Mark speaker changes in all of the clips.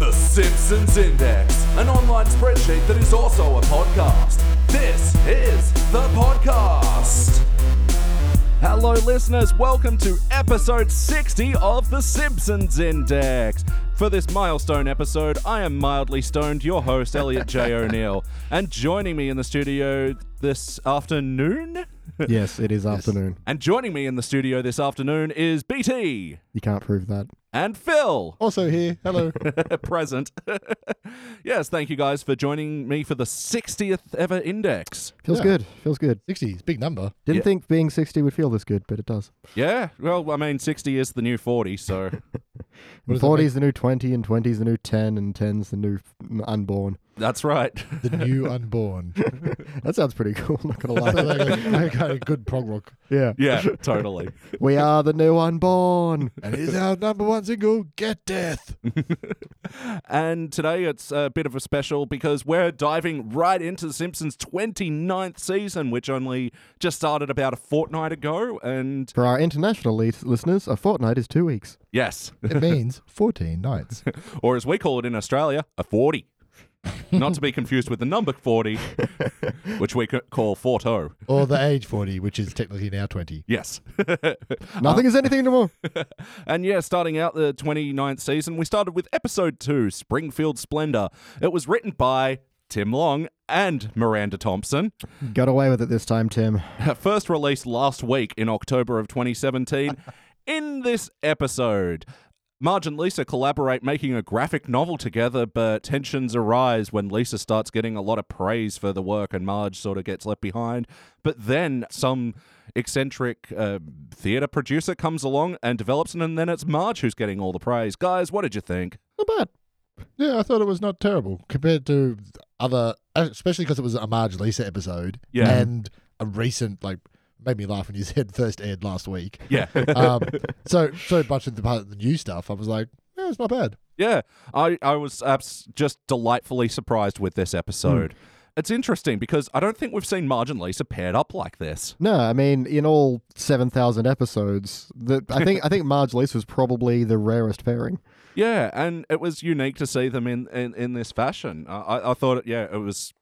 Speaker 1: Simpsons Index, an online spreadsheet that is also a podcast. This is the podcast. Hello, listeners. Welcome to episode 60 of The Simpsons Index. For this milestone episode, I am mildly stoned, your host, Elliot J. O'Neill. And joining me in the studio this afternoon?
Speaker 2: Yes, it is afternoon.
Speaker 1: And joining me in the studio this afternoon is BT
Speaker 2: You can't prove that.
Speaker 1: and Phil.
Speaker 2: Also here, hello.
Speaker 1: present. yes, thank you guys for joining me for the 60th ever index.
Speaker 2: feels
Speaker 3: Yeah.
Speaker 2: good. Feels good.
Speaker 3: 60 is a big number.
Speaker 2: Didn't
Speaker 1: Yeah.
Speaker 2: think being 60 would feel this good, but it does.
Speaker 1: Yeah, well, I mean, 60 is the new 40, so
Speaker 3: What does that
Speaker 2: 40 is the new 20, and 20 is the new 10, and 10 is the new f- n- unborn.
Speaker 1: that's right.
Speaker 3: The new unborn.
Speaker 2: That sounds pretty cool. I'm not going to
Speaker 3: so
Speaker 2: lie.
Speaker 3: they got, they got a good prog rock.
Speaker 2: yeah.
Speaker 1: Yeah, totally.
Speaker 2: We are the new unborn.
Speaker 3: And here's our number one single, Get Death.
Speaker 1: And today it's a bit of a special because we're diving right into The Simpsons' 29th season, which only just started about a fortnight ago. And
Speaker 2: For our international le- listeners, a fortnight is two weeks.
Speaker 1: yes,
Speaker 3: It means 14 nights.
Speaker 1: or as we call it in Australia, a 40. Not to be confused with the number 40, which we c- call 40.
Speaker 3: Or the age 40, which is technically now 20.
Speaker 1: Yes.
Speaker 2: Nothing is anything anymore.
Speaker 1: And yeah, starting out the 29th season, we started with episode 2, Springfield Splendor. It was written by Tim Long and Miranda Thompson.
Speaker 2: Got away with it this time, Tim.
Speaker 1: First released last week in October of 2017. In this episode, Marge and Lisa collaborate making a graphic novel together, but tensions arise when Lisa starts getting a lot of praise for the work and Marge sort of gets left behind. But then some eccentric uh, theatre producer comes along and develops, it, and then it's Marge who's getting all the praise. Guys, what did you think?
Speaker 2: Not bad.
Speaker 3: Yeah, I thought it was not terrible compared to other, especially because it was a Marge Lisa episode.
Speaker 1: Yeah.
Speaker 3: And a recent, like, made me laugh when you said first aired last week.
Speaker 1: Yeah.
Speaker 3: Um, so, so much of the part of the new stuff, I was like, yeah, it's not bad.
Speaker 1: Yeah, I, I was abs- just delightfully surprised with this episode.
Speaker 3: Hmm.
Speaker 1: It's interesting because I don't think we've seen Marge and Lisa paired up like this.
Speaker 2: No, I mean, in all 7,000 episodes, the, I think I think Marge Lisa was probably the rarest pairing.
Speaker 1: Yeah, and it was unique to see them in, in, in this fashion. I, I- I thought, yeah, it was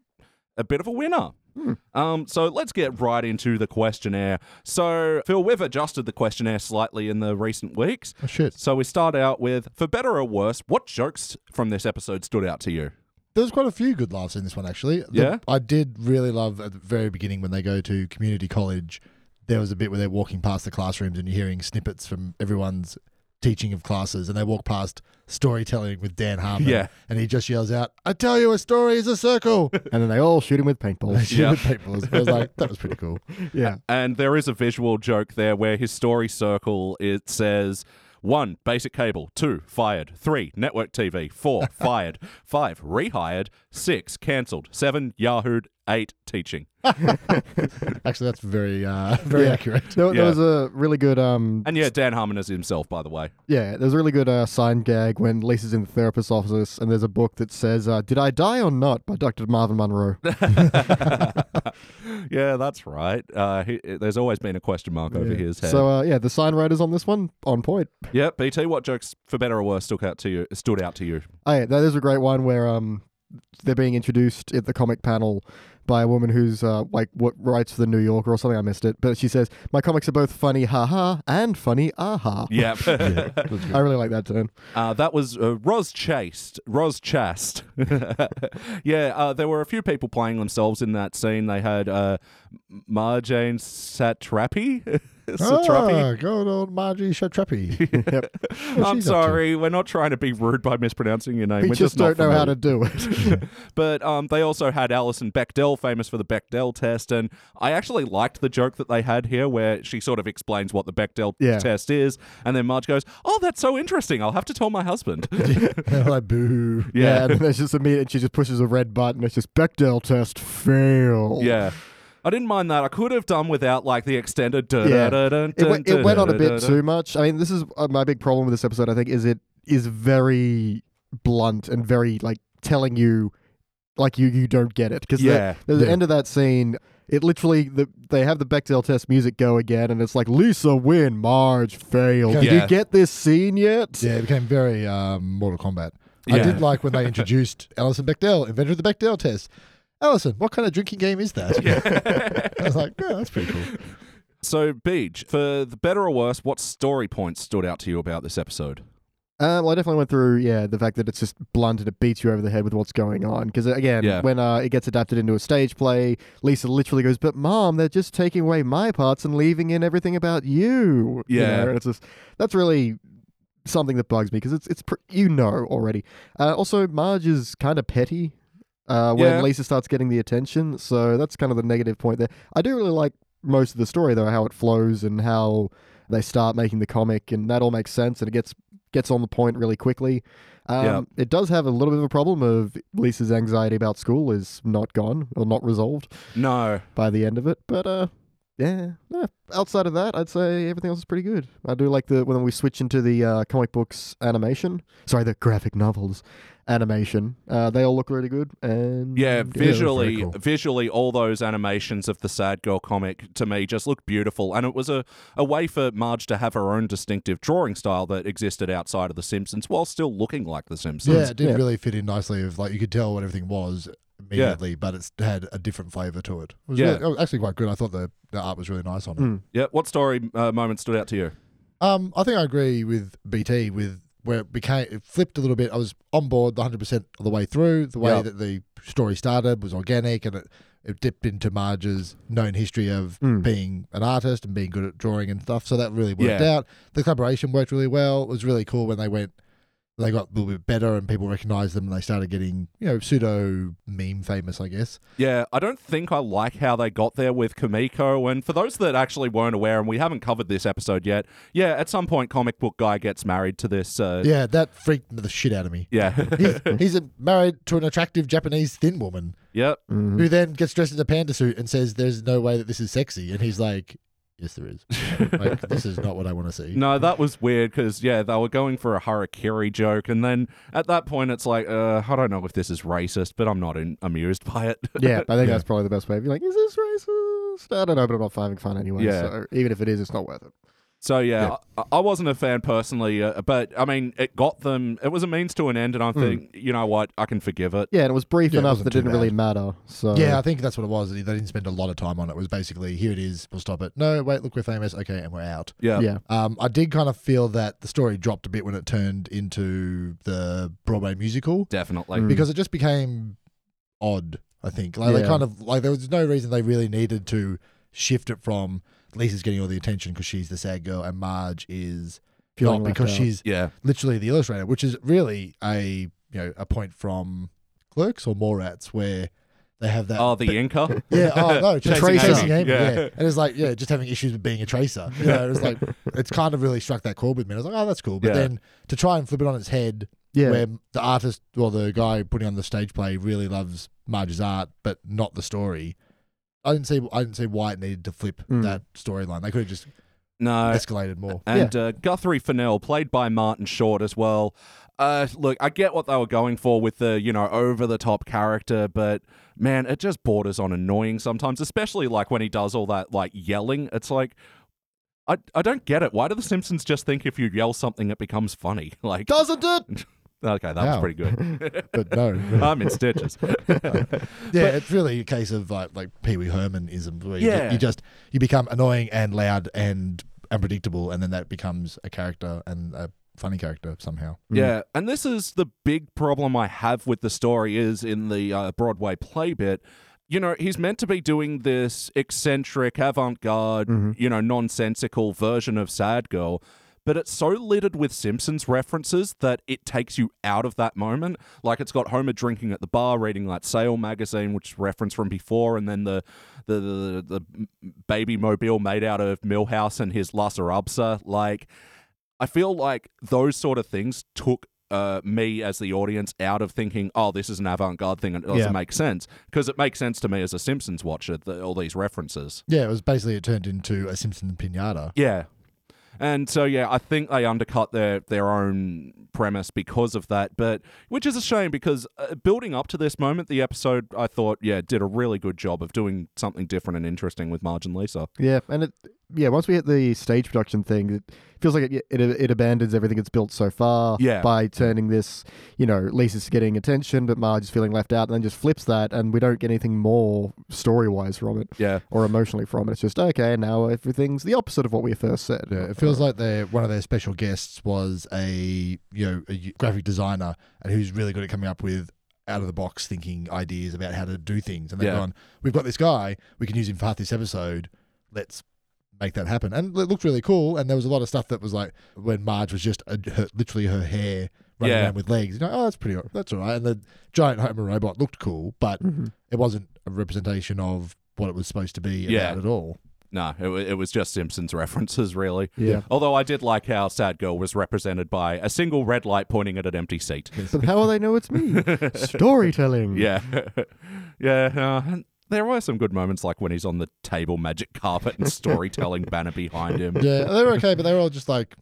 Speaker 1: a bit of a winner.
Speaker 3: Hmm.
Speaker 1: Um, so let's get right into the questionnaire. So, Phil, we've adjusted the questionnaire slightly in the recent weeks.
Speaker 3: Oh, shit.
Speaker 1: So we start out with, for better or worse, what jokes from this episode stood out to you?
Speaker 3: There's quite a few good laughs in this one, actually. The-
Speaker 1: Yeah?
Speaker 3: I did really love at the very beginning when they go to community college. There was a bit where they're walking past the classrooms and you're hearing snippets from everyone's teaching of classes, and they walk past storytelling with Dan Harmon.
Speaker 1: Yeah.
Speaker 3: And he just yells out, I tell you, a story is a circle.
Speaker 2: And then they all shoot him with paintballs.
Speaker 3: She would paint balls. I was like, that was pretty cool.
Speaker 2: yeah.
Speaker 1: And there is a visual joke there where his story circle it says one, basic cable, two, fired, three, network TV, four, fired, five, rehired, six, cancelled, seven, Yahooed, eight, teaching.
Speaker 3: Actually, that's very, uh, very
Speaker 2: Yeah.
Speaker 3: accurate.
Speaker 2: There, there
Speaker 1: Yeah.
Speaker 2: was a really good um
Speaker 1: And yeah, Dan Harmon is himself, by the way.
Speaker 2: yeah, there's a really good uh, sign gag when Lisa's in the therapist's office and there's a book that says uh, "Did I Die or Not" by Dr. Marvin Monroe.
Speaker 1: Yeah, that's right. Uh, he, there's always been a question mark over his head.
Speaker 2: so uh, yeah, the sign writers on this one on point.
Speaker 1: yeah, BT, what jokes, for better or worse, stuck out to you? Stood out to you?
Speaker 2: Oh, yeah, that is a great one where um they're being introduced at the comic panel by a woman who's uh, like what writes for the New Yorker or something. I missed it, but she says my comics are both funny haha and funny aha.
Speaker 1: Yeah.
Speaker 2: I really like that turn.
Speaker 1: Uh, that was uh, Roz Chast. Roz Chast. yeah, uh, there were a few people playing themselves in that scene. They had uh, M- Marjane Satrapi. Satrapi.
Speaker 3: Ah, good old Margie Shatrappy.
Speaker 1: I'm
Speaker 3: she's up to-
Speaker 1: sorry, we're not trying to be rude by mispronouncing your name.
Speaker 2: We
Speaker 1: We're
Speaker 2: just
Speaker 1: not
Speaker 2: don't know how
Speaker 1: familiar.
Speaker 2: to do it.
Speaker 1: But um, they also had Alison Bechdel, famous for the Bechdel test. And I actually liked the joke that they had here where she sort of explains what the Bechdel
Speaker 2: Yeah.
Speaker 1: test is. And then Marge goes, Oh, that's so interesting. I'll have to tell my husband.
Speaker 3: like, boo.
Speaker 1: Yeah.
Speaker 2: and there's just immediate. She just pushes a red button. It's just Bechdel test fail.
Speaker 1: Yeah. I didn't mind that. I could have done without like the extended.
Speaker 2: Yeah.
Speaker 1: dun-dun-dun-dun,
Speaker 2: It, went, it went on a bit
Speaker 1: dun-dun-dun-dun.
Speaker 2: too much. I mean, this is uh, my big problem with this episode. I think is it is very blunt and very like telling you, like you you don't get it because
Speaker 1: Yeah.
Speaker 2: the, the
Speaker 3: Yeah.
Speaker 2: end of that scene. It literally the, they have the Bechdel test music go again, and it's like Lisa win, Marge failed. Did
Speaker 1: Yeah.
Speaker 2: you get this scene yet?
Speaker 3: Yeah, it became very um, Mortal Kombat. I
Speaker 1: Yeah.
Speaker 3: did like when they introduced Alison Bechdel, inventor of the Bechdel test. Alison, what kind of drinking game is that? I was like, yeah, that's pretty cool.
Speaker 1: So, Beach, for the better or worse, what story points stood out to you about this episode?
Speaker 2: Uh, well, I definitely went through, yeah, the fact that it's just blunt and it beats you over the head with what's going on. Because again,
Speaker 1: Yeah.
Speaker 2: when uh, it gets adapted into a stage play, Lisa literally goes, "But mom, they're just taking away my parts and leaving in everything about you." You
Speaker 1: Yeah.
Speaker 2: know, and it's just that's really something that bugs me because it's it's pr- you know already. Uh, also, Marge is kind of petty uh, when
Speaker 1: Yeah.
Speaker 2: Lisa starts getting the attention, so that's kind of the negative point there. I do really like most of the story though, how it flows and how they start making the comic, and that all makes sense, and it gets gets on the point really quickly. Um,
Speaker 1: Yeah.
Speaker 2: It does have a little bit of a problem of Lisa's anxiety about school is not gone or not resolved
Speaker 1: No.
Speaker 2: by the end of it, but uh, yeah, yeah. Outside of that, I'd say everything else is pretty good. I do like the when we switch into the uh, comic books animation. Sorry, the graphic novels animation. Uh, they all look really good, and
Speaker 1: Yeah, visually,
Speaker 3: cool.
Speaker 1: visually, all those animations of the Sad Girl comic to me just looked beautiful, and it was a, a way for Marge to have her own distinctive drawing style that existed outside of The Simpsons, while still looking like The
Speaker 3: Yeah,
Speaker 1: Simpsons.
Speaker 3: it did
Speaker 2: yeah.
Speaker 3: really fit in nicely. Of like you could tell what everything was immediately, but it's had a different flavour to it. It was
Speaker 1: Yeah.
Speaker 3: really- it was actually quite good. I thought the, the art was really nice on it.
Speaker 2: Mm.
Speaker 1: Yeah. What story uh, moment stood out to you?
Speaker 3: Um, I think I agree with BT with where it became it flipped a little bit. I was on board the hundred percent of the way through. The way
Speaker 1: Yeah.
Speaker 3: that the story started was organic, and it, it dipped into Marge's known history of
Speaker 1: Hmm.
Speaker 2: Mm.
Speaker 3: being an artist and being good at drawing and stuff. So that really worked
Speaker 1: Yeah.
Speaker 3: out. The collaboration worked really well. It was really cool when they went. They got a little bit better, and people recognized them, and they started getting you know pseudo meme famous, I guess.
Speaker 1: Yeah, I don't think I like how they got there with Kamiko. And for those that actually weren't aware, and we haven't covered this episode yet, yeah, at some point, comic book guy gets married to this. Uh,
Speaker 3: Yeah, that freaked the shit out of me.
Speaker 1: yeah,
Speaker 3: He's, he's a- married to an attractive Japanese thin woman.
Speaker 1: yep.
Speaker 2: Mhm.
Speaker 3: who then gets dressed in a panda suit and says, "There's no way that this is sexy," and he's like, "Yes, there is. like, this is not what I want to see."
Speaker 1: No, that was weird because yeah, they were going for a harakiri joke, and then at that point, it's like, uh, I don't know if this is racist, but I'm not in- amused by it.
Speaker 2: Yeah, I think
Speaker 3: Yeah.
Speaker 2: that's probably the best way. If you're like, is this racist? I don't know, but I'm not finding fun anyway.
Speaker 1: Yeah.
Speaker 2: So even if it is, it's not worth it.
Speaker 1: So yeah, I, I wasn't a fan personally, uh, but I mean, it got them. It was a means to an end, and I think you know what, I can forgive it.
Speaker 2: Yeah, and it was brief
Speaker 3: Yeah, it
Speaker 2: enough
Speaker 3: wasn't
Speaker 2: that
Speaker 3: too
Speaker 2: didn't really matter. So
Speaker 3: Yeah, I think that's what it was. They didn't spend a lot of time on it. It was basically, "Here it is. We'll stop it." No, wait, look, we're famous. Okay, and we're out.
Speaker 1: Yeah,
Speaker 2: yeah,
Speaker 3: Um, I did kind of feel that the story dropped a bit when it turned into the Broadway musical
Speaker 1: definitely.
Speaker 2: Mm.
Speaker 3: because it just became odd. I think like they
Speaker 2: Yeah.
Speaker 3: kind of like there was no reason they really needed to shift it from Lisa's getting all the attention because she's the sad girl and Marge is
Speaker 2: Feeling
Speaker 3: not
Speaker 2: left
Speaker 3: because
Speaker 2: out.
Speaker 3: she's
Speaker 1: Yeah,
Speaker 3: literally the illustrator, which is really a you know a point from Clerks or Morats where they have that.
Speaker 1: oh, the Inca.
Speaker 3: Uh, yeah, oh no, just
Speaker 1: Chasing
Speaker 3: chasing,
Speaker 1: Amy,
Speaker 3: Amy,
Speaker 1: yeah.
Speaker 3: yeah. and it's like yeah, just having issues with being a tracer. You know, it's like it's kind of really struck that chord with me. I was like, oh, that's cool, but
Speaker 1: Yeah.
Speaker 3: then to try and flip it on its head,
Speaker 2: yeah,
Speaker 3: where the artist or the guy putting on the stage play really loves Marge's art, but not the story. I didn't see. I didn't see why it needed to flip
Speaker 2: Mm.
Speaker 3: that storyline. They could have just
Speaker 1: No,
Speaker 3: escalated more.
Speaker 1: And uh, Guthrie Fennell, played by Martin Short as well. Uh, look, I get what they were going for with the, you know, over the top character, but man, it just borders on annoying sometimes, especially like when he does all that like yelling. It's like, I, I don't get it. Why do the Simpsons just think if you yell something, it becomes funny? Like,
Speaker 2: doesn't it?
Speaker 1: okay, that was
Speaker 3: Ow.
Speaker 1: pretty good.
Speaker 3: But no,
Speaker 1: I'm in stitches.
Speaker 3: Yeah, it's really a case of like like Pee Wee Herman isms where you,
Speaker 1: Yeah.
Speaker 3: ju- you just you become annoying and loud and unpredictable, and then that becomes a character and a funny character somehow.
Speaker 1: Yeah, and this is the big problem I have with the story is in the uh, Broadway play bit. You know, he's meant to be doing this eccentric, avant-garde,
Speaker 2: Mm-hmm.
Speaker 1: you know, nonsensical version of Sad Girl, but it's so littered with Simpsons references that it takes you out of that moment. Like it's got Homer drinking at the bar, reading like Sale magazine, which is referenced from before, and then the the the, the baby mobile made out of Millhouse and his Lhasa Apso. Like I feel like those sort of things took uh, me as the audience out of thinking, oh, this is an avant garde thing and it doesn't
Speaker 2: Yeah.
Speaker 1: make sense. Because it makes sense to me as a Simpsons watcher, the, all these references.
Speaker 3: Yeah, it was basically it turned into a Simpson pinata.
Speaker 1: Yeah. And so, yeah, I think they undercut their, their own premise because of that, but which is a shame because uh, building up to this moment, the episode I thought, yeah, did a really good job of doing something different and interesting with Marge and Lisa.
Speaker 2: Yeah, and it yeah once we hit the stage production thing, it feels like it it, it abandons everything it's built so far.
Speaker 1: Yeah.
Speaker 2: by turning this, you know, Lisa's getting attention, but Marge is feeling left out, and then just flips that, and we don't get anything more story wise from it
Speaker 1: Yeah,
Speaker 2: or emotionally from it. It's just okay, now everything's the opposite of what we first said.
Speaker 3: Yeah, it feels like they one of their special guests was a you know a u- graphic designer and who's really good at coming up with out of the box thinking ideas about how to do things. And they've
Speaker 1: Yeah.
Speaker 3: gone, we've got this guy, we can use him for half this episode. Let's make that happen. And it looked really cool. And there was a lot of stuff that was like when Marge was just a, her, literally her hair running
Speaker 1: Yeah.
Speaker 3: around with legs. You know, oh, that's pretty, that's all right. And the giant Homer robot looked cool, but
Speaker 1: Mm.
Speaker 2: Mhm.
Speaker 3: it wasn't a representation of what it was supposed to be
Speaker 1: Yeah.
Speaker 3: about at all.
Speaker 1: no, it, wa- it was just Simpsons references, really.
Speaker 2: Yeah.
Speaker 1: Although I did like how Sad Girl was represented by a single red light pointing at an empty seat.
Speaker 2: But how will they know it's me? Storytelling.
Speaker 1: Yeah. yeah. Uh, there were some good moments, like when he's on the table, magic carpet, and storytelling banner behind him.
Speaker 3: Yeah, they were okay, but they were all just like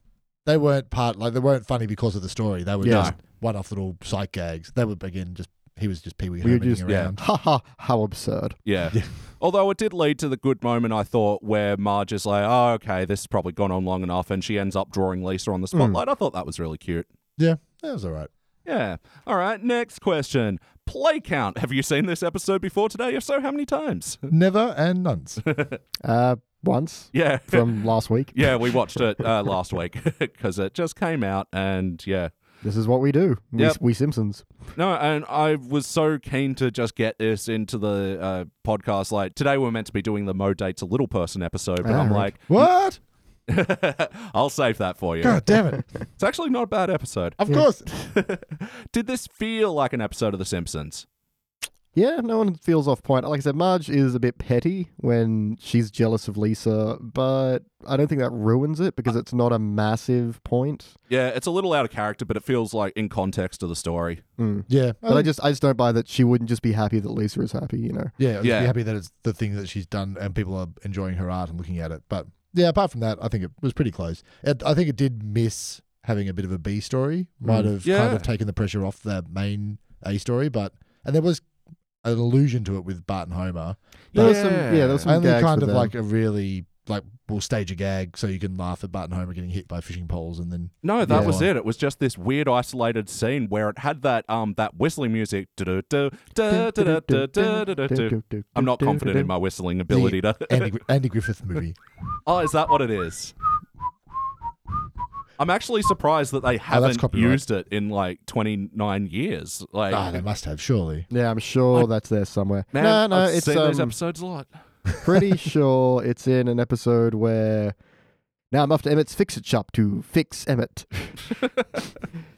Speaker 3: they weren't part like they weren't funny because of the story. They were
Speaker 2: Yeah.
Speaker 3: just one-off little sight gags. They were again just he was just Pee Wee
Speaker 2: We were
Speaker 3: Herman
Speaker 2: just-
Speaker 1: yeah.
Speaker 3: around.
Speaker 2: Ha ha! How absurd.
Speaker 1: Yeah. Although it did lead to the good moment, I thought, where Marge is like, oh, okay, this has probably gone on long enough. And she ends up drawing Lisa
Speaker 2: Hmm.
Speaker 1: on the spotlight. I thought that was really cute.
Speaker 3: Yeah, that was all right.
Speaker 1: Yeah. All right. Next question Play count. Have you seen this episode before today? If so, how many times?
Speaker 3: Never and nuns.
Speaker 2: Uh, once
Speaker 1: Yeah.
Speaker 2: from last week.
Speaker 1: yeah, we watched it uh, last week because it just came out. And yeah,
Speaker 2: This is what we do. We,
Speaker 1: Yep.
Speaker 2: we Simpsons.
Speaker 1: No, and I was so keen to just get this into the uh, podcast. Like today, we are meant to be doing the Mo Dates a Little Person episode, but
Speaker 2: Ah,
Speaker 1: I'm
Speaker 2: right.
Speaker 3: what?
Speaker 1: like, I'll save that for you.
Speaker 3: God damn it!
Speaker 1: It's actually not a bad episode.
Speaker 3: Of course.
Speaker 1: Did this feel like an episode of The Simpsons?
Speaker 2: Yeah, no one feels off point. Like I said, Marge is a bit petty when she's jealous of Lisa, but I don't think that ruins it because it's not a massive point.
Speaker 1: Yeah, it's a little out of character, but it feels like in context of the story.
Speaker 2: Mm.
Speaker 3: Yeah,
Speaker 2: But I
Speaker 1: Um,
Speaker 3: think-
Speaker 2: just I just don't buy that she wouldn't just be happy that Lisa is happy, you know.
Speaker 3: yeah, I'd just
Speaker 1: Yeah.
Speaker 3: be happy that it's the thing that she's done and people are enjoying her art and looking at it. But yeah, apart from that, I think it was pretty close. It, I think it did miss having a bit of a B story. Might
Speaker 2: Mm.
Speaker 3: have
Speaker 1: Yeah.
Speaker 3: kind of taken the pressure off the main A story, but and there was an allusion to it with Bart and Homer.
Speaker 2: There was some yeah, there was some
Speaker 3: only
Speaker 2: gags
Speaker 3: kind
Speaker 2: with
Speaker 3: of
Speaker 2: them.
Speaker 3: like a really like we'll stage a gag so you can laugh at Bart and Homer getting hit by fishing poles and then
Speaker 1: No, that
Speaker 3: Yeah.
Speaker 1: was it. It was just this weird, isolated scene where it had that um that whistling music. Du-du-du, du-du-du-du, du-du-du-du. I'm not confident in my whistling ability to.
Speaker 3: Andy, Gri- Andy Griffith movie.
Speaker 1: Oh, is that what it is? I'm actually surprised
Speaker 2: Oh,
Speaker 1: that they
Speaker 3: that's
Speaker 1: haven't
Speaker 3: copyright.
Speaker 1: used it in like 29 years. Like,
Speaker 3: Ah, they must have surely.
Speaker 2: Yeah, I'm sure that's there somewhere.
Speaker 1: man,
Speaker 2: no, no,
Speaker 1: I've
Speaker 2: it's
Speaker 1: seen those
Speaker 2: um,
Speaker 1: episodes a lot.
Speaker 2: pretty sure it's in an episode where now I'm after Emmett's fix it shop to fix Emmett.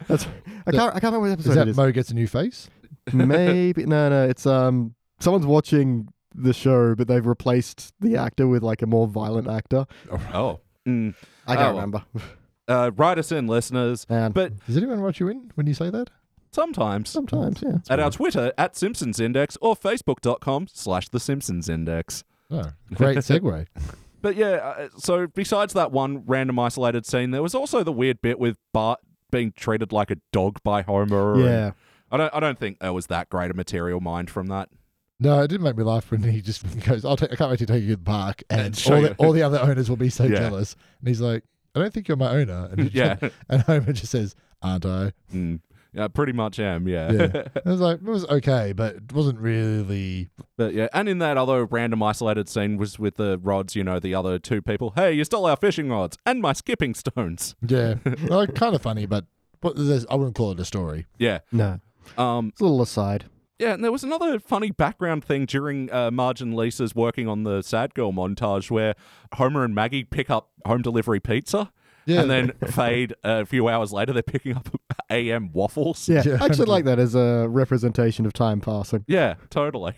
Speaker 2: That's I can't I can't remember what episode
Speaker 3: Is
Speaker 2: it
Speaker 3: that
Speaker 2: is.
Speaker 3: Mo gets a new face?
Speaker 2: Maybe no, no. It's um someone's watching the show, but they've replaced the actor with like a more violent actor.
Speaker 1: Oh. Mm.
Speaker 2: I can't
Speaker 1: Oh.
Speaker 2: remember.
Speaker 1: Uh, write us in, listeners.
Speaker 2: And
Speaker 1: But
Speaker 3: Does anyone watch you in when you say that?
Speaker 1: sometimes
Speaker 2: sometimes, yeah.
Speaker 1: at our Twitter at Simpsons Index or Facebook.com slash The Simpsons Index.
Speaker 3: Oh, great segue.
Speaker 1: But yeah, uh, so besides that one random isolated scene, there was also the weird bit with Bart being treated like a dog by Homer. and-
Speaker 2: Yeah.
Speaker 1: I don't, I don't think there was that great a material mind from that.
Speaker 3: No, it did make me laugh when he just goes, I'll ta- I can't wait to take you to the park. And,
Speaker 1: And show
Speaker 3: all,
Speaker 1: you.
Speaker 3: the, all the other owners will be so
Speaker 1: Yeah.
Speaker 3: jealous. And he's like, I don't think you're my owner. And, he-
Speaker 1: Yeah.
Speaker 3: and Homer just says, Aren't I?
Speaker 1: Mm. Yeah, pretty much am, yeah.
Speaker 3: Yeah. And I was like, It was okay, but it wasn't really.
Speaker 1: but yeah, and in that other random isolated scene was with the rods, you know, the other two people. Hey, you stole our fishing rods and my skipping stones.
Speaker 3: Yeah. like, kind of funny, but what, there's- I wouldn't call it a story.
Speaker 1: Yeah.
Speaker 2: No.
Speaker 1: Um
Speaker 2: It's a little aside.
Speaker 1: yeah, and there was another funny background thing during uh, Marge and Lisa's working on the sad girl montage where Homer and Maggie pick up home delivery pizza.
Speaker 3: Yeah.
Speaker 1: And then fade a few hours later, they're picking up AM waffles.
Speaker 2: Yeah.
Speaker 3: Yeah.
Speaker 2: I actually like that as a representation of time passing.
Speaker 1: Yeah, totally.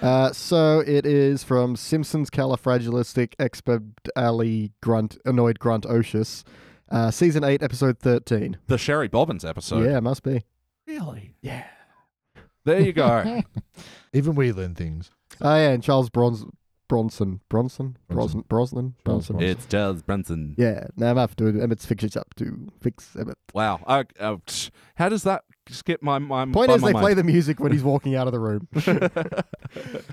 Speaker 2: Uh, so it is from Simpsons Califragilistic Expert Alley Grunt Annoyed Grunt Ocious. Uh, season 8, episode 13.
Speaker 1: the Sherry Bobbins episode.
Speaker 2: yeah, must be.
Speaker 1: Really? Yeah. There you go.
Speaker 3: Even we learn things.
Speaker 2: Oh, yeah, and Charles Bronson, Bronson. Bronson?
Speaker 3: Bronson.
Speaker 2: Brosnan? Brosnan?
Speaker 3: Charles
Speaker 2: Bronson.
Speaker 3: Bronson.
Speaker 1: It's Charles Bronson.
Speaker 2: Yeah, now I have to Emmett's fix up to fix Emmett.
Speaker 1: Wow. I, uh, tch, how does that skip my mind?
Speaker 2: Point
Speaker 1: by Mm,
Speaker 2: is,
Speaker 1: my
Speaker 2: they
Speaker 1: mind?
Speaker 2: play the music when he's walking out of the room.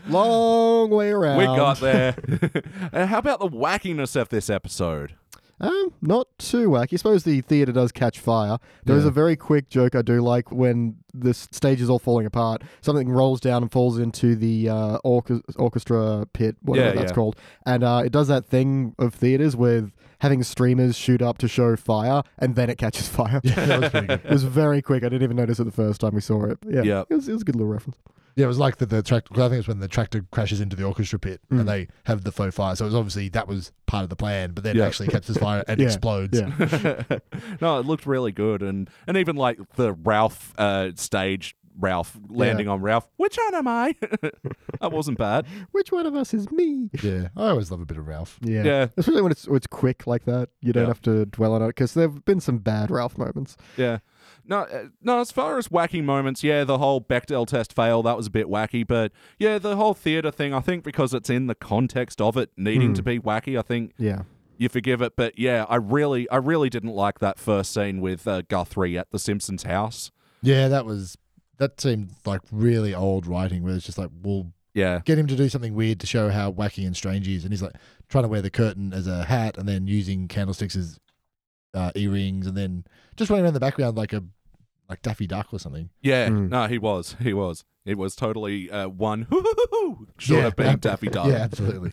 Speaker 2: Long way around.
Speaker 1: We got there. Uh, how about the wackiness of this episode?
Speaker 2: Um, not too wacky. I suppose the theater does catch fire. There is
Speaker 3: Yeah.
Speaker 2: a very quick joke I do like when the s- stage is all falling apart. Something rolls down and falls into the uh, orche- orchestra pit, whatever
Speaker 1: Yeah,
Speaker 2: that's
Speaker 1: yeah.
Speaker 2: called. And uh, it does that thing of theaters with having streamers shoot up to show fire, and then it catches fire.
Speaker 3: that was pretty good.
Speaker 2: It was very quick. I didn't even notice it the first time we saw it. Yeah,
Speaker 1: Yeah.
Speaker 2: It, was, it was a good little reference.
Speaker 3: Yeah, it was like the, the tractor. I think it's when the tractor crashes into the orchestra pit
Speaker 2: Mm.
Speaker 3: and they have the faux fire. So it was obviously that was part of the plan, but then
Speaker 1: Yeah.
Speaker 3: actually catches fire and
Speaker 2: Yeah,
Speaker 3: explodes.
Speaker 2: Yeah,
Speaker 1: no, it looked really good, and and even like the Ralph uh, stage, Ralph landing on Ralph. Which one am I? that wasn't bad.
Speaker 2: which one of us is me?
Speaker 3: Yeah. I always love a bit of Ralph.
Speaker 2: Yeah.
Speaker 1: Yeah.
Speaker 2: Especially when it's when it's quick like that, you don't
Speaker 1: Yeah.
Speaker 2: have to dwell on it because there've been some bad Ralph moments.
Speaker 1: Yeah. No, uh, no. As far as wacky moments, yeah, the whole Bechdel test fail that was a bit wacky, but yeah, the whole theater thing. I think because it's in the context of it needing to be wacky, I think
Speaker 2: Yeah.
Speaker 1: you forgive it. But yeah, I really, I really didn't like that first scene with uh, Guthrie at the Simpsons house.
Speaker 3: Yeah, that was that seemed like really old writing where it's just like, we'll
Speaker 1: Yeah,
Speaker 3: get him to do something weird to show how wacky and strange he is, and he's like trying to wear the curtain as a hat and then using candlesticks as uh, earrings and then just running around the background like a like Daffy Duck or something.
Speaker 1: yeah.
Speaker 2: Mm.
Speaker 1: No, he was, he was, it was totally uh, one short
Speaker 3: Yeah.
Speaker 1: of being Daffy Duck.
Speaker 3: Yeah, absolutely.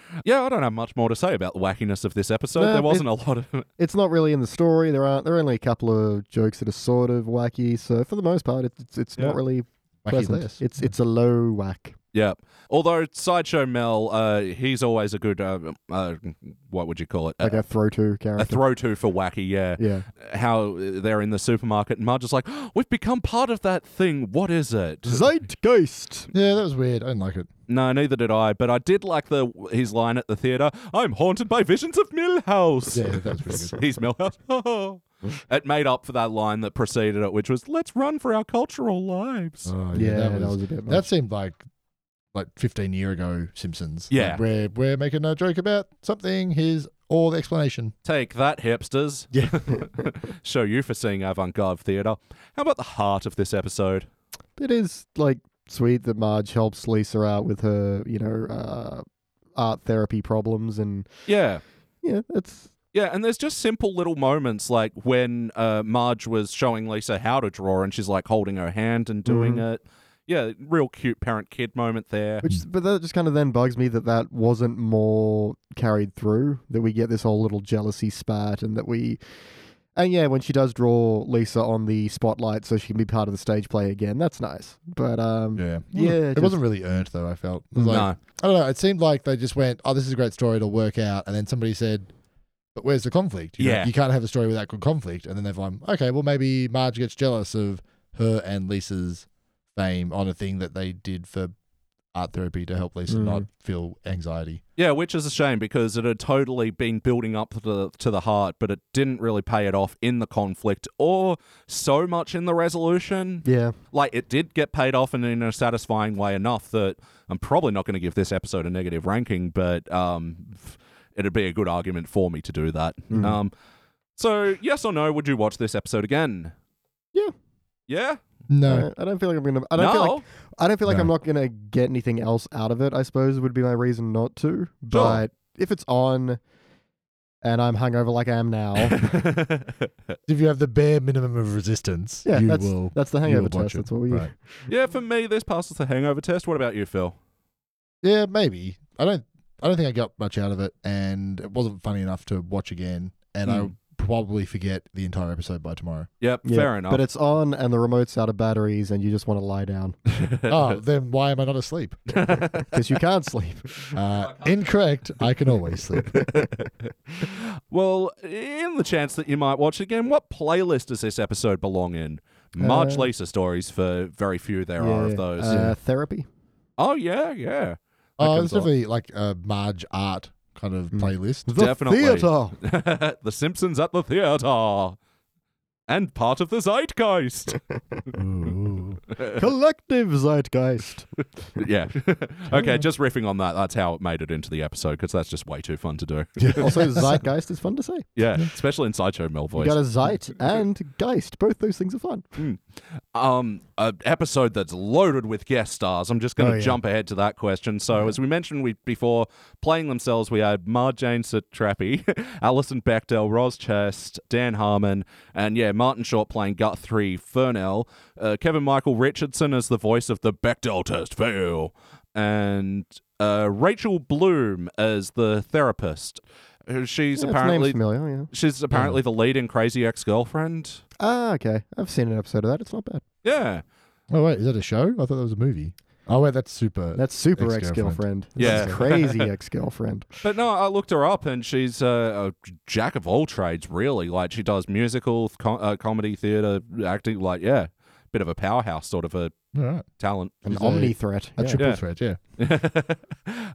Speaker 1: yeah, I don't have much more to say about the wackiness of this episode.
Speaker 2: No,
Speaker 1: there wasn't a lot of.
Speaker 2: It's not really in the story. There aren't. There are only a couple of jokes that are sort of wacky. So for the most part, it's it's, it's
Speaker 1: Yeah.
Speaker 2: not really
Speaker 3: Wacky
Speaker 2: pleasant.
Speaker 3: less.
Speaker 2: It's it's a low whack.
Speaker 1: Yeah. Although sideshow Mel, uh, he's always a good. Uh, uh, what would you call it?
Speaker 2: Like
Speaker 1: a,
Speaker 2: Uh, a throw to character.
Speaker 1: a throw to for wacky. Yeah.
Speaker 2: yeah.
Speaker 1: How they're in the supermarket and Marge is like, "Oh, "We've become part of that thing. What is it?"
Speaker 2: Zeitgeist.
Speaker 3: yeah, that was weird. I didn't like it.
Speaker 1: No, neither did I. But I did like the his line at the theater. I'm haunted by visions of Millhouse.
Speaker 3: Yeah, that was pretty good.
Speaker 1: He's Millhouse. it made up for that line that preceded it, which was "Let's run for our cultural lives."
Speaker 3: Oh,
Speaker 2: Yeah, that, was, a bit. Much.
Speaker 3: that seemed like like 15 year ago Simpsons.
Speaker 1: Yeah.
Speaker 3: like we're we're making a joke about something. Here's all the explanation.
Speaker 1: Take that, hipsters.
Speaker 3: Yeah,
Speaker 1: Show you for seeing avant-garde theatre. How about the heart of this episode?
Speaker 2: it is like sweet that Marge helps Lisa out with her, you know, uh, art therapy problems, and
Speaker 1: Yeah.
Speaker 2: yeah, that's
Speaker 1: Yeah, and there's just simple little moments like when uh, Marge was showing Lisa how to draw and she's like holding her hand and doing
Speaker 3: Mm-hmm.
Speaker 2: Mhm.
Speaker 1: it. Yeah, real cute parent kid moment there.
Speaker 2: Which,
Speaker 3: Mm.
Speaker 2: but that just kind of then bugs me that that wasn't more carried through. That we get this whole little jealousy spat, and that we, and yeah, when she does draw Lisa on the spotlight, so she can be part of the stage play again. That's nice, but um,
Speaker 3: yeah,
Speaker 2: Yeah,
Speaker 3: It
Speaker 2: just-
Speaker 3: wasn't really earned though. I felt It was like,
Speaker 1: no.
Speaker 3: I don't know. It seemed like they just went, "Oh, this is a great story. It'll work out." And then somebody said, "But where's the conflict? You know,
Speaker 1: Yeah.
Speaker 3: you can't have a story without good conflict." And then they've like, "Okay, well maybe Marge gets jealous of her and Lisa's fame on a thing that they did for art therapy to help Lisa
Speaker 2: Mm.
Speaker 3: not feel anxiety."
Speaker 1: Yeah, which is a shame because it had totally been building up to the, to the heart, but it didn't really pay it off in the conflict or so much in the resolution.
Speaker 2: yeah,
Speaker 1: Like, it did get paid off and in a satisfying way enough that I'm probably not going to give this episode a negative ranking, but um, it'd be a good argument for me to do that.
Speaker 2: Mhm.
Speaker 1: Um, so, yes or no, would you watch this episode again?
Speaker 2: Yeah.
Speaker 1: Yeah?
Speaker 3: No,
Speaker 2: I don't- I don't feel like I'm gonna. I don't
Speaker 1: no.
Speaker 2: feel like I don't feel like
Speaker 3: No.
Speaker 2: I'm not gonna get anything else out of it. I suppose would be my reason not to. But if it's on, and I'm hungover like I am now,
Speaker 3: if you have the bare minimum of resistance,
Speaker 2: yeah,
Speaker 3: you
Speaker 2: that's
Speaker 3: will.
Speaker 2: that's the
Speaker 3: you will
Speaker 2: hangover
Speaker 3: watch
Speaker 2: test.
Speaker 3: it.
Speaker 2: That's what we.
Speaker 3: Right.
Speaker 1: yeah, for me, this passes the hangover test. What about you, Phil?
Speaker 3: Yeah, maybe. I don't. I don't think I got much out of it, and it wasn't funny enough to watch again. And I
Speaker 1: Mm.
Speaker 3: probably forget the entire episode by tomorrow.
Speaker 1: Yep,
Speaker 2: Yeah,
Speaker 1: fair enough.
Speaker 2: But it's on, and the remote's out of batteries, and you just want to lie down
Speaker 3: oh, then why am I not asleep?
Speaker 2: because you can't sleep.
Speaker 3: Uh, incorrect. I can always sleep. Uh,
Speaker 1: well, in the chance that you might watch again, what playlist does this episode belong in? Marge
Speaker 2: Uh,
Speaker 1: Lisa stories for very few there are of those.
Speaker 2: Uh, therapy.
Speaker 1: oh yeah, yeah. That
Speaker 3: Oh,
Speaker 1: comes
Speaker 3: it's
Speaker 1: up.
Speaker 3: definitely like a Marge art kind of
Speaker 2: Mm.
Speaker 3: playlist.
Speaker 1: Definitely.
Speaker 2: Theater.
Speaker 1: the Simpsons at the theater. And part of the zeitgeist.
Speaker 2: Collective zeitgeist.
Speaker 1: yeah. okay, just riffing on that. That's how it made it into the episode because that's just way too fun to do. Yeah,
Speaker 2: Also, zeitgeist is fun to say.
Speaker 1: especially in sideshow Mel
Speaker 2: You
Speaker 1: voice.
Speaker 2: got a zeit and geist. Both those things are fun.
Speaker 1: um, an episode that's loaded with guest stars. I'm just going to
Speaker 2: Oh, yeah.
Speaker 1: jump ahead to that question. So, as we mentioned we, before, playing themselves, we had Mar Jane Satrapi, Alison Bechdel, Roz Chest, Dan Harmon, and yeah, Martin Short playing Gut 3 Fernell, uh, Kevin Michael Richardson as the voice of the Bechdel test fail, and uh, Rachel Bloom as the therapist. who She's
Speaker 2: Yeah, its name's
Speaker 1: apparently
Speaker 2: familiar. Yeah.
Speaker 1: she's apparently the lead in Crazy Ex-Girlfriend.
Speaker 2: Ah, okay. I've seen an episode of that. It's not bad.
Speaker 1: Yeah.
Speaker 3: Oh wait, is that a show? I thought that was a movie. Oh wait, that's super.
Speaker 2: That's super ex girlfriend.
Speaker 3: Ex-girlfriend.
Speaker 1: Yeah.
Speaker 2: crazy ex girlfriend.
Speaker 1: But no, I looked her up, and she's uh, a jack of all trades, really. Like she does musical, th- com- uh, comedy, theater, acting. Like yeah, bit of a powerhouse, sort of a
Speaker 3: All right.
Speaker 1: talent,
Speaker 2: An
Speaker 3: She's a-
Speaker 2: omni threat.
Speaker 3: A
Speaker 2: Yeah.
Speaker 3: triple
Speaker 1: Yeah.
Speaker 3: threat, yeah.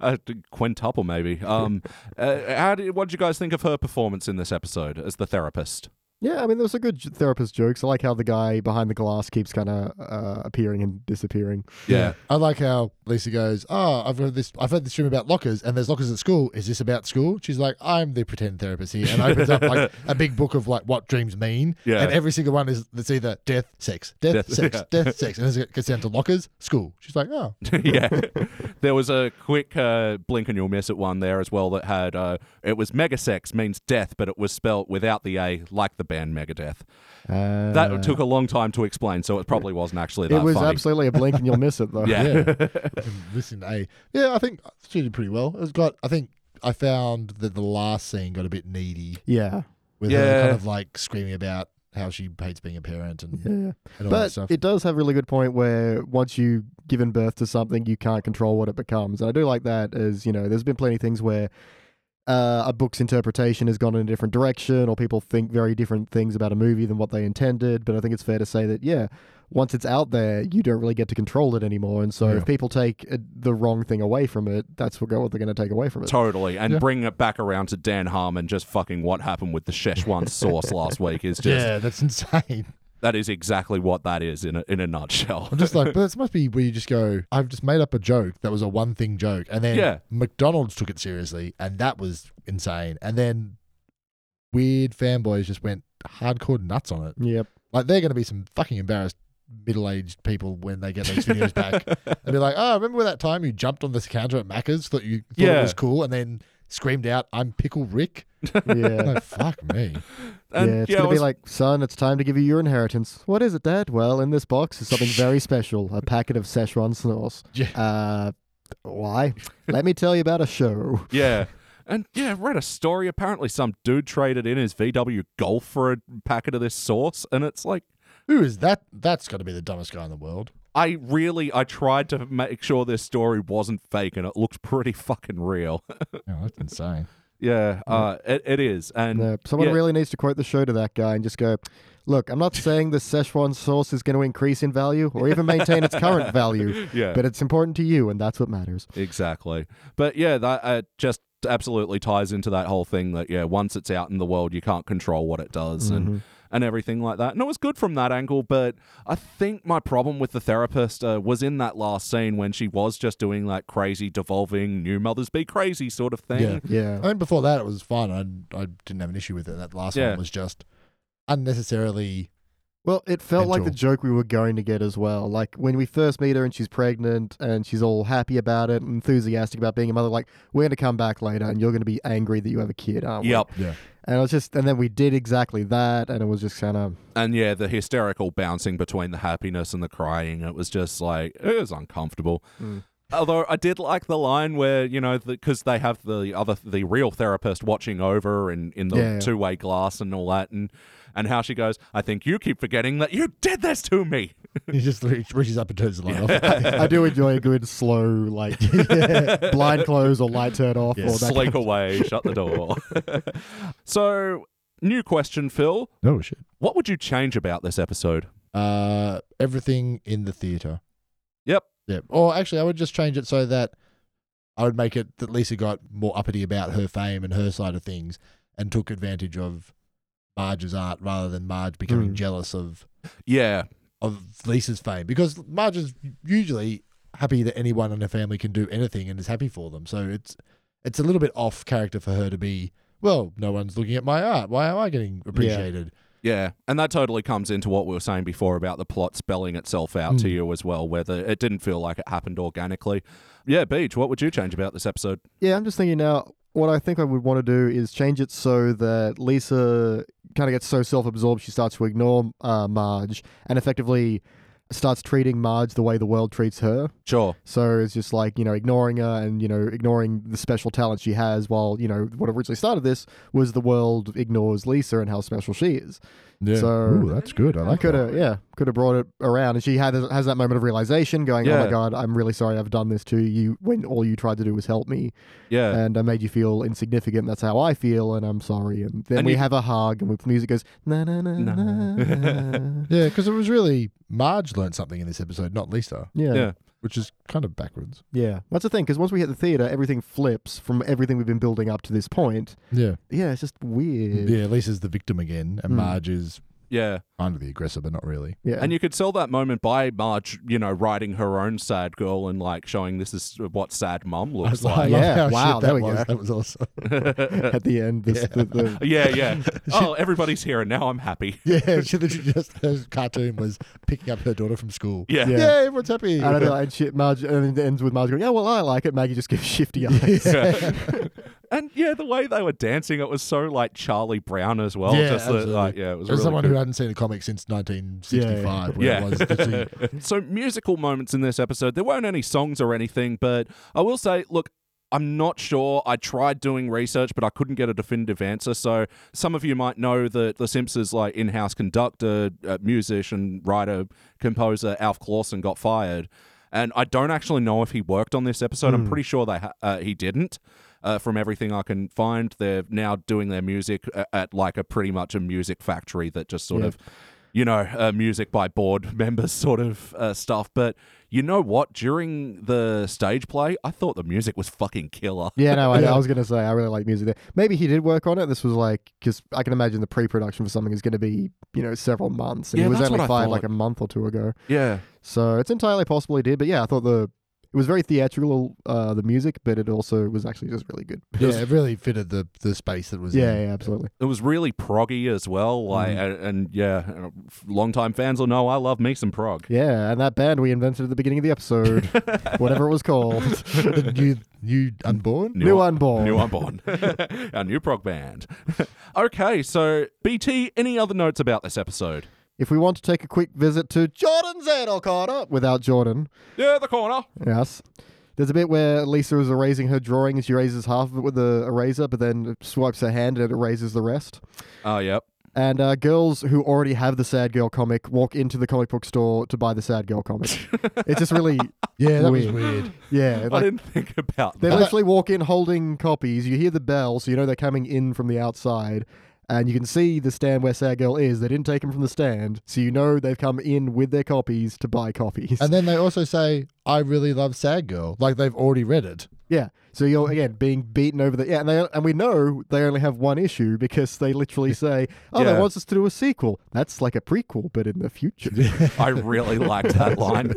Speaker 1: a quintuple maybe. Um, uh, how did what did you guys think of her performance in this episode as the therapist?
Speaker 2: Yeah, I mean, there's a good j- therapist jokes. I like how the guy behind the glass keeps kind of uh, appearing and disappearing.
Speaker 1: Yeah,
Speaker 3: I like how Lisa goes, Oh, I've heard this I've heard this stream about lockers and there's lockers at school. Is this about school? She's like, I'm the pretend therapist here and opens up like a big book of like what dreams mean.
Speaker 1: Yeah.
Speaker 3: And every single one is it's either death, sex, death,
Speaker 1: Death,
Speaker 3: sex,
Speaker 1: yeah.
Speaker 3: death, sex. And as it gets down to lockers, school. She's like, Oh.
Speaker 1: yeah. There was a quick uh, blink and you'll miss it one there as well that had uh, it was megasex means death, but it was spelt without the a, like the band Megadeth.
Speaker 2: Uh,
Speaker 1: That took a long time to explain, so it probably wasn't actually that
Speaker 2: It was
Speaker 1: funny.
Speaker 2: absolutely a blink and you'll miss it, though.
Speaker 1: yeah.
Speaker 3: Yeah. Listen, A. Yeah, I think she did pretty well. It's got I think I found that the last scene got a bit needy
Speaker 2: Yeah.
Speaker 3: with her
Speaker 1: Yeah.
Speaker 3: kind of like screaming about how she hates being a parent and,
Speaker 2: Yeah.
Speaker 3: and all that
Speaker 2: But
Speaker 3: stuff.
Speaker 2: it does have a really good point where once you've given birth to something, you can't control what it becomes. And I do like that as, you know, there's been plenty of things where uh, a book's interpretation has gone in a different direction or people think very different things about a movie than what they intended. But I think it's fair to say that, yeah, once it's out there, you don't really get to control it anymore. And so
Speaker 3: Yeah.
Speaker 2: if people take uh, the wrong thing away from it, that's what, what they're going to take away from it.
Speaker 1: Totally, and
Speaker 3: Yeah.
Speaker 1: bring it back around to Dan Harmon. Just fucking what happened with the Szechuan sauce last week is just
Speaker 3: yeah, that's insane.
Speaker 1: that is exactly what that is in a, in a nutshell.
Speaker 3: I'm just like, but this must be where you just go, I've just made up a joke that was a one thing joke. And then
Speaker 1: Yeah.
Speaker 3: McDonald's took it seriously, and that was insane. And then weird fanboys just went hardcore nuts on it.
Speaker 2: Yep.
Speaker 3: Like, they're going to be some fucking embarrassed middle aged people when they get these videos back. And be like, oh, remember that time you jumped on this counter at Macca's, thought you thought
Speaker 1: Yeah.
Speaker 3: it was cool, and then screamed out, I'm Pickle Rick?
Speaker 2: Yeah.
Speaker 3: Like, fuck me.
Speaker 1: And,
Speaker 2: yeah, it's
Speaker 1: yeah, I
Speaker 2: gonna
Speaker 1: was-
Speaker 2: be like, son, it's time to give you your inheritance. What is it, Dad? Well, in this box is something very special: a packet of Szechuan sauce.
Speaker 3: Yeah.
Speaker 2: Uh, why? Let me tell you about a show.
Speaker 1: yeah. And yeah, I read a story. Apparently, some dude traded in his VW Golf for a packet of this sauce, and it's like,
Speaker 3: Who is that? That's got to be the dumbest guy in the world.
Speaker 1: I really, I tried to make sure this story wasn't fake, and it looked pretty fucking real.
Speaker 3: Oh, that's insane.
Speaker 1: yeah, uh, it, it is. And
Speaker 2: No, uh, someone
Speaker 1: yeah.
Speaker 2: really needs to quote the show to that guy and just go, "Look, I'm not saying the Szechuan sauce is going to increase in value or even maintain its current value,
Speaker 1: yeah,
Speaker 2: but it's important to you, and that's what matters."
Speaker 1: Exactly. But yeah, that uh, just absolutely ties into that whole thing that yeah, once it's out in the world, you can't control what it does and and everything like that. And it was good from that angle, but I think my problem with the therapist uh, was in that last scene when she was just doing like crazy devolving new mothers be crazy sort of thing.
Speaker 3: Yeah.
Speaker 2: Yeah.
Speaker 3: I mean, before that, it was fun. I I didn't have an issue with it. That last
Speaker 1: Yeah.
Speaker 3: one was just unnecessarily.
Speaker 2: Well, it felt like the
Speaker 3: Mental.
Speaker 2: joke we were going to get as well. Like when we first meet her and she's pregnant and she's all happy about it, enthusiastic about being a mother. Like we're going to come back later and you're going to be angry that you have a kid, aren't we?
Speaker 1: Yep.
Speaker 3: Yeah.
Speaker 2: And it was just, and then we did exactly that, and it was just kind of
Speaker 1: And yeah, the hysterical bouncing between the happiness and the crying, it was just like, it was uncomfortable.
Speaker 2: Mm.
Speaker 1: Although I did like the line where, you know, because they have the other, the real therapist watching over and in the
Speaker 2: Yeah, yeah.
Speaker 1: two way glass and all that, and, and how she goes, I think you keep forgetting that you did this to me.
Speaker 3: He just reach- reaches up and turns the light off.
Speaker 2: I do enjoy a good slow like blind close or light turn off or that.
Speaker 1: Slink away, shut the door. so, new question, Phil.
Speaker 3: No shit.
Speaker 1: What would you change about this episode?
Speaker 3: Uh, everything in the theater.
Speaker 1: Yep.
Speaker 3: Yeah. Or actually, I would just change it so that I would make it that Lisa got more uppity about her fame and her side of things, and took advantage of Marge's art rather than Marge becoming
Speaker 2: Mm.
Speaker 3: jealous of
Speaker 1: Yeah.
Speaker 3: of Lisa's fame because Marge is usually happy that anyone in her family can do anything and is happy for them. So it's it's a little bit off character for her to be. Well, no one's looking at my art. Why am I getting appreciated?
Speaker 1: Yeah, and that totally comes into what we were saying before about the plot spelling itself out
Speaker 3: Hmm.
Speaker 1: to you as well, whether it didn't feel like it happened organically. Yeah, Beach, what would you change about this episode?
Speaker 2: Yeah, I'm just thinking now. What I think I would want to do is change it so that Lisa kind of gets so self-absorbed she starts to ignore uh, Marge and effectively starts treating Marge the way the world treats her.
Speaker 1: Sure.
Speaker 2: So it's just like you know ignoring her and you know ignoring the special talent she has. While you know what originally started this was the world ignores Lisa and how special she is.
Speaker 3: Yeah.
Speaker 2: So-
Speaker 3: Ooh, that's good. I like
Speaker 2: could
Speaker 3: that.
Speaker 2: have yeah could have brought it around and she had has that moment of realization going oh
Speaker 1: Yeah.
Speaker 2: my god i'm really sorry i've done this to you when all you tried to do was help me
Speaker 1: Yeah.
Speaker 3: Uh,
Speaker 2: and i made you feel insignificant that's how i feel and i'm sorry and then
Speaker 1: And
Speaker 2: we
Speaker 1: you-
Speaker 2: have a hug and the music goes na na na
Speaker 1: Na.
Speaker 2: na na."
Speaker 3: Yeah, because it was really Marge learned something in this episode, not Lisa,
Speaker 2: yeah
Speaker 1: yeah.
Speaker 2: yeah
Speaker 3: which is kind of backwards.
Speaker 2: that's the thing because once we hit the theater everything flips from everything we've been building up to this point
Speaker 3: Yeah.
Speaker 2: yeah it's just weird
Speaker 3: Yeah, Lisa's the victim again, and
Speaker 2: Hmm.
Speaker 3: Marge is
Speaker 1: Yeah.
Speaker 3: kind of the aggressor, but not really.
Speaker 2: yeah
Speaker 1: And you could sell that moment by Marge, you know, writing her own sad girl and like showing this is what sad mum
Speaker 3: I
Speaker 1: looks
Speaker 3: was like, I
Speaker 1: like.
Speaker 3: love
Speaker 2: Yeah,
Speaker 3: how
Speaker 2: wow,
Speaker 3: shit
Speaker 2: there
Speaker 3: that
Speaker 2: we
Speaker 3: was.
Speaker 2: go.
Speaker 3: That was awesome.
Speaker 2: at the end this, the, the,
Speaker 1: uh, yeah, yeah. Oh, everybody's here and now I'm happy.
Speaker 3: Yeah, she literally just her cartoon was picking up her daughter from school.
Speaker 1: Yeah.
Speaker 2: Yeah.
Speaker 3: Yeah, everyone's happy.
Speaker 2: I don't know. And she, Marge, and it ends with Marge going, "Yeah, well, I like it." Maggie just gives shifty eyes.
Speaker 1: and yeah, the way they were dancing, it was so like Charlie Brown as well.
Speaker 3: Yeah,
Speaker 1: Just the,
Speaker 3: absolutely.
Speaker 1: like, yeah, it was
Speaker 3: As
Speaker 1: really
Speaker 3: someone
Speaker 1: good.
Speaker 3: who hadn't seen a comic since 1965, where
Speaker 1: Yeah.
Speaker 3: it was literally-
Speaker 1: So musical moments in this episode. There weren't any songs or anything, but I will say, look, I'm not sure. I tried doing research, but I couldn't get a definitive answer. So some of you might know that The Simpsons, like in-house conductor, uh, musician, writer, composer Alf Clausen got fired, and I don't actually know if he worked on this episode. I'm pretty sure they ha- uh, he didn't. Uh, from everything I can find, they're now doing their music at, at like a pretty much a music factory that just sort
Speaker 2: Yeah.
Speaker 1: of you know, uh, music by board members sort of uh, stuff. But you know what? During the stage play, I thought the music was fucking killer.
Speaker 2: Yeah, no, I, I was going to say I really like music there. Maybe he did work on it. This was like because I can imagine the pre-production for something is going to be you know several months, and
Speaker 1: Yeah,
Speaker 2: he was
Speaker 1: that's
Speaker 2: only
Speaker 1: what I
Speaker 2: fired
Speaker 1: thought.
Speaker 2: like a month or two ago,
Speaker 1: Yeah.
Speaker 2: so it's entirely possible he did. But yeah, I thought the it was very theatrical, uh, the music, but it also was actually just really good.
Speaker 3: yeah, it really fitted the, the space that it was
Speaker 2: Yeah,
Speaker 3: in.
Speaker 2: yeah, absolutely.
Speaker 1: It was really proggy as well. Like, and, and yeah, uh, longtime fans will know I love me some prog.
Speaker 2: Yeah, and that band we invented at the beginning of the episode, whatever it was called,
Speaker 3: the new, new unborn?
Speaker 2: New Unborn.
Speaker 1: New Unborn. Our new prog band. okay, so BT, any other notes about this episode?
Speaker 2: If we want to take a quick visit to Jordan's Adel Corner without Jordan,
Speaker 1: Yeah, the corner.
Speaker 2: Yes. There's a bit where Lisa is erasing her drawing and she erases half of it with the eraser, but then swipes her hand and it erases the rest.
Speaker 1: Oh, yep.
Speaker 2: And uh, girls who already have the Sad Girl comic walk into the comic book store to buy the Sad Girl comic. it's just really,
Speaker 3: Yeah, that was
Speaker 2: Weird.
Speaker 3: weird.
Speaker 2: yeah.
Speaker 1: I
Speaker 2: Like,
Speaker 1: didn't think about
Speaker 2: they
Speaker 1: that.
Speaker 2: literally walk in holding copies. You hear the bell, so you know they're coming in from the outside. And you can see the stand where Sad Girl is. They didn't take them from the stand, so you know they've come in with their copies to buy copies.
Speaker 3: And then they also say, I really love Sad Girl. Like they've already read it.
Speaker 2: Yeah. So you're again being beaten over the yeah, and they and we know they only have one issue because they literally say, "Oh,
Speaker 1: Yeah.
Speaker 2: they want us to do a sequel." That's like a prequel, but in the future.
Speaker 1: I really liked that line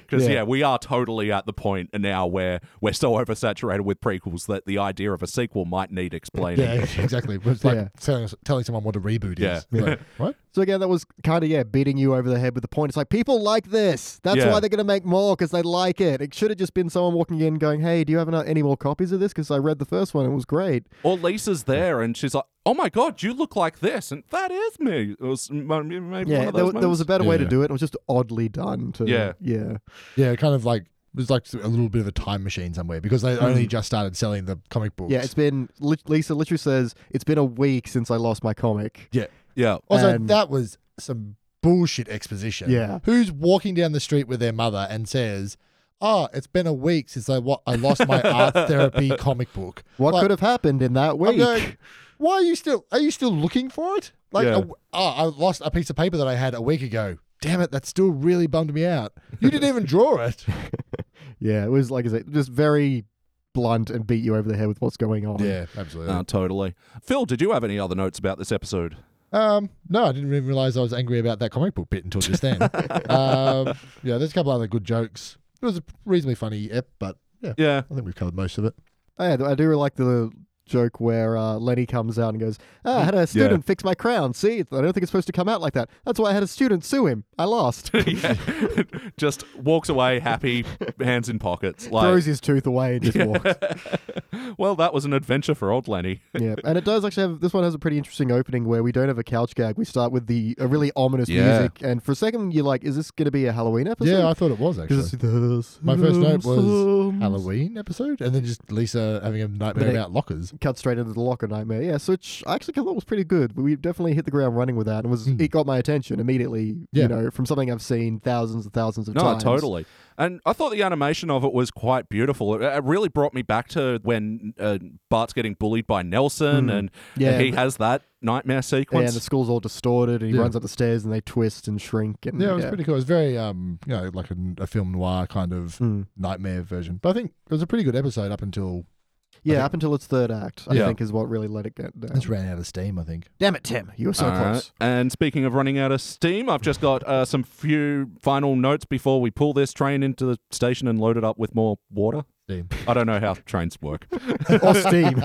Speaker 1: because yeah.
Speaker 2: Yeah.
Speaker 1: we are totally at the point now where we're so oversaturated with prequels that the idea of a sequel might need explaining.
Speaker 3: Yeah, exactly. It was like
Speaker 2: Yeah.
Speaker 3: telling, telling someone what a reboot
Speaker 1: Yeah.
Speaker 3: is. Like, what?
Speaker 2: so again, that was kind of yeah, beating you over the head with the point. It's like people like this. That's
Speaker 1: Yeah.
Speaker 2: why they're going to make more because they like it. It should have just been someone walking in going, "Hey, do you have ano- any more copies of this? Because I read the first one, it was great."
Speaker 1: Or Lisa's there and she's like, "Oh my god, you look like this," and that is me. It was m- m- maybe one
Speaker 2: Yeah,
Speaker 1: of
Speaker 2: there,
Speaker 1: those
Speaker 2: wa- there was
Speaker 1: moments.
Speaker 2: a better way to
Speaker 3: Yeah.
Speaker 2: do it. It was just oddly done. To
Speaker 1: Yeah.
Speaker 2: yeah,
Speaker 3: Yeah, kind of like it was like a little bit of a time machine somewhere because
Speaker 1: Mm.
Speaker 3: they only just started selling the comic books.
Speaker 2: yeah. It's been lit- Lisa literally says it's been a week since I lost my comic.
Speaker 3: yeah.
Speaker 1: yeah.
Speaker 3: Also,
Speaker 2: And-
Speaker 3: that was some bullshit exposition.
Speaker 2: Yeah.
Speaker 3: Who's walking down the street with their mother and says, "Ah, it's been a week since I wa- I lost my art therapy comic book."
Speaker 2: What
Speaker 3: Like,
Speaker 2: could have happened in that week?
Speaker 3: I'm going, Why are you still? Are you still looking for it? Like,
Speaker 1: Yeah.
Speaker 3: a w- oh, I lost a piece of paper that I had a week ago. Damn it, that still really bummed me out. You didn't even draw it.
Speaker 2: Yeah, it was like I said, just very blunt and beat you over the head with what's going on.
Speaker 1: Uh,
Speaker 3: yeah, absolutely.
Speaker 1: No, totally. Phil, did you have any other notes about this episode?
Speaker 3: Um, no, I didn't even realize I was angry about that comic book bit until just then. um, yeah, there's a couple other good jokes. It was a reasonably funny ep, but yeah,
Speaker 1: Yeah.
Speaker 3: I think we've covered most of it.
Speaker 2: I, Oh, I do like the joke where uh, Lenny comes out and goes, ah, I had a student fix my crown. See, I don't think it's supposed to come out like that. That's why I had a student sue him. I lost.
Speaker 1: yeah. just walks away happy, hands in pockets. Like,
Speaker 2: Throws his tooth away and just walks.
Speaker 1: well, that was an adventure for old Lenny.
Speaker 2: Yeah, and it does actually have this one has a pretty interesting opening where we don't have a couch gag. We start with the a really ominous
Speaker 1: Yeah.
Speaker 2: music, and for a second you're like, "Is this going to be a Halloween episode?"
Speaker 3: Yeah, I thought it was actually.
Speaker 2: Because it's
Speaker 3: My first note was
Speaker 2: Some-
Speaker 3: Halloween episode, and then just Lisa having a nightmare
Speaker 2: But it-
Speaker 3: about lockers.
Speaker 2: cut straight into the locker nightmare. Yeah, so it's, I actually thought it was pretty good. We definitely hit the ground running with that, and was
Speaker 3: Hmm.
Speaker 2: it got my attention immediately.
Speaker 3: Yeah.
Speaker 2: You know, from something I've seen thousands and thousands of
Speaker 1: No,
Speaker 2: times.
Speaker 1: totally. And I thought the animation of it was quite beautiful. It, it really brought me back to when uh, Bart's getting bullied by Nelson
Speaker 2: Mm.
Speaker 1: and
Speaker 2: Yeah.
Speaker 1: he has that nightmare
Speaker 2: Yeah, and
Speaker 1: sequence.
Speaker 2: the school's all distorted, and he
Speaker 3: Yeah.
Speaker 2: runs up the stairs, and they twist and shrink. And
Speaker 3: Yeah, it was pretty cool. It was very, um, you know, like a, a film noir kind of
Speaker 2: Hmm.
Speaker 3: nightmare version. But I think it was a pretty good episode up until
Speaker 2: Yeah,
Speaker 3: think-
Speaker 2: up until its third act, I
Speaker 1: Yeah.
Speaker 2: think is what really let it get down.
Speaker 3: it's
Speaker 1: Um,
Speaker 3: ran out of steam. I think.
Speaker 2: Damn it, Tim! You were so
Speaker 1: All right.
Speaker 2: close.
Speaker 1: And speaking of running out of steam, I've just got uh, some few final notes before we pull this train into the station and load it up with more water.
Speaker 3: Steam.
Speaker 1: I don't know how trains work.
Speaker 2: or steam.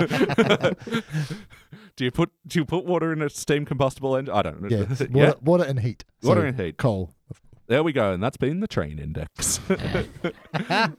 Speaker 1: Do you put do you put water in a steam combustible engine? I don't know.
Speaker 3: Yeah, water,
Speaker 1: yeah.
Speaker 3: water and heat.
Speaker 1: Water
Speaker 3: So,
Speaker 1: and heat.
Speaker 3: Coal.
Speaker 1: There we go, and that's been the train index.
Speaker 3: Oh,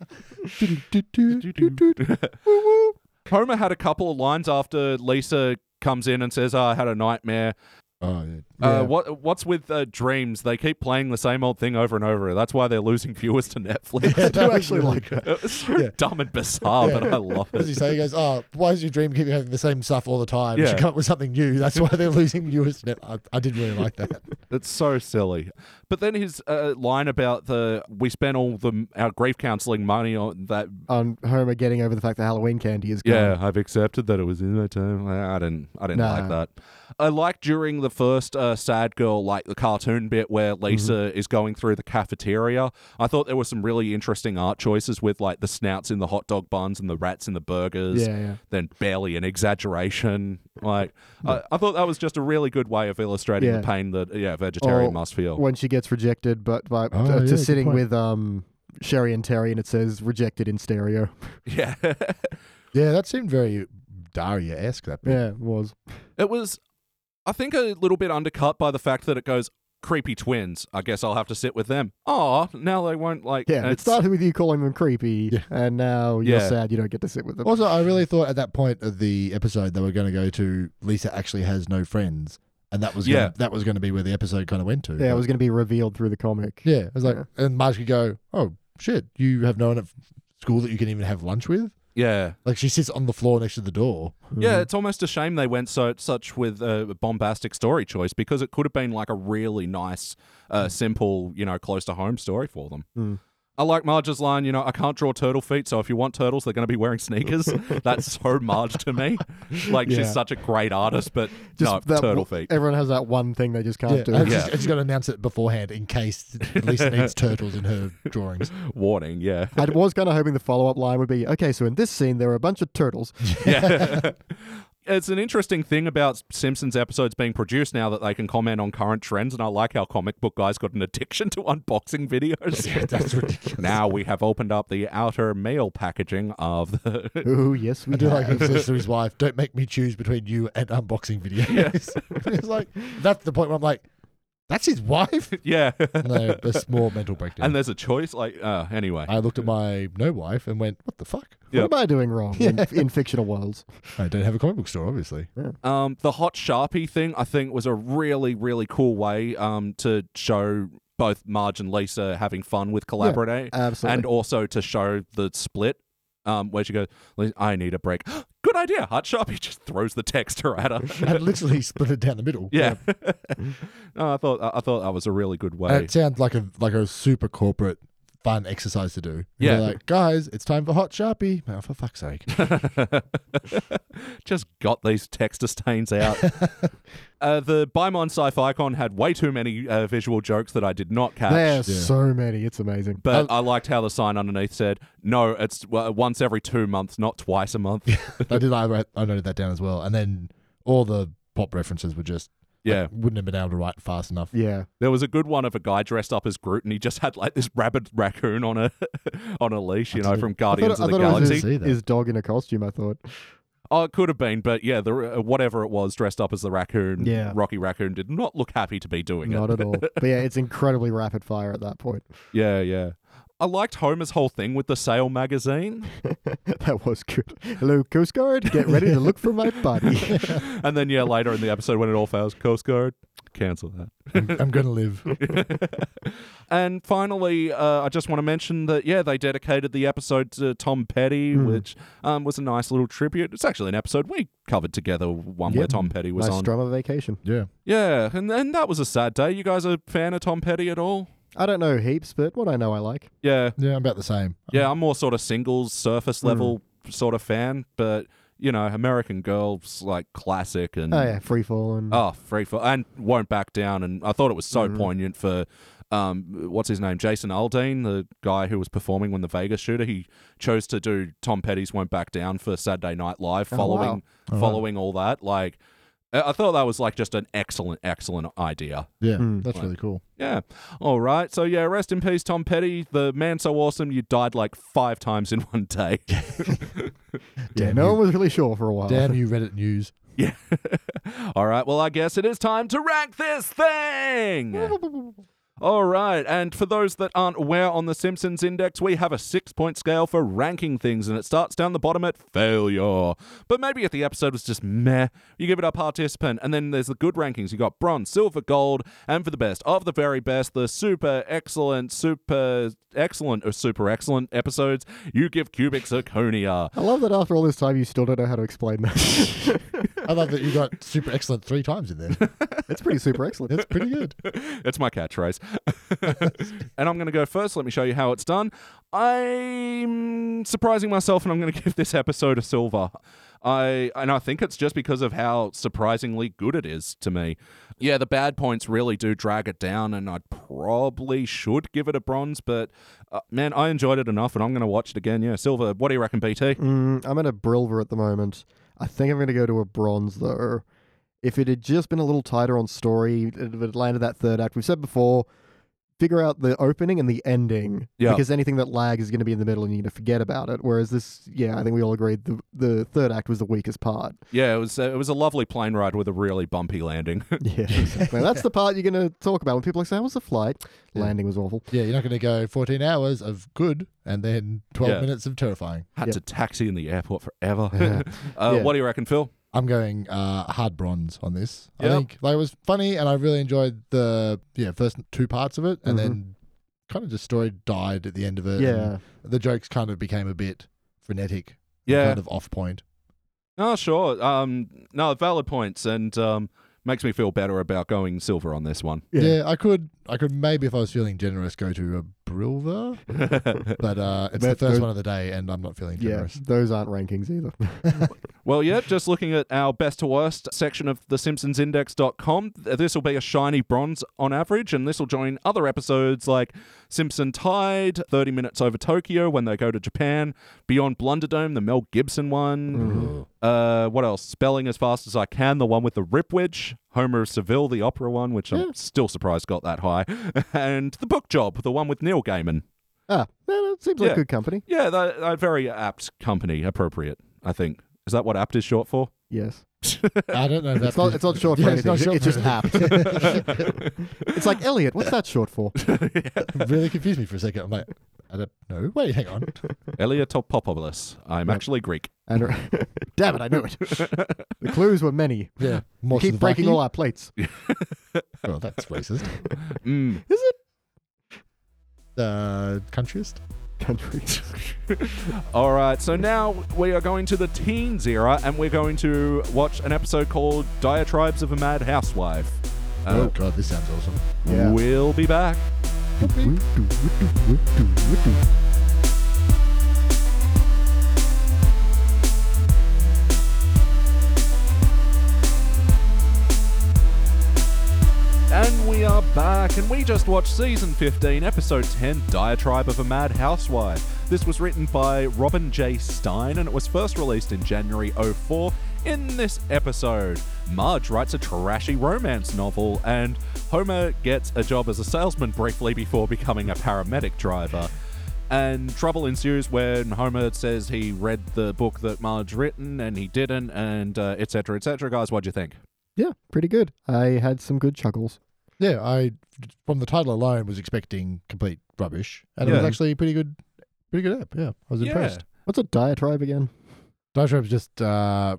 Speaker 1: Homer had a couple of lines after Lisa comes in and says, oh, "I had a nightmare."
Speaker 3: Oh yeah.
Speaker 2: Yeah.
Speaker 1: Uh, what what's with uh, dreams? They keep playing the same old thing over and over. That's why they're losing viewers to Netflix.
Speaker 3: Yeah, that was
Speaker 2: actually
Speaker 3: really
Speaker 2: like
Speaker 3: good.
Speaker 1: It was so dumb and bizarre, but I love
Speaker 3: What does he
Speaker 1: it.
Speaker 3: say? He goes, "Oh, why does your dream keep having the same stuff all the time? You
Speaker 1: Yeah.
Speaker 3: should come up with something new. That's why they're losing viewers." No, I, I did really like that.
Speaker 1: It's so silly. But then his uh, line about the we spent all the our grief counselling money on that.
Speaker 2: on Homer getting over the fact that Halloween candy is gone.
Speaker 1: Yeah, I've accepted that it was in my time. I I didn't. I didn't like
Speaker 2: Um, Nah.
Speaker 1: that. I like during the first uh, sad girl, like the cartoon bit where
Speaker 2: Mm-hmm.
Speaker 1: Lisa is going through the cafeteria. I thought there were some really interesting art choices with like the snouts in the hot dog buns and the rats in the burgers.
Speaker 2: Yeah, yeah.
Speaker 1: Then barely an exaggeration. Like I, I thought that was just a really good way of illustrating
Speaker 2: Yeah.
Speaker 1: the pain that yeah a vegetarian
Speaker 2: Or
Speaker 1: must feel.
Speaker 2: When she gets rejected, but by
Speaker 3: Oh,
Speaker 2: uh,
Speaker 3: yeah,
Speaker 2: to
Speaker 3: good
Speaker 2: sitting
Speaker 3: point.
Speaker 2: with um Sherry and Terry, and it says rejected in stereo.
Speaker 1: Yeah.
Speaker 3: Yeah, that seemed very Daria-esque. That bit.
Speaker 2: yeah, it was.
Speaker 1: it was, I think, a little bit undercut by the fact that it goes, creepy twins. I guess I'll have to sit with them. Oh, now they won't like.
Speaker 2: Yeah, it
Speaker 1: it's-
Speaker 2: started with you calling them creepy,
Speaker 3: Yeah.
Speaker 2: and now you're
Speaker 1: Yeah.
Speaker 2: sad you don't get to sit with them.
Speaker 3: Also, I really thought at that point of the episode they were going to go to Lisa actually has no friends, and that was
Speaker 1: Yeah.
Speaker 3: gonna, that was going to be where the episode kind of went to.
Speaker 2: yeah, it
Speaker 3: But-
Speaker 2: was going to be revealed through the comic.
Speaker 3: yeah. It was like, and Marge could go, "Oh shit, you have no one at school that you can even have lunch with."
Speaker 1: Yeah.
Speaker 3: Like she sits on the floor next to the door.
Speaker 2: Mm-hmm.
Speaker 1: Yeah, it's almost a shame they went so such with a bombastic story choice because it could have been like a really nice, uh, simple, you know, close to home story for them.
Speaker 2: Mm.
Speaker 1: I like Marge's line, you know, I can't draw turtle feet, so if you want turtles, they're going to be wearing sneakers. That's so Marge to me. Like
Speaker 2: Yeah.
Speaker 1: she's such a great artist, but no,
Speaker 2: that
Speaker 1: turtle
Speaker 2: w-
Speaker 1: feet.
Speaker 2: Everyone has that one thing they just can't
Speaker 3: Yeah,
Speaker 2: do.
Speaker 3: and
Speaker 1: Yeah.
Speaker 3: she's, she's got to announce it beforehand in case Lisa needs turtles in her drawings.
Speaker 1: Warning, yeah.
Speaker 2: I was kind of hoping the follow up line would be okay, so in this scene, there are a bunch of turtles.
Speaker 1: yeah. It's an interesting thing about Simpsons episodes being produced now that they can comment on current trends, and I like how comic book guys got an addiction to unboxing videos.
Speaker 3: That's ridiculous.
Speaker 1: Now we have opened up the outer mail packaging of the.
Speaker 2: Oh, yes, we
Speaker 3: I do like
Speaker 2: have.
Speaker 3: he says to his wife, "Don't make me choose between you and unboxing videos." it's like that's the point where I'm like, "That's his wife."
Speaker 1: yeah.
Speaker 3: No, a small mental breakdown.
Speaker 1: And there's a choice, like, uh, anyway.
Speaker 3: I looked at my no wife and went, "What the fuck?"
Speaker 2: What
Speaker 1: Yeah.
Speaker 2: am I doing wrong in, in fictional worlds?
Speaker 3: I don't have a comic book store, obviously.
Speaker 1: Um, the hot Sharpie thing, I think, was a really, really cool way um, to show both Marge and Lisa having fun with Collaborate.
Speaker 2: Absolutely.
Speaker 1: and also to show the split um, where she goes, "Liz, I need a break. Good idea. Hot shop. He just throws the texter at her.
Speaker 3: And literally split it down the middle.
Speaker 1: yeah. no, I thought I thought that was a really good
Speaker 3: And
Speaker 1: way.
Speaker 3: it sounds like a like a super corporate fun exercise to do. You're
Speaker 1: Yeah.
Speaker 3: like, guys, it's time for hot sharpie. Oh, for fuck's sake.
Speaker 1: just got these texter stains out. uh, the Bimon Sci-Fi-Con had way too many uh, visual jokes that I did not catch.
Speaker 2: There's
Speaker 3: Yeah.
Speaker 2: so many. It's amazing.
Speaker 1: but I liked how the sign underneath said, "No, it's uh, once every two months, not twice a month."
Speaker 3: I did. I, wrote- I noted that down as well. And then all the pop references were just
Speaker 1: Yeah.
Speaker 3: Wouldn't have been able to write fast enough.
Speaker 2: Yeah.
Speaker 1: There was a good one of a guy dressed up as Groot, and he just had like this rabid raccoon on a on a leash, you know, from Guardians
Speaker 2: I
Speaker 1: of the
Speaker 2: thought it was
Speaker 1: Galaxy.
Speaker 2: his,
Speaker 3: See that.
Speaker 2: his dog in a costume, I thought.
Speaker 1: Oh, it could have been, but yeah, the uh, whatever it was, dressed up as the raccoon,
Speaker 2: Yeah.
Speaker 1: Rocky Raccoon did not look happy to be doing
Speaker 2: Not
Speaker 1: it.
Speaker 2: at all. But yeah, it's incredibly rapid fire at that point.
Speaker 1: Yeah, yeah. I liked Homer's whole thing with the sale magazine,
Speaker 2: that was good. Hello, Coast Guard. Get ready to look for my body.
Speaker 1: and then yeah, later in the episode when it all fails, Coast Guard cancel that.
Speaker 3: I'm, I'm gonna live.
Speaker 1: And finally, uh, I just want to mention that yeah, they dedicated the episode to Tom Petty,
Speaker 2: Hmm.
Speaker 1: which um, was a nice little tribute. It's actually an episode we covered together, one where
Speaker 2: Yep.
Speaker 1: Tom Petty was
Speaker 2: nice
Speaker 1: on.
Speaker 2: drummer vacation.
Speaker 3: Yeah.
Speaker 1: yeah, and and that was a sad day. You guys a fan of Tom Petty at all?
Speaker 2: I don't know heaps, but what I know I like.
Speaker 1: Yeah,
Speaker 3: Yeah, I'm about the same.
Speaker 1: yeah. I'm more sort of singles, surface
Speaker 2: Hmm.
Speaker 1: level sort of fan, but you know, American Girls like classic and
Speaker 2: Oh
Speaker 3: Mm.
Speaker 2: yeah, free fall and
Speaker 1: Oh, free for and won't back down. And I thought it was so poignant for um, what's his name, Jason Aldean, the guy who was performing when the Vegas shooter. He chose to do Tom Petty's "Won't Back Down" for Saturday Night Live,
Speaker 2: Oh,
Speaker 1: following
Speaker 3: wow.
Speaker 1: following all that. Like, I I thought that was like just an excellent, excellent idea.
Speaker 3: Yeah,
Speaker 2: Mm.
Speaker 3: that's really cool.
Speaker 1: Yeah. All right. So yeah, rest in peace, Tom Petty, the man so awesome. You died like five times in one day.
Speaker 2: yeah.
Speaker 3: Damn
Speaker 2: No
Speaker 3: you.
Speaker 2: one was really sure for a while.
Speaker 3: Damn you, Reddit news.
Speaker 1: Yeah. All right. Well, I guess it is time to rank this thing. All right. And for those that aren't aware on the Simpsons Index, we have a six point scale for ranking things, and it starts down the bottom at failure. But maybe if the episode was just meh, you give it a participant, and then there's the good rankings. You got bronze, silver, gold, and for the best of the very best, the super excellent, super excellent, or super excellent episodes, you give Cubic Zirconia.
Speaker 2: I love that after all this time you still don't know how to explain that.
Speaker 3: I love that you got super excellent three times in there.
Speaker 2: it's pretty super excellent.
Speaker 3: That's pretty good.
Speaker 1: It's my catchphrase. and I'm going to go first. Let me show you how it's done. I'm surprising myself, and I'm going to give this episode a silver. I and I think it's just because of how surprisingly good it is to me. Yeah, the bad points really do drag it down, and I probably should give it a bronze. But uh, man, I enjoyed it enough, and I'm going to watch it again. Yeah, silver. What do you reckon, BT?
Speaker 2: Mm, I'm at a brilver at the moment. I think I'm going to go to a bronze though. If it had just been a little tighter on story, if it had landed that third act, we've said before, figure out the opening and the ending.
Speaker 1: Yeah.
Speaker 2: Because anything that lags is going to be in the middle and you're going to forget about it. Whereas this, yeah, I think we all agreed the, the third act was the weakest part.
Speaker 1: Yeah, it was uh, it was a lovely plane ride with a really bumpy landing.
Speaker 2: Yeah, exactly. That's the part you're going to talk about when people are like, "How was the flight? Landing was awful."
Speaker 3: Yeah, you're not going to go 14 hours of good and then 12
Speaker 1: Yeah.
Speaker 3: minutes of terrifying.
Speaker 1: Had
Speaker 2: Yep.
Speaker 1: to taxi in the airport forever. uh,
Speaker 2: Yeah.
Speaker 1: What do you reckon, Phil?
Speaker 3: I'm going uh, hard bronze on this.
Speaker 1: Yep.
Speaker 3: I think like it was funny and I really enjoyed the yeah first two parts of it and then kind of just story died at the end of it.
Speaker 2: Yeah,
Speaker 3: and the jokes kind of became a bit frenetic. and
Speaker 1: Yeah.
Speaker 3: kind of off point.
Speaker 1: No, sure. Um, no, valid points, and um, makes me feel better about going silver on this one.
Speaker 2: yeah.
Speaker 3: Yeah. I could I could maybe if I was feeling generous go to a Brilva, but uh, it's the
Speaker 2: But
Speaker 3: first
Speaker 2: those-
Speaker 3: one of the day and I'm not feeling
Speaker 2: Yeah,
Speaker 3: generous.
Speaker 2: those aren't rankings either.
Speaker 1: well, yeah, just looking at our best to worst section of the simpsonsindex.com, this will be a shiny bronze on average, and this will join other episodes like Simpson Tide, 30 Minutes Over Tokyo when they go to Japan, Beyond Blunderdome, the Mel Gibson one. Uh, what else? Spelling as Fast as I Can, the one with the Ripwitch, Homer of Seville, the opera one, which I'm still surprised got that high, and The Book Job, the one with Neil Gaiman.
Speaker 2: ah, no, no, it seems
Speaker 1: Yeah.
Speaker 2: like good company.
Speaker 1: Yeah, that, that very apt company, appropriate, I think. Is that what apt is short for?
Speaker 2: Yes,
Speaker 3: I don't know if that's
Speaker 2: it's not. It's not short for
Speaker 3: Yeah, it's
Speaker 2: anything.
Speaker 3: not
Speaker 2: It's,
Speaker 3: short
Speaker 2: it's
Speaker 3: for
Speaker 2: just apt. it's like Elliot. What's that short for?
Speaker 3: really confused me for a second. I'm like, I don't know. Wait, hang on.
Speaker 1: Eliotopopoulos. I'm actually Greek.
Speaker 2: And damn it, I knew it. The clues were many.
Speaker 3: Yeah,
Speaker 2: We
Speaker 3: more
Speaker 2: keep breaking all our plates.
Speaker 3: Well, Oh, that's racist.
Speaker 1: Mm.
Speaker 3: Uh, countryist.
Speaker 2: Countries.
Speaker 1: All right, so now we are going to the teens era and we're going to watch an episode called Diatribes of a Mad Housewife.
Speaker 3: Oh
Speaker 1: Uh,
Speaker 3: god, this sounds awesome.
Speaker 2: Yeah.
Speaker 1: We'll be back. And we are back, and we just watched season 15, episode 10, Diatribe of a Mad Housewife. This was written by Robin J. Stein, and it was first released in January 04 In this episode, Marge writes a trashy romance novel, and Homer gets a job as a salesman briefly before becoming a paramedic driver. And trouble ensues when Homer says he read the book that Marge written and he didn't, and uh, et cetera, et cetera. Guys, what'd you think?
Speaker 2: Yeah, pretty good. I had some good chuckles.
Speaker 3: Yeah, I from the title alone was expecting complete rubbish, and it was
Speaker 1: Yeah.
Speaker 3: actually a pretty good, pretty good app. Yeah, I was impressed.
Speaker 2: What's a diatribe again?
Speaker 3: Diatribe's just uh,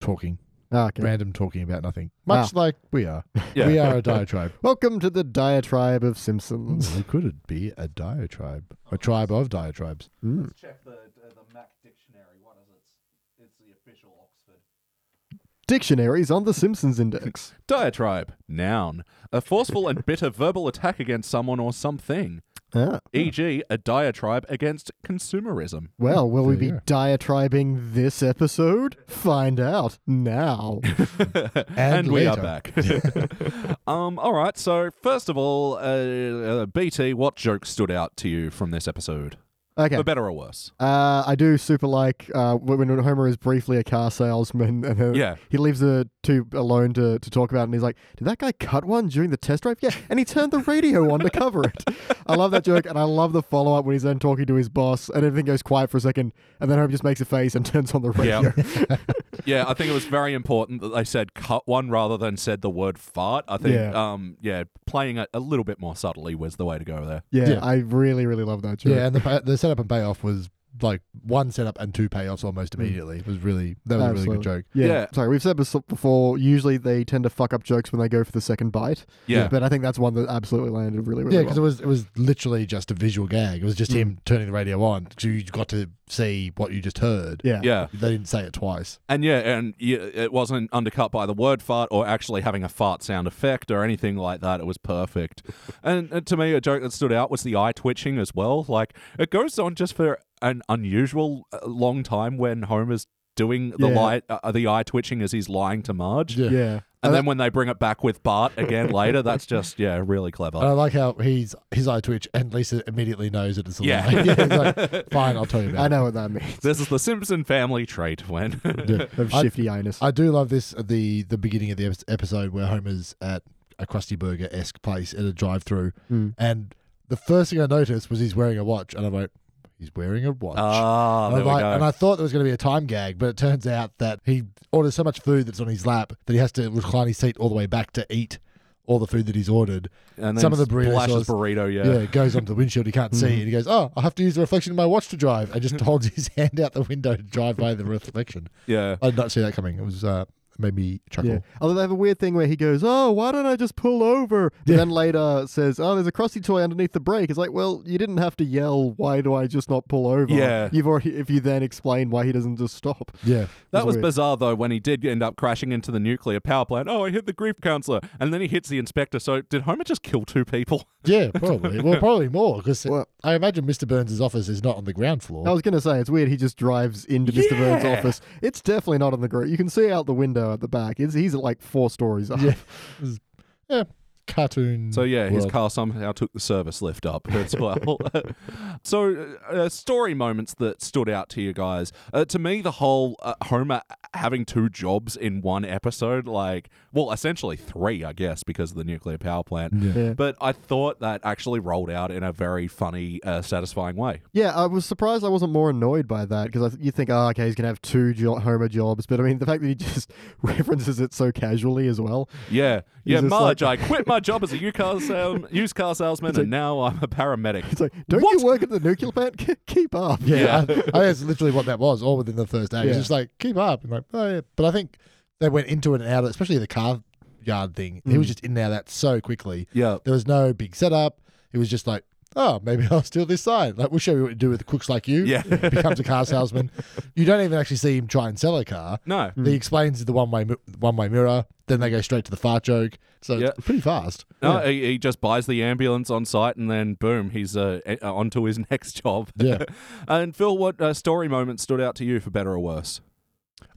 Speaker 3: talking,
Speaker 2: Ah, okay.
Speaker 3: random talking about nothing, much like we are.
Speaker 1: Ah. Yeah.
Speaker 3: We are a diatribe.
Speaker 2: Welcome to the diatribe of Simpsons.
Speaker 3: we could be a diatribe, a tribe of diatribes.
Speaker 2: Mm.
Speaker 1: Check the, uh, the Mac dictionary. What is it? It's the official Oxford.
Speaker 2: Dictionaries on the Simpsons Index.
Speaker 1: Diatribe, noun. A forceful and bitter verbal attack against someone or something.
Speaker 2: ah,
Speaker 1: E.g., a diatribe against consumerism.
Speaker 2: well, will we
Speaker 3: There
Speaker 2: be
Speaker 3: you are.
Speaker 2: diatribing this episode? Find out now.
Speaker 1: and we are
Speaker 3: later.
Speaker 1: back. um, all right. So first of all, uh, uh, BT, what joke stood out to you from this episode,
Speaker 2: Okay.
Speaker 1: for better or worse?
Speaker 2: Uh, I do super like uh, when when Homer is briefly a car salesman, and then
Speaker 1: Yeah.
Speaker 2: he leaves the two alone to, to talk about, it and he's like, "Did that guy cut one during the test drive?" Yeah, and he turned the radio on to cover it. I love that joke, and I love the follow up when he's then talking to his boss, and everything goes quiet for a second, and then Homer just makes a face and turns on the radio.
Speaker 1: Yeah, yeah. I think it was very important that they said "cut one" rather than said the word "fart." I think,
Speaker 2: Yeah.
Speaker 1: um, yeah, playing it a little bit more subtly was the way to go there.
Speaker 2: Yeah,
Speaker 3: Yeah.
Speaker 2: I really, really love that joke.
Speaker 3: Yeah, and the pay- the setup and payoff was like one setup and two payoffs almost
Speaker 1: Mm.
Speaker 3: immediately. It was really that was a really good
Speaker 2: Absolutely.
Speaker 3: joke.
Speaker 2: Yeah.
Speaker 1: Yeah.
Speaker 2: Sorry, we've said this before. Usually they tend to fuck up jokes when they go for the second bite.
Speaker 1: Yeah.
Speaker 2: But I think that's one that absolutely landed really, really well.
Speaker 3: Yeah, because it was it was literally just a visual gag. It was
Speaker 1: Mm.
Speaker 3: just him turning the radio on, so you got to see what you just heard.
Speaker 2: yeah.
Speaker 1: Yeah,
Speaker 3: They didn't say it twice.
Speaker 1: and yeah, and yeah, it wasn't undercut by the word "fart" or actually having a fart sound effect or anything like that. It was perfect. And, and to me, a joke that stood out was the eye twitching as well. Like it goes on just for an unusual uh, long time when Homer's doing the
Speaker 2: Yeah.
Speaker 1: light, uh, the eye twitching as he's lying to Marge.
Speaker 3: Yeah.
Speaker 2: Yeah.
Speaker 1: And
Speaker 3: Uh,
Speaker 1: then when they bring it back with Bart again later, that's just yeah, really
Speaker 3: And
Speaker 1: clever.
Speaker 3: I like how he's his eye twitch, and Lisa immediately knows that it's a
Speaker 1: Yeah.
Speaker 3: lie. yeah, it's like, fine, I'll tell you about
Speaker 2: I
Speaker 3: it.
Speaker 2: know what that means.
Speaker 1: This is the Simpson family trait when
Speaker 2: Of
Speaker 3: I-
Speaker 2: shifty eyeness.
Speaker 3: I do love this at the the beginning of the epis- episode where Homer's at a Krusty Burger esque place at a drive through,
Speaker 2: Mm.
Speaker 3: and the first thing I noticed was he's wearing a watch, and I went, he's wearing a watch.
Speaker 1: ah,
Speaker 3: And
Speaker 1: there
Speaker 3: I'm like-
Speaker 1: we go.
Speaker 3: and I thought there was going to be a time gag, but it turns out that he orders so much food that's on his lap that he has to recline his seat all the way back to eat all the food that he's ordered.
Speaker 1: and then
Speaker 3: some of the burrito
Speaker 1: splashes
Speaker 3: sauce-
Speaker 1: burrito,
Speaker 3: Yeah, it goes onto the windshield. He can't see, and he goes, "Oh, I have to use the reflection of my watch to drive." And just holds his hand out the window to drive by the reflection.
Speaker 1: yeah,
Speaker 3: I did not see that coming. It was uh, made me chuckle.
Speaker 2: Yeah. Although they have a weird thing where he goes, "Oh, why don't I just pull over?" But
Speaker 3: Yeah.
Speaker 2: then later says, "Oh, there's a crusty toy underneath the brake." It's like, well, you didn't have to yell. Why do I just not pull over?
Speaker 1: Yeah.
Speaker 2: You've already if you then explain why he doesn't just stop.
Speaker 3: Yeah.
Speaker 1: That
Speaker 2: It's
Speaker 1: was
Speaker 2: weird.
Speaker 1: bizarre though when he did end up crashing into the nuclear power plant. Oh, I hit the grief counselor, and then he hits the inspector. So did Homer just kill two people?
Speaker 3: Yeah, probably. well, probably more because
Speaker 2: Well-
Speaker 3: I imagine Mr. Burns' office is not on the ground floor.
Speaker 2: I was gonna say it's weird. He just drives into Mr. Burns'
Speaker 1: Yeah.
Speaker 2: office. It's definitely not on the grid. You can see out the window at the back. It's, he's at like four stories up.
Speaker 3: Yeah. yeah, cartoon.
Speaker 2: Mm,
Speaker 1: So yeah, his
Speaker 3: world.
Speaker 1: car somehow took the service lift up as well. so uh, story moments that stood out to you guys. Uh, to me, the whole uh, Homer having two jobs in one episode, like well, essentially three, I guess, because of the nuclear power plant.
Speaker 2: Yeah.
Speaker 1: But I thought that actually rolled out in a very funny, uh, satisfying way.
Speaker 2: Yeah, I was surprised I wasn't more annoyed by that because th- you think, oh, okay, he's going to have two jo- Homer jobs. But I mean, the fact that he just references it so casually as well.
Speaker 1: Yeah, yeah,
Speaker 2: just
Speaker 1: Marge.
Speaker 2: like-
Speaker 1: I quit my job as a used car, sal- used car salesman, and now I'm a paramedic.
Speaker 2: It's like, don't
Speaker 1: What?
Speaker 2: you work at the nuclear plant? K- Keep up.
Speaker 1: Yeah.
Speaker 3: Yeah, I, I that's literally what that was. All within the first day, it's
Speaker 2: Yeah.
Speaker 3: just like keep up. And like, oh, yeah. But I think they went into it and out of, especially the car yard thing. He
Speaker 2: Mm.
Speaker 3: was just in and out of that so quickly.
Speaker 1: Yeah,
Speaker 3: There was no big setup. It was just like, oh, maybe I'll steal this sign. Like, we'll show you what to do with crooks like you.
Speaker 1: Yeah.
Speaker 3: becomes a car salesman. You don't even actually see him try and sell a car.
Speaker 1: no,
Speaker 3: He explains the one way one way mirror. Then they go straight to the fart joke. So
Speaker 1: Yeah.
Speaker 3: it's pretty fast.
Speaker 1: no. He, he just buys the ambulance on site, and then boom, he's uh, a- onto his next job.
Speaker 3: Yeah.
Speaker 1: and Phil, what uh, story moment stood out to you for better or worse?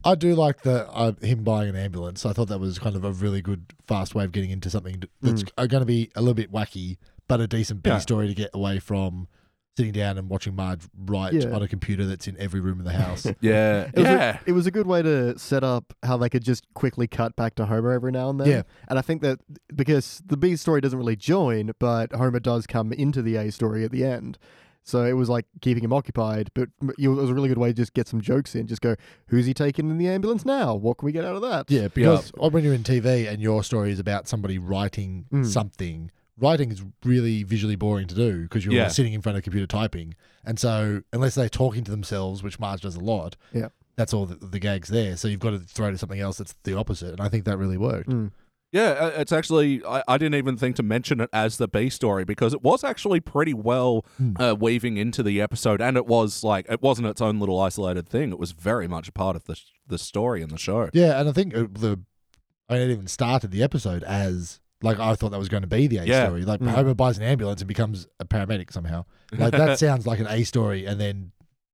Speaker 3: I do like the uh, him buying an ambulance. I thought that was kind of a really good fast way of getting into something that's going to be a little bit wacky, but a decent B
Speaker 1: Hmm. Yeah.
Speaker 3: story to get away from sitting down and watching Marge write
Speaker 2: Yeah.
Speaker 3: on a computer that's in every room of the house.
Speaker 1: Yeah.
Speaker 2: It was,
Speaker 1: yeah.
Speaker 2: a, it was a good way to set up how they could just quickly cut back to Homer every now and then.
Speaker 3: Yeah.
Speaker 2: And I think that because the B story doesn't really join, but Homer does come into the A story at the end. So it was like keeping him occupied, but m- it was a really good way to just get some jokes in. Just go, who's he taking in the ambulance now? What can we get out of that?
Speaker 3: Yeah, because or when you're in TV and your story is about somebody writing
Speaker 2: Mm.
Speaker 3: something, writing is really visually boring to do because you're
Speaker 1: Yeah.
Speaker 3: sitting in front of a computer typing. And so, unless they're talking to themselves, which Marge does a lot,
Speaker 2: Yeah.
Speaker 3: that's all the, the gags there. So you've got to throw to something else that's the opposite. And I think that really worked.
Speaker 2: Mm.
Speaker 1: Yeah, uh, it's actually, I, I didn't even think to mention it as the B story because it was actually pretty well uh, weaving into the episode. And it was like, it wasn't its own little isolated thing. It was very much a part of the, the story and the show.
Speaker 3: Yeah, and I think uh, the I mean, it even started the episode as like I thought that was going to be the A
Speaker 1: Yeah.
Speaker 3: story. Like
Speaker 2: Mm.
Speaker 3: Homer buys an ambulance and becomes a paramedic somehow. Like that sounds like an A story, and then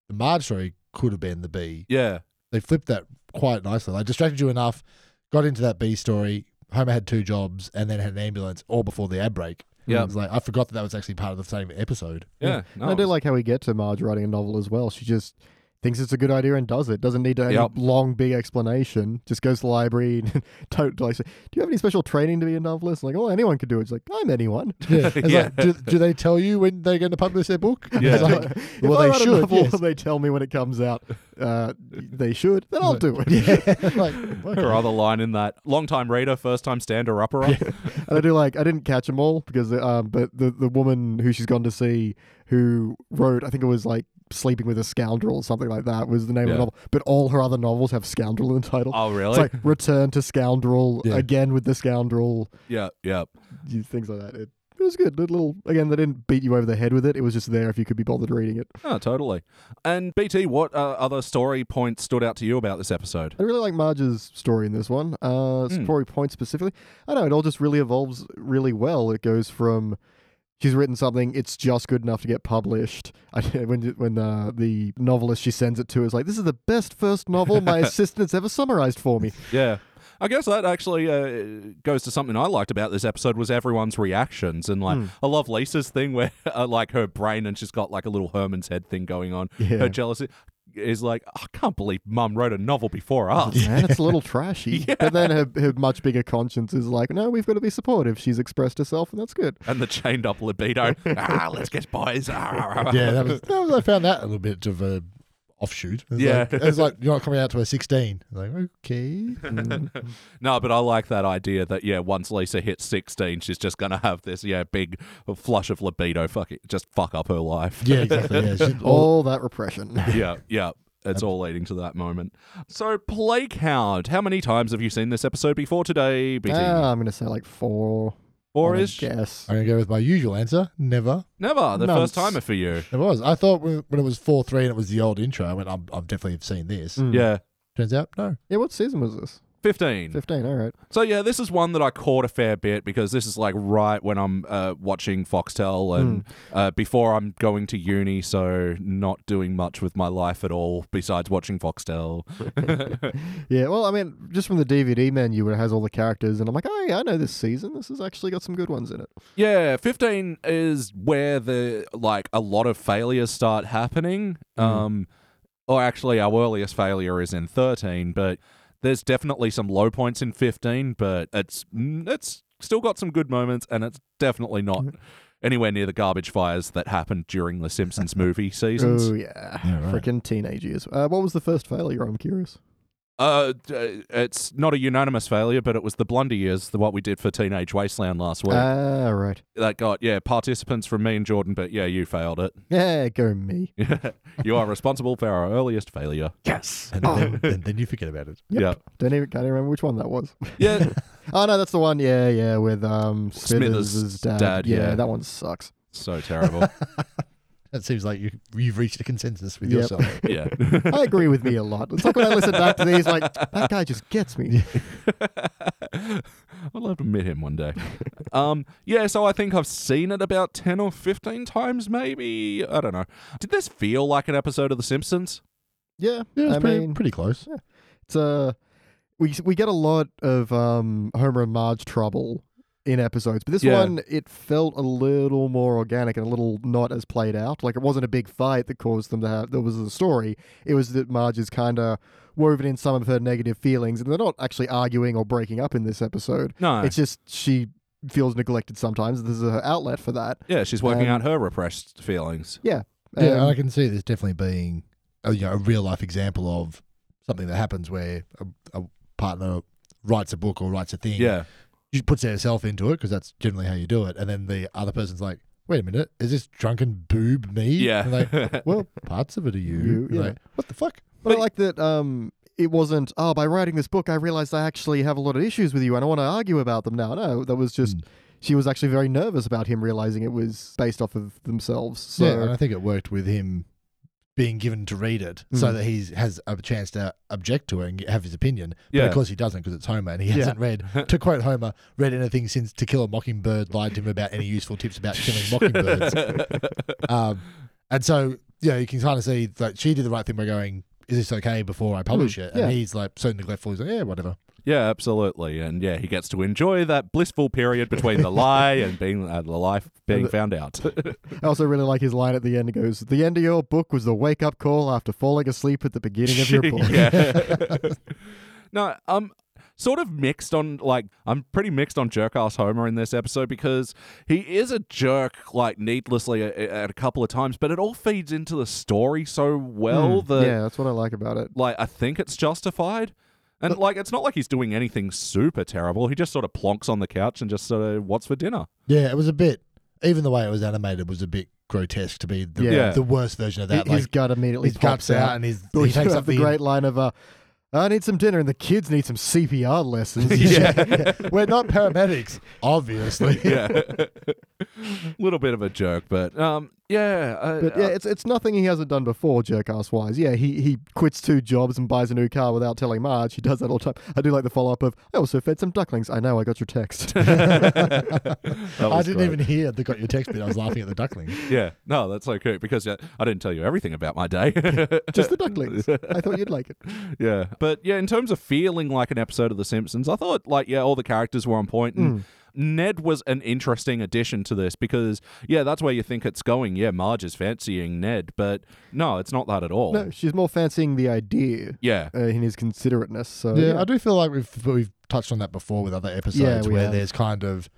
Speaker 3: the Marge story could have been the B.
Speaker 1: Yeah.
Speaker 3: they flipped that quite nicely. Like distracted you enough, got into that B story. Homer had two jobs and then had an ambulance all before the ad break.
Speaker 1: Yeah.
Speaker 3: It was like I forgot that that was actually part of the same episode.
Speaker 1: Yeah.
Speaker 2: And I do like how we get to Marge writing a novel as well. She just thinks it's a good idea and does it. Doesn't need a
Speaker 1: Yep.
Speaker 2: long, big explanation. Just goes to the library and don't like, say, do you have any special training to be a novelist? Like, oh, anyone could do it. It's like, I'm anyone.
Speaker 3: Yeah. It's
Speaker 1: Yeah.
Speaker 3: Like, do, do they tell you when they're going to publish their book?
Speaker 1: Yeah.
Speaker 3: It's like,
Speaker 2: If
Speaker 3: well,
Speaker 2: I
Speaker 3: they
Speaker 2: write a
Speaker 3: should,
Speaker 2: novel
Speaker 3: yes.
Speaker 2: and they tell me when it comes out. Uh, they should. Then I'll do it.
Speaker 3: yeah. like, okay.
Speaker 1: her other line in that long time reader, first time stander upper.
Speaker 2: and I do like I didn't catch them all because um, but the the woman who she's gone to see who wrote I think it was like sleeping with a scoundrel or something like that was the name
Speaker 1: Yeah.
Speaker 2: of the novel. But all her other novels have scoundrel in the title.
Speaker 1: Oh, really?
Speaker 2: It's like return to scoundrel
Speaker 3: Yeah.
Speaker 2: again with the scoundrel
Speaker 1: yeah. Yeah.
Speaker 2: you- things like that. It, it was good. Little again, they didn't beat you over the head with it. It was just there if you could be bothered reading it.
Speaker 1: Oh, totally. And BT, what uh, other story points stood out to you about this episode?
Speaker 2: I really like Marge's story in this one. Uh,
Speaker 1: Hmm.
Speaker 2: Story point specifically. I don't know. It all just really evolves really well. It goes from she's written something, it's just good enough to get published. I, when when uh, the novelist she sends it to is like, this is the best first novel my assistant's ever summarized for me.
Speaker 1: Yeah. I guess that actually uh, goes to something I liked about this episode was everyone's reactions and like I love Lisa's thing where uh, like her brain and she's got like a little Herman's head thing going on.
Speaker 2: Yeah.
Speaker 1: Her jealousy is like I can't believe Mum wrote a novel before us.
Speaker 2: Man, it's a little trashy. But then her, her much bigger conscience is like, no, we've got to be supportive. She's expressed herself, and that's good.
Speaker 1: And the chained up libido. ah, let's get boys. Ah.
Speaker 3: yeah, that was, that was- I found that a little bit of a offshoot. It's
Speaker 1: Yeah.
Speaker 3: like, it's like you're not coming out to a 16. Like okay,
Speaker 1: No, but I like that idea that yeah, once Lisa hits sixteen, she's just gonna have this yeah big flush of libido. Fuck it, just fuck up her life.
Speaker 3: yeah, exactly. Yeah, She's all-
Speaker 2: All that repression.
Speaker 1: yeah, yeah. It's all leading to that moment. So, Playhound, how many times have you seen this episode before today, BT?
Speaker 2: Ah, I'm going to say like four.
Speaker 1: Four
Speaker 2: on a
Speaker 1: ish?
Speaker 2: guess.
Speaker 3: I'm gonna go with my usual answer. Never.
Speaker 1: Never. The
Speaker 2: Nonce.
Speaker 1: first timer for you.
Speaker 3: It was. I thought when when it was four three and it was the old intro. I went. I'm, I've definitely have seen this.
Speaker 2: Mm.
Speaker 1: Yeah. Hmm.
Speaker 3: Turns out no.
Speaker 2: Yeah, what season was this?
Speaker 1: 15.
Speaker 2: 15, all right.
Speaker 1: So yeah, this is one that I caught a fair bit because this is like right when I'm uh, watching Foxtel and uh, before I'm going to uni, so not doing much with my life at all besides watching Foxtel.
Speaker 2: Yeah, well, I mean, just from the DVD menu where it has all the characters, and I'm like, oh, yeah, I know this season. This has actually got some good ones in it.
Speaker 1: Yeah, 15 is where the like a lot of failures start happening. Um or actually our earliest failure is in 13, but there's definitely some low points in 15, but it's mm, it's still got some good moments and it's definitely not anywhere near the garbage fires that happened during the Simpsons movie seasons.
Speaker 2: Oh, yeah.
Speaker 3: Yeah, right.
Speaker 2: Freaking teenage years. Uh, what was the first failure? I'm curious.
Speaker 1: Uh d- it's not a unanimous failure, but it was the Blondie years, the what we did for Teenage Wasteland last week.
Speaker 2: Ah, right.
Speaker 1: that got yeah, participants from me and Jordan, but yeah, you failed it.
Speaker 2: Yeah, go me.
Speaker 1: you are responsible for our earliest failure.
Speaker 2: Yes.
Speaker 3: And then, then, then you forget about it.
Speaker 2: Yep. Don't even, can't even remember which one that was.
Speaker 1: Yeah. Yeah.
Speaker 2: Oh, no, that's the one. Yeah, yeah, with um,
Speaker 1: Smithers'
Speaker 2: Smithers'
Speaker 1: dad, yeah.
Speaker 2: that one sucks.
Speaker 1: so terrible.
Speaker 3: That seems like you you've reached a consensus with
Speaker 2: Yep.
Speaker 3: yourself.
Speaker 1: Yeah.
Speaker 2: I agree with me a lot. It's like when I listen back to these, like, that guy just gets me.
Speaker 1: I'd love to meet him one day. Um, yeah, so I think I've seen it about 10 or 15 times, maybe. I don't know. Did this feel like an episode of The Simpsons?
Speaker 2: Yeah,
Speaker 3: Yeah, it's
Speaker 2: I
Speaker 3: pretty,
Speaker 2: mean,
Speaker 3: pretty close.
Speaker 2: it's uh, we we get a lot of um, Homer and Marge trouble in episodes, but this
Speaker 1: Yeah.
Speaker 2: one it felt a little more organic and a little not as played out. Like it wasn't a big fight that caused them to have. There was a story. It was that Marge is kind of woven in some of her negative feelings, and they're not actually arguing or breaking up in this episode.
Speaker 1: No.
Speaker 2: It's just she feels neglected sometimes. This is her outlet for that.
Speaker 1: yeah, she's working
Speaker 2: um,
Speaker 1: out her repressed feelings.
Speaker 2: Yeah.
Speaker 3: Yeah,
Speaker 2: Um,
Speaker 3: I can see this definitely being a, you know, a real life example of something that happens where a, a partner writes a book or writes a thing.
Speaker 1: Yeah.
Speaker 3: She puts herself into it because that's generally how you do it. And then the other person's like, wait a minute, is this drunken boob me?
Speaker 1: Yeah.
Speaker 3: And like, well, parts of it are you.
Speaker 2: You, yeah.
Speaker 3: Like, what the fuck?
Speaker 2: But,
Speaker 1: But-
Speaker 2: I like that um, it wasn't, oh, by writing this book, I realized I actually have a lot of issues with you and I want to argue about them now. No, that was just,
Speaker 3: Hmm.
Speaker 2: she was actually very nervous about him realizing it was based off of themselves. So,
Speaker 3: yeah, and I think it worked with him being given to read it so
Speaker 2: Mm.
Speaker 3: that he has a chance to object to it and have his opinion. But
Speaker 1: Yeah.
Speaker 3: of course he doesn't because it's Homer and he
Speaker 2: Yeah.
Speaker 3: hasn't read, to quote Homer, read anything since To Kill a Mockingbird lied to him about any useful tips about killing mockingbirds. um, and so, yeah, you can kind of see that she did the right thing by going, is this okay before I publish it? And
Speaker 2: Hmm, yeah.
Speaker 3: he's like so neglectful. He's like, yeah, whatever.
Speaker 1: yeah, absolutely. And yeah, he gets to enjoy that blissful period between the lie and being uh, the life being found out.
Speaker 2: I also really like his line at the end. It goes, the end of your book was the wake up call after falling asleep at the beginning of your book.
Speaker 1: Yeah. no, I'm sort of mixed on like I'm pretty mixed on jerkass Homer in this episode because he is a jerk like needlessly at, at a couple of times, but it all feeds into the story so well that
Speaker 2: Hmm, yeah, that's what I like about it.
Speaker 1: like I think it's justified. And like it's not like he's doing anything super terrible. He just sort of plonks on the couch and just sort of what's for dinner.
Speaker 3: Yeah, it was a bit, even the way it was animated was a bit grotesque to be the,
Speaker 1: Yeah.
Speaker 3: the worst version of that.
Speaker 2: His- his gut immediately
Speaker 3: his guts
Speaker 2: pops
Speaker 3: out and his,
Speaker 2: We
Speaker 3: he takes
Speaker 2: have
Speaker 3: up
Speaker 2: the
Speaker 3: the,
Speaker 2: great line of, uh, I need some dinner and the kids need some CPR lessons.
Speaker 3: yeah. We're not paramedics, obviously.
Speaker 1: Yeah. Little bit of a jerk, but um yeah, uh,
Speaker 2: But yeah, it's it's nothing he hasn't done before, jerkass wise. Yeah, he he quits two jobs and buys a new car without telling Marge. He does that all the time. I do like the follow up of I also fed some ducklings. I know I got your text.
Speaker 1: that
Speaker 3: I
Speaker 1: was
Speaker 3: didn't
Speaker 1: great.
Speaker 3: even hear the got your text bit. I was laughing at the duckling.
Speaker 1: Yeah, no, that's so cute because uh, I didn't tell you everything about my day.
Speaker 2: Just the ducklings. I thought you'd like it.
Speaker 1: yeah, but yeah, in terms of feeling like an episode of The Simpsons, I thought like yeah, all the characters were on point
Speaker 2: Mm.
Speaker 1: and. Ned was an interesting addition to this because, yeah, that's where you think it's going. Yeah, Marge is fancying Ned, but no, it's not that at all.
Speaker 2: No, she's more fancying the idea
Speaker 1: Yeah,
Speaker 2: uh, in his considerateness. So
Speaker 3: yeah,
Speaker 2: yeah,
Speaker 3: I do feel like we've we've touched on that before with other episodes
Speaker 2: we
Speaker 3: where
Speaker 2: have.
Speaker 3: there's kind of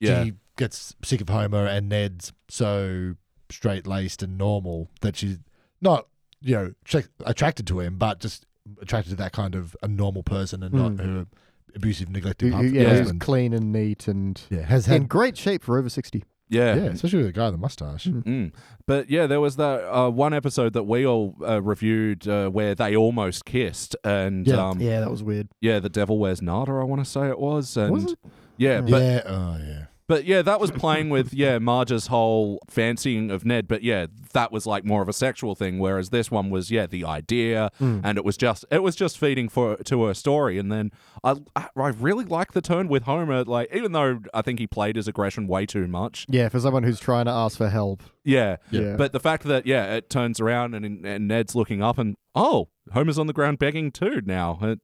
Speaker 1: yeah,
Speaker 3: she gets sick of Homer and Ned's so straight laced and normal that she's not you know tra- attracted to him, but just attracted to that kind of a normal person and
Speaker 2: Mm.
Speaker 3: not her abusive,
Speaker 2: who,
Speaker 3: neglected
Speaker 2: who-
Speaker 3: husband.
Speaker 2: yeah,
Speaker 1: Yeah.
Speaker 2: who's clean and neat and
Speaker 3: Yeah, has
Speaker 2: in
Speaker 3: had
Speaker 2: great shape for over sixty.
Speaker 1: yeah.
Speaker 3: yeah, especially with the guy with the mustache.
Speaker 2: Mm.
Speaker 1: Mm. But yeah, there was that uh, one episode that we all uh, reviewed uh, where they almost kissed, and
Speaker 3: Yeah.
Speaker 1: um, yeah.
Speaker 2: Yeah, that was weird.
Speaker 1: the devil wears Nada, I want to say it was, and
Speaker 2: Was it?
Speaker 1: yeah, but
Speaker 3: yeah, oh yeah.
Speaker 1: But yeah, that was playing with yeah Marge's whole fancying of Ned. But yeah, that was like more of a sexual thing, whereas this one was yeah the idea,
Speaker 2: Mm.
Speaker 1: and it was just it was just feeding for to her story. And then I I I really like the turn with Homer, like even though I think he played his aggression way too much.
Speaker 2: Yeah, for someone who's trying to ask for help.
Speaker 1: Yeah,
Speaker 2: Yeah.
Speaker 1: But the fact that yeah it turns around and and Ned's looking up and oh Homer's on the ground begging too now, and,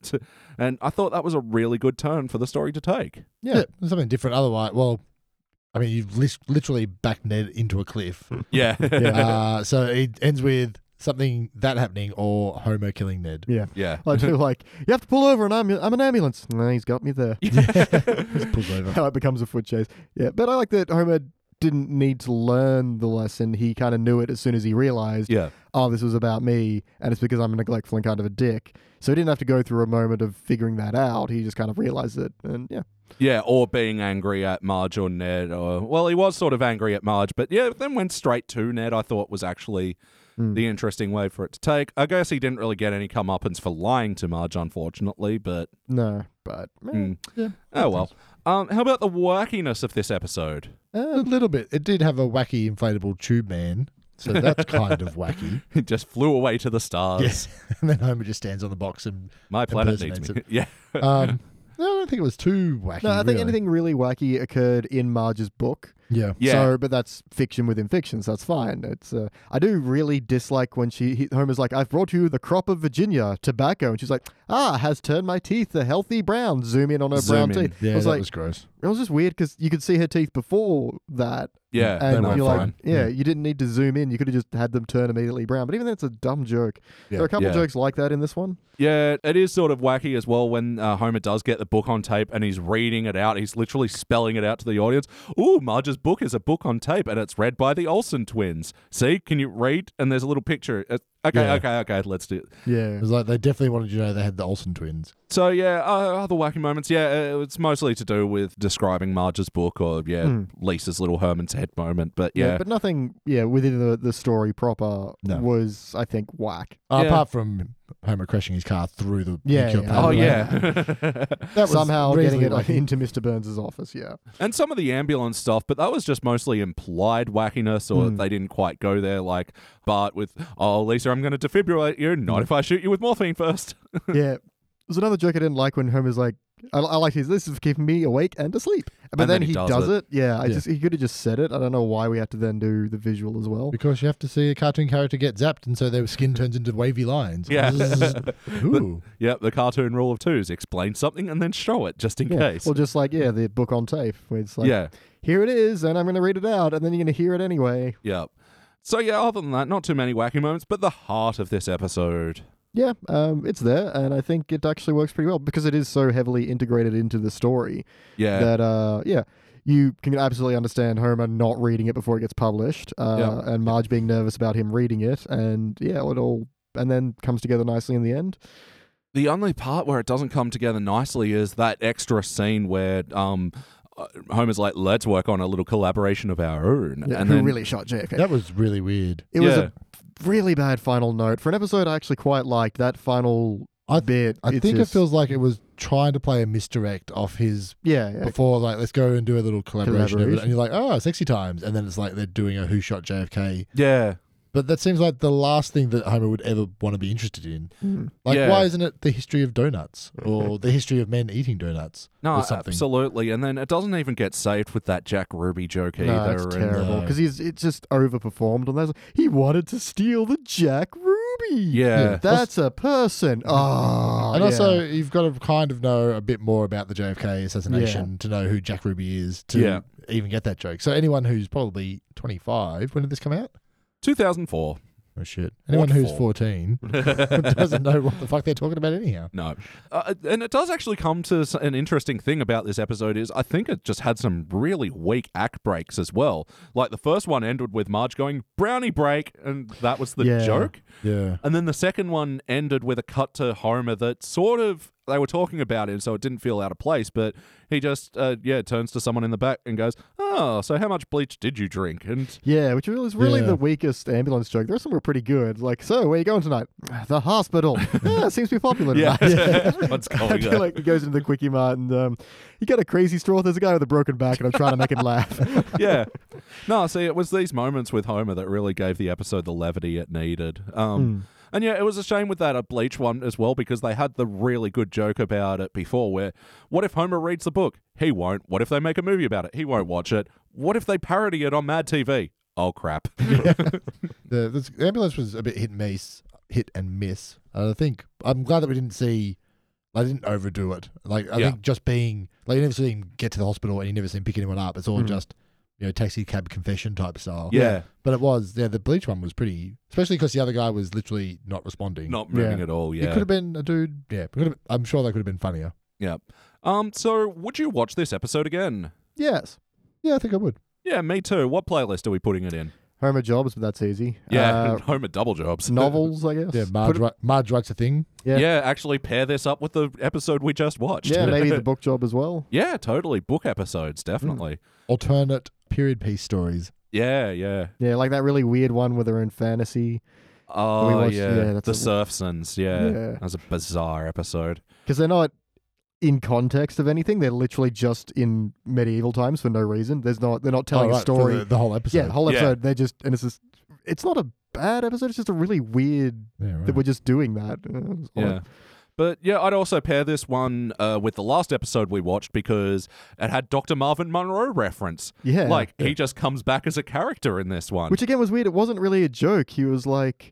Speaker 1: and I thought that was a really good turn for the story to take.
Speaker 3: Yeah, there's something different. Otherwise, well, I mean, you've lis- literally backed Ned into a cliff.
Speaker 1: Yeah,
Speaker 3: uh, so it ends with something that happening or Homer killing Ned.
Speaker 2: Yeah.
Speaker 1: yeah.
Speaker 2: I do like you have to pull over and I'm I'm an ambulance. No, he's got me there.
Speaker 3: Just pulls over.
Speaker 2: how it becomes a foot chase. Yeah, but I like that Homer didn't need to learn the lesson. He kind of knew it as soon as he realized,
Speaker 1: Yeah.
Speaker 2: oh, this was about me, and it's because I'm neglectful and kind of a dick. So he didn't have to go through a moment of figuring that out. He just kind of realized it, and yeah,
Speaker 1: Yeah, or being angry at Marge or Ned, or well, he was sort of angry at Marge, but yeah, then went straight to Ned. I thought was actually
Speaker 2: Mm,
Speaker 1: the interesting way for it to take. I guess he didn't really get any comeuppance for lying to Marge, unfortunately, but
Speaker 2: no, but eh,
Speaker 1: mm,
Speaker 3: Yeah,
Speaker 1: oh well. Um, how about the wackiness of this episode?
Speaker 3: a little bit. It did have a wacky inflatable tube man, so that's kind of wacky.
Speaker 1: It just flew away to the stars.
Speaker 3: Yes, and then Homer just stands on the box and.
Speaker 1: My planet needs me.
Speaker 3: Impersonates
Speaker 1: yeah,
Speaker 3: Um, no, I don't think it was too wacky.
Speaker 2: no, I think
Speaker 3: really.
Speaker 2: anything really wacky occurred in Marge's book.
Speaker 3: Yeah.
Speaker 1: Yeah.
Speaker 2: So, but that's fiction within fiction, so that's fine. It's uh, I do really dislike when she he, Homer's like, "I've brought you the crop of Virginia tobacco," and she's like, "Ah, has turned my teeth a healthy brown." Zoom in on her
Speaker 1: Zoom
Speaker 2: brown
Speaker 1: in.
Speaker 2: teeth.
Speaker 3: Yeah,
Speaker 2: I was
Speaker 3: that
Speaker 2: like,
Speaker 3: was gross.
Speaker 2: it was just weird because you could see her teeth before that,
Speaker 1: yeah,
Speaker 2: and
Speaker 3: weren't
Speaker 2: you're like,
Speaker 3: fine.
Speaker 2: yeah,
Speaker 3: Yeah.
Speaker 2: you didn't need to zoom in. You could have just had them turn immediately brown. But even then, it's a dumb joke. There are a couple
Speaker 1: Yeah.
Speaker 2: jokes like that in this one.
Speaker 1: Yeah, it is sort of wacky as well when uh, Homer does get the book on tape and he's reading it out. He's literally spelling it out to the audience. Ooh, Marge's book is a book on tape and it's read by the Olsen twins. See, can you read? And there's a little picture. Uh, okay,
Speaker 3: Yeah.
Speaker 1: okay, okay, let's do it.
Speaker 2: Yeah,
Speaker 3: It was like they definitely wanted you to know they had the Olsen twins.
Speaker 1: So, yeah, uh, other wacky moments. Yeah, uh, it's mostly to do with describing Marge's book or, yeah, Lisa's little Herman's head moment. But, yeah.
Speaker 2: but nothing. Yeah, within the the story proper
Speaker 3: No.
Speaker 2: was, I think, whack.
Speaker 3: Uh,
Speaker 1: Yeah.
Speaker 3: Apart from Homer crashing his car through the
Speaker 2: Yeah,
Speaker 3: nuclear
Speaker 2: yeah.
Speaker 3: power
Speaker 1: oh,
Speaker 3: plant.
Speaker 1: yeah.
Speaker 3: That was
Speaker 2: Somehow getting it
Speaker 3: reasonably wacky.
Speaker 2: into Mr. Burns' office. Yeah,
Speaker 1: And some of the ambulance stuff, but that was just mostly implied wackiness,
Speaker 2: Hmm.
Speaker 1: or they didn't quite go there. Like Bart with, "Oh, Lisa, I'm going to defibrillate you. Not if I shoot you with morphine first.
Speaker 2: yeah. There's another joke I didn't like when Homer's like, "I, I like his. This is keeping me awake and asleep." But
Speaker 1: And
Speaker 2: then, he does, it. Yeah, I
Speaker 3: Yeah.
Speaker 2: just he could have just said it. I don't know why we had to then do the visual as well.
Speaker 3: Because you have to see a cartoon character get zapped, and so their skin turns into wavy lines.
Speaker 1: Yeah.
Speaker 3: Ooh.
Speaker 1: yep, the cartoon rule of twos: explain something and then show it, just in
Speaker 2: Yeah.
Speaker 1: case.
Speaker 2: Or just like yeah, the book on tape. Where it's like,
Speaker 1: yeah,
Speaker 2: here it is, and I'm going to read it out, and then you're going to hear it anyway.
Speaker 1: yep. So yeah, other than that, not too many wacky moments, but the heart of this episode.
Speaker 2: Yeah, um, it's there, and I think it actually works pretty well because it is so heavily integrated into the story
Speaker 1: Yeah,
Speaker 2: that, uh, yeah, you can absolutely understand Homer not reading it before it gets published, uh, and Marge being nervous about him reading it, and yeah, it all and then comes together nicely in the end.
Speaker 1: The only part where it doesn't come together nicely is that extra scene where um, uh, Homer's like, "Let's work on a little collaboration of our own,"
Speaker 2: Yeah,
Speaker 1: and
Speaker 2: who
Speaker 1: then
Speaker 2: really shot JFK?
Speaker 3: That was really weird.
Speaker 2: It was
Speaker 1: Yeah.
Speaker 2: a really bad final note for an episode I actually quite liked. That final
Speaker 3: I-
Speaker 2: bit,
Speaker 3: I
Speaker 2: it
Speaker 3: think
Speaker 2: just-
Speaker 3: it feels like it was trying to play a misdirect off his
Speaker 2: yeah, yeah,
Speaker 3: before, like, let's go and do a little collaboration. of it.
Speaker 2: Collaboration.
Speaker 3: And you're like, oh, sexy times. And then it's like they're doing a Who Shot JFK.
Speaker 1: yeah.
Speaker 3: But that seems like the last thing that Homer would ever want to be interested in.
Speaker 2: Mm.
Speaker 3: Like,
Speaker 1: Yeah.
Speaker 3: why isn't it the history of donuts or the history of men eating donuts?
Speaker 1: No,
Speaker 3: or something.
Speaker 1: absolutely. And then it doesn't even get saved with that Jack Ruby joke
Speaker 2: No,
Speaker 1: either. uh,
Speaker 2: it's
Speaker 1: and-
Speaker 2: terrible
Speaker 3: No.
Speaker 2: because he's it's just overperformed on that. He wanted to steal the Jack Ruby.
Speaker 1: Yeah.
Speaker 3: Yeah. Mm-hmm.
Speaker 2: that's a person. Oh,
Speaker 3: and
Speaker 2: yeah.
Speaker 3: also, you've got to kind of know a bit more about the JFK assassination to know who Jack Ruby is to
Speaker 1: Yeah.
Speaker 3: even get that joke. So, anyone who's probably 25, when did this come out?
Speaker 1: 2004.
Speaker 3: Oh, shit. Anyone who's
Speaker 1: for?
Speaker 3: 14 doesn't know what the fuck they're talking about, anyhow.
Speaker 1: No. Uh, and it does actually come to s- an interesting thing about this episode is I think it just had some really weak act breaks as well. Like the first one ended with Marge going, brownie break, and that was the
Speaker 2: Yeah.
Speaker 1: joke.
Speaker 3: Yeah.
Speaker 1: And then the second one ended with a cut to Homer that sort of they were talking about him, so it didn't feel out of place. But he just uh, yeah turns to someone in the back and goes, "Oh, so how much bleach did you drink?" And
Speaker 2: yeah, which was really
Speaker 3: Yeah.
Speaker 2: the weakest ambulance joke. The rest of them were pretty good. Like, so where you going tonight? The hospital. yeah, seems to be popular.
Speaker 1: yeah,
Speaker 2: tonight."
Speaker 1: what's
Speaker 2: I
Speaker 3: Oh
Speaker 1: going
Speaker 2: feel
Speaker 1: on?
Speaker 2: like he goes into the quickie mart and um, you got a crazy straw. There's a guy with a broken back, and I'm trying to make him laugh.
Speaker 1: yeah. No, see, it was these moments with Homer that really gave the episode the levity it needed.
Speaker 2: Hmm.
Speaker 1: Um, And yeah, it was a shame with that a Bleach one as well because they had the really good joke about it before where what if Homer reads the book? He won't. What if they make a movie about it? He won't watch it. What if they parody it on Mad TV? Oh, crap.
Speaker 3: The, this ambulance was a bit hit and miss. Hit and miss. And I think I'm glad that we didn't see. I didn't overdo it. Like I
Speaker 1: Yeah.
Speaker 3: think just being like you never see him get to the hospital and you never see him pick anyone up. It's all just you know taxi cab confession type style.
Speaker 1: Yeah.
Speaker 3: But it was yeah the bleach one was pretty, especially because the other guy was literally not responding.
Speaker 1: Not moving
Speaker 2: Yeah.
Speaker 1: at all,
Speaker 3: It
Speaker 1: yeah.
Speaker 3: could have been a dude. Yeah, it could have- I'm sure that could have been funnier.
Speaker 1: yeah. Um, so would you watch this episode again?
Speaker 2: yes.
Speaker 3: Yeah, I think I would.
Speaker 1: Yeah, me too. What playlist are we putting it in?
Speaker 2: Homer Jobs, but that's easy.
Speaker 1: Yeah,
Speaker 2: Uh,
Speaker 1: Homer Double Jobs.
Speaker 2: novels, I guess.
Speaker 3: Yeah,
Speaker 2: Put
Speaker 3: Marge, wri- Marge writes a thing.
Speaker 2: Yeah.
Speaker 1: Yeah, actually pair this up with the episode we just watched.
Speaker 2: Yeah, maybe the book Hmm. job as well.
Speaker 1: Yeah, totally. Book episodes, definitely.
Speaker 3: Alternate period piece stories.
Speaker 1: Yeah, yeah.
Speaker 2: Yeah, like that really weird one where they're in fantasy.
Speaker 1: Oh,
Speaker 2: watched-
Speaker 1: yeah.
Speaker 2: yeah, that's
Speaker 1: the
Speaker 2: a-
Speaker 1: Surfsons. Yeah.
Speaker 2: Yeah.
Speaker 1: That was a bizarre episode.
Speaker 2: Because they're not in context of anything. They're literally just in medieval times for no reason. There's not they're not telling
Speaker 3: Oh,
Speaker 2: a
Speaker 3: right, for
Speaker 2: story.
Speaker 3: The, the whole episode.
Speaker 2: yeah, the whole
Speaker 1: Yeah.
Speaker 2: episode. They're just and it's just it's not a bad episode, it's just a really weird
Speaker 3: Yeah, right.
Speaker 2: that we're just doing that. Uh, it's odd.
Speaker 1: Yeah. But yeah, I'd also pair this one uh, with the last episode we watched because it had Dr. Marvin Monroe reference.
Speaker 2: Yeah.
Speaker 1: Like, he just comes back as a character in this one.
Speaker 2: Which again was weird. It wasn't really a joke. He was like,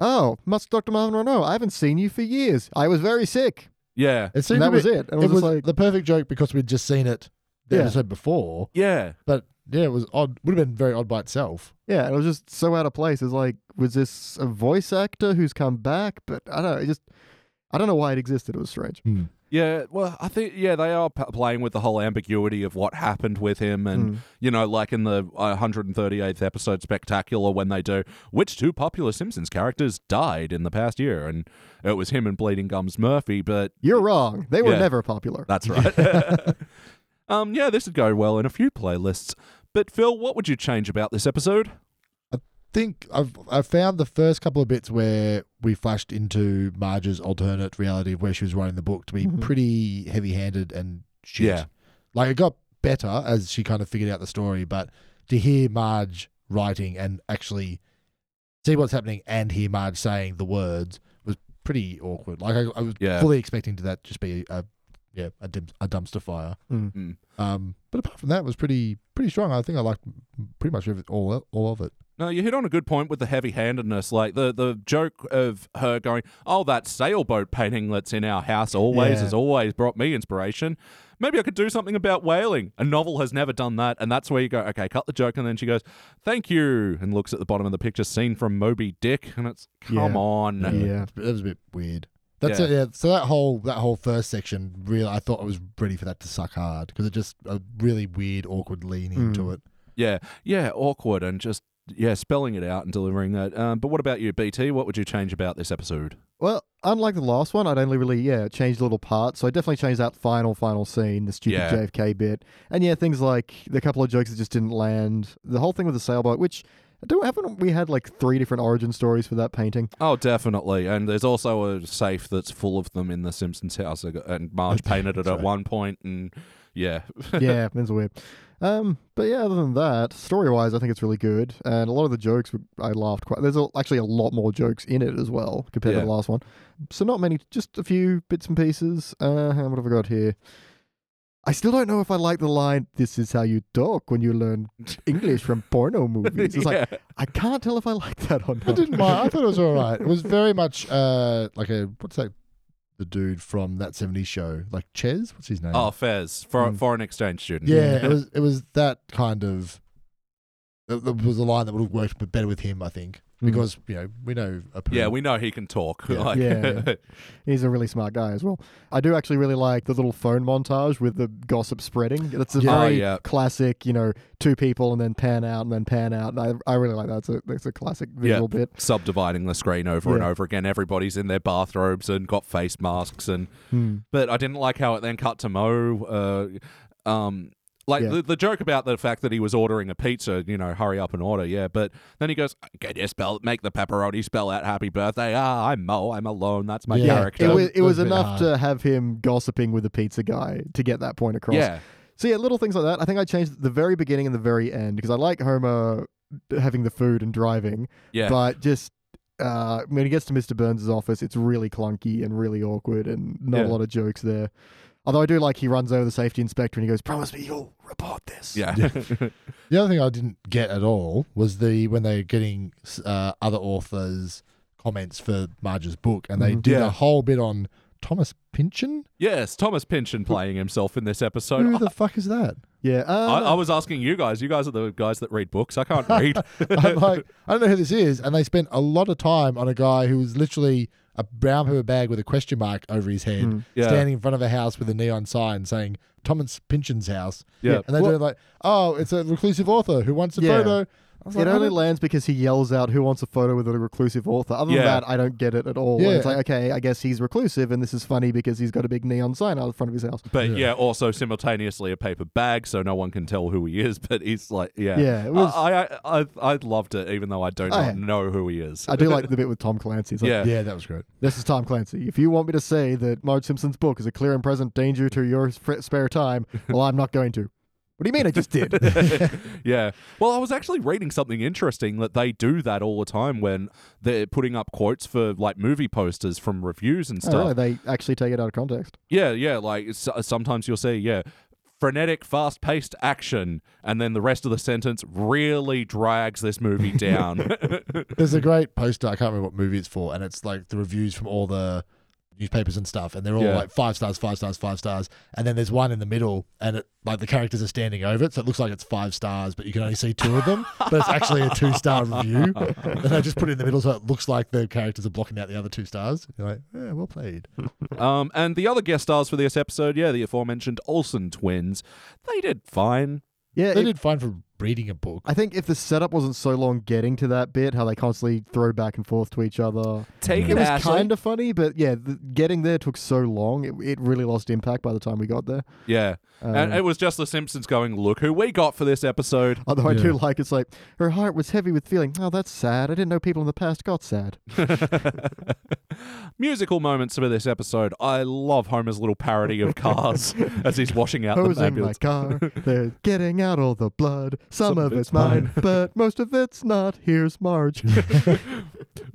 Speaker 2: "Oh, must Dr. Marvin Monroe? I haven't seen you for years. I was very sick."
Speaker 1: yeah.
Speaker 3: It seemed
Speaker 2: And
Speaker 3: a
Speaker 2: that was
Speaker 3: bit-
Speaker 2: it. And I was, just like,
Speaker 3: the perfect joke because we'd just seen it the
Speaker 2: Yeah.
Speaker 3: episode before.
Speaker 1: Yeah.
Speaker 3: But yeah, it was odd. Would have been very odd by itself.
Speaker 2: yeah, and it was just so out of place. It's like, was this a voice actor who's come back? But I don't know. It just, I don't know why it existed. It was strange.
Speaker 1: Yeah, well, I think yeah they are p- playing with the whole ambiguity of what happened with him, and you know, like in the uh, 138th episode spectacular when they do which two popular Simpsons characters died in the past year, and it was him and Bleeding Gums Murphy, but
Speaker 2: You're wrong. They were
Speaker 1: Yeah.
Speaker 2: never popular.
Speaker 1: that's right. um, yeah, this would go well in a few playlists. But Phil, what would you change about this episode?
Speaker 3: think I've I found the first couple of bits where we flashed into Marge's alternate reality of where she was writing the book to be pretty heavy handed and shit.
Speaker 1: Yeah.
Speaker 3: Like it got better as she kind of figured out the story, but to hear Marge writing and actually see what's happening and hear Marge saying the words was pretty awkward. Like I, I was
Speaker 1: Yeah.
Speaker 3: fully expecting to that just be a yeah, a, dim- a dumpster fire.
Speaker 2: Mm.
Speaker 1: Mm.
Speaker 3: Um, but apart from that, it was pretty pretty strong. I think I liked pretty much every- all all of it.
Speaker 1: No, you hit on a good point with the heavy-handedness, like the the joke of her going, "Oh, that sailboat painting that's in our house always
Speaker 3: Yeah.
Speaker 1: has always brought me inspiration. Maybe I could do something about whaling. A novel has never done that, and that's where you go, okay, cut the joke, and then she goes, "Thank you," and looks at the bottom of the picture, scene from Moby Dick, and it's come
Speaker 3: Yeah.
Speaker 1: on,
Speaker 2: Yeah.
Speaker 3: that was a bit weird. That's
Speaker 1: Yeah.
Speaker 3: it. Yeah. So that whole that whole first section, really, I thought I was ready for that to suck hard because it just a really weird, awkward leaning
Speaker 1: Hmm.
Speaker 2: Mm.
Speaker 3: to it.
Speaker 1: yeah, yeah, awkward and just yeah, spelling it out and delivering that. Um, but what about you, BT? What would you change about this episode?
Speaker 2: Well, unlike the last one, I'd only really yeah changed a little part. So I definitely changed that final final scene, the stupid
Speaker 1: Yeah.
Speaker 2: JFK bit, and yeah, things like the couple of jokes that just didn't land. The whole thing with the sailboat, which I don't haven't we had like three different origin stories for that painting?
Speaker 1: Oh, definitely. And there's also a safe that's full of them in the Simpsons house, and Marge painted it at
Speaker 3: right.
Speaker 1: one point, and yeah,
Speaker 2: yeah, that's weird. Um, but yeah, other than that, story wise, I think it's really good, and a lot of the jokes were- I laughed quite. There's a, actually a lot more jokes in it as well compared
Speaker 1: Yeah.
Speaker 2: to the last one. So not many, just a few bits and pieces. Uh, what have I got here? I still don't know if I like the line. This is how you talk when you learn English from porno movies. It's like
Speaker 1: Yeah.
Speaker 2: I can't tell if I like that or not.
Speaker 3: I didn't mind. I thought it was all right. It was very much uh, like a what's that? The dude from that '70s show, like Ches. What's his name?
Speaker 1: oh, Fez, for,
Speaker 2: Mm.
Speaker 1: foreign exchange student.
Speaker 3: yeah. It was it was that kind of. That that was a line that would have worked better with him, I think,
Speaker 2: Mm.
Speaker 3: because you know we know a poo.
Speaker 1: yeah. We know he can talk.
Speaker 3: Yeah.
Speaker 1: like-
Speaker 2: Yeah. He's a really smart guy as well. I do actually really like the little phone montage with the gossip spreading. That's a
Speaker 1: Yeah. Oh,
Speaker 2: very
Speaker 1: yeah.
Speaker 2: classic, you know, two people and then pan out and then pan out. And I, I really like that. It's a, it's a classic visual bit.
Speaker 1: subdividing the screen over and
Speaker 2: Yeah.
Speaker 1: over again. Everybody's in their bathrobes and got face masks, and
Speaker 2: Hmm.
Speaker 1: but I didn't like how it then cut to Mo. Uh, um, like
Speaker 2: Yeah.
Speaker 1: the, the joke about the fact that he was ordering a pizza, you know, hurry up and order, yeah. But then he goes, "Can you spell make the pepperoni spell out happy birthday? Ah, I'm Mo, I'm alone. That's my
Speaker 3: Yeah.
Speaker 1: character."
Speaker 2: It was,
Speaker 3: That
Speaker 2: it Ah. was
Speaker 3: was a bit
Speaker 2: enough
Speaker 3: hard.
Speaker 2: to have him gossiping with the pizza guy to get that point across.
Speaker 1: yeah,
Speaker 2: So yeah, little things like that. I think I changed the very beginning and the very end because I like Homer having the food and driving,
Speaker 1: yeah.
Speaker 2: but just uh, when he gets to Mr. Burns' office, it's really clunky and really awkward and not
Speaker 1: Yeah.
Speaker 2: a lot of jokes there. Although I do like he runs over the safety inspector and he goes, "Promise me you'll report this."
Speaker 1: yeah.
Speaker 3: The other thing I didn't get at all was the when they're getting uh, other authors' comments for Marge's book, and they
Speaker 2: Mhm.
Speaker 3: did
Speaker 1: Yeah.
Speaker 3: a whole bit on Thomas Pynchon.
Speaker 1: yes, Thomas Pynchon playing himself in this episode.
Speaker 3: Who the fuck is that?
Speaker 2: Yeah.
Speaker 1: I,
Speaker 2: Uh,
Speaker 1: I was asking you guys. You guys are the guys that read books. I can't read.
Speaker 3: I'm like, I don't know who this is, and they spent a lot of time on a guy who was literally a brown paper bag with a question mark over his head,
Speaker 2: Mm.
Speaker 1: Yeah.
Speaker 3: standing in front of a house with a neon sign saying Thomas Pynchon's house.
Speaker 1: Yeah.
Speaker 3: and they
Speaker 2: Well-
Speaker 3: do like, oh, it's a reclusive author who wants a
Speaker 2: Yeah.
Speaker 3: photo. I was
Speaker 2: it
Speaker 3: like, I
Speaker 2: only
Speaker 3: don't-
Speaker 2: lands because he yells out, "Who wants a photo with a reclusive author?" Other
Speaker 1: Yeah.
Speaker 2: than that, I don't get it at all. And
Speaker 3: Yeah.
Speaker 2: It's like, okay, I guess he's reclusive, and this is funny because he's got a big neon sign out in front of his house.
Speaker 1: But
Speaker 3: Yeah.
Speaker 1: yeah. also simultaneously a paper bag, so no one can tell who he is. But he's like, yeah,
Speaker 2: Yeah, it was-
Speaker 1: I, I, I, I loved it, even though I do
Speaker 2: I-
Speaker 1: not know who he is.
Speaker 2: I do like the bit with Tom Clancy. It's like,
Speaker 1: yeah.
Speaker 3: yeah, that was great.
Speaker 2: This is Tom Clancy. If you want me to say that Marge Simpson's book is a clear and present danger to your fr- spare time, well, I'm not going to. What do you mean I just did?
Speaker 1: yeah. Well, I was actually reading something interesting that they do that all the time when they're putting up quotes for like movie posters from reviews and stuff.
Speaker 2: oh, really? They actually take it out of context.
Speaker 1: Yeah, yeah. Like it's, uh, sometimes you'll see, yeah, frenetic, fast paced action, and then the rest of the sentence really drags this movie down.
Speaker 3: There's
Speaker 1: Mm-hmm.
Speaker 3: a great poster. I can't remember what movie it's for, and it's like the reviews from all the newspapers and stuff, and they're all
Speaker 1: Yeah.
Speaker 3: like five stars, five stars, five stars, and then there's one in the middle, and it, like the characters are standing over it, so it looks like it's five stars, but you can only see two of them, but it's actually a two star review, and they just put it in the middle, so it looks like the characters are blocking out the other two stars. You're like, yeah, well played.
Speaker 1: um, and the other guest stars for this episode, yeah, the aforementioned Olsen twins, they did fine.
Speaker 2: Yeah,
Speaker 3: They
Speaker 2: it-
Speaker 3: did fine for reading a book.
Speaker 2: I think if the setup wasn't so long getting to that bit, how they constantly throw back and forth to each other,
Speaker 1: Take
Speaker 2: it was kind of funny. But yeah, the, getting there took so long; it, it really lost impact by the time we got there.
Speaker 1: yeah. and
Speaker 2: Um,
Speaker 1: it was just the Simpsons going, look who we got for this episode.
Speaker 2: Although I do
Speaker 3: Yeah.
Speaker 2: like it's like her heart was heavy with feeling. Oh, that's sad. I didn't know people in the past got sad.
Speaker 1: Musical moments for this episode. I love Homer's little parody of cars as he's washing out
Speaker 2: I was
Speaker 1: the
Speaker 2: in my
Speaker 1: ambulance.
Speaker 2: car. They're getting out all the blood. Some, of it's mine, but most of it's not. Here's Marge.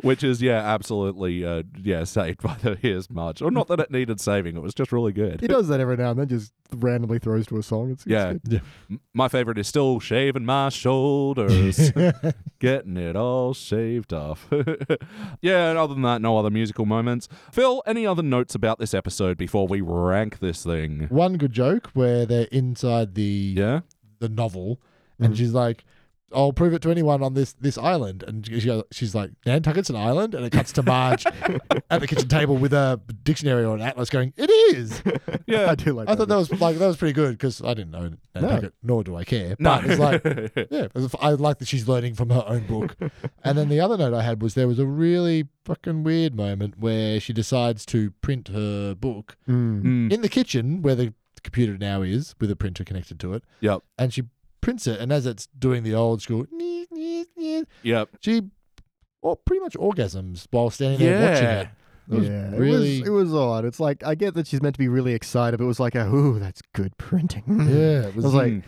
Speaker 1: Which is, yeah, absolutely, uh, yeah, saved by the Here's March. Or not that it needed saving, it was just really
Speaker 2: he
Speaker 1: good.
Speaker 2: does that every now and then. Just randomly throws to a song. It's, it's
Speaker 1: Yeah.
Speaker 2: good.
Speaker 1: M- My favorite is still shaving my shoulders, getting it all shaved off. yeah, and other than that, no other musical moments. Phil, any other notes about this episode before we rank this thing?
Speaker 3: One good joke where they're inside the
Speaker 1: Yeah?
Speaker 3: the novel, and she's like, "I'll prove it to anyone on this this island." And she goes, she's like, "Nantucket's an island," and it cuts to Marge at the kitchen table with a dictionary or an atlas, going, "It is."
Speaker 1: Yeah.
Speaker 2: I do like.
Speaker 3: I thought that was like that was pretty good because I didn't know Nantucket, nor do I care.
Speaker 1: No.
Speaker 3: But it's like. Yeah, it was- I like that she's learning from her own book. and then the other note I had was there was a really fucking weird moment where she decides to print her book
Speaker 2: Mm.
Speaker 1: Mm,
Speaker 3: in the kitchen where the computer now is with a printer connected to it.
Speaker 1: Yep.
Speaker 3: And she prints it, and as it's doing the old school, "Nee, nee, nee,"
Speaker 1: yep.
Speaker 3: she well, pretty much orgasms while standing there watching
Speaker 1: Yeah.
Speaker 3: it. It was
Speaker 2: yeah,
Speaker 3: really.
Speaker 2: it was it was odd. It's like I get that she's meant to be really excited, but it was like, a, ooh, that's good printing.
Speaker 3: yeah, it was,
Speaker 2: was like-
Speaker 1: Mm,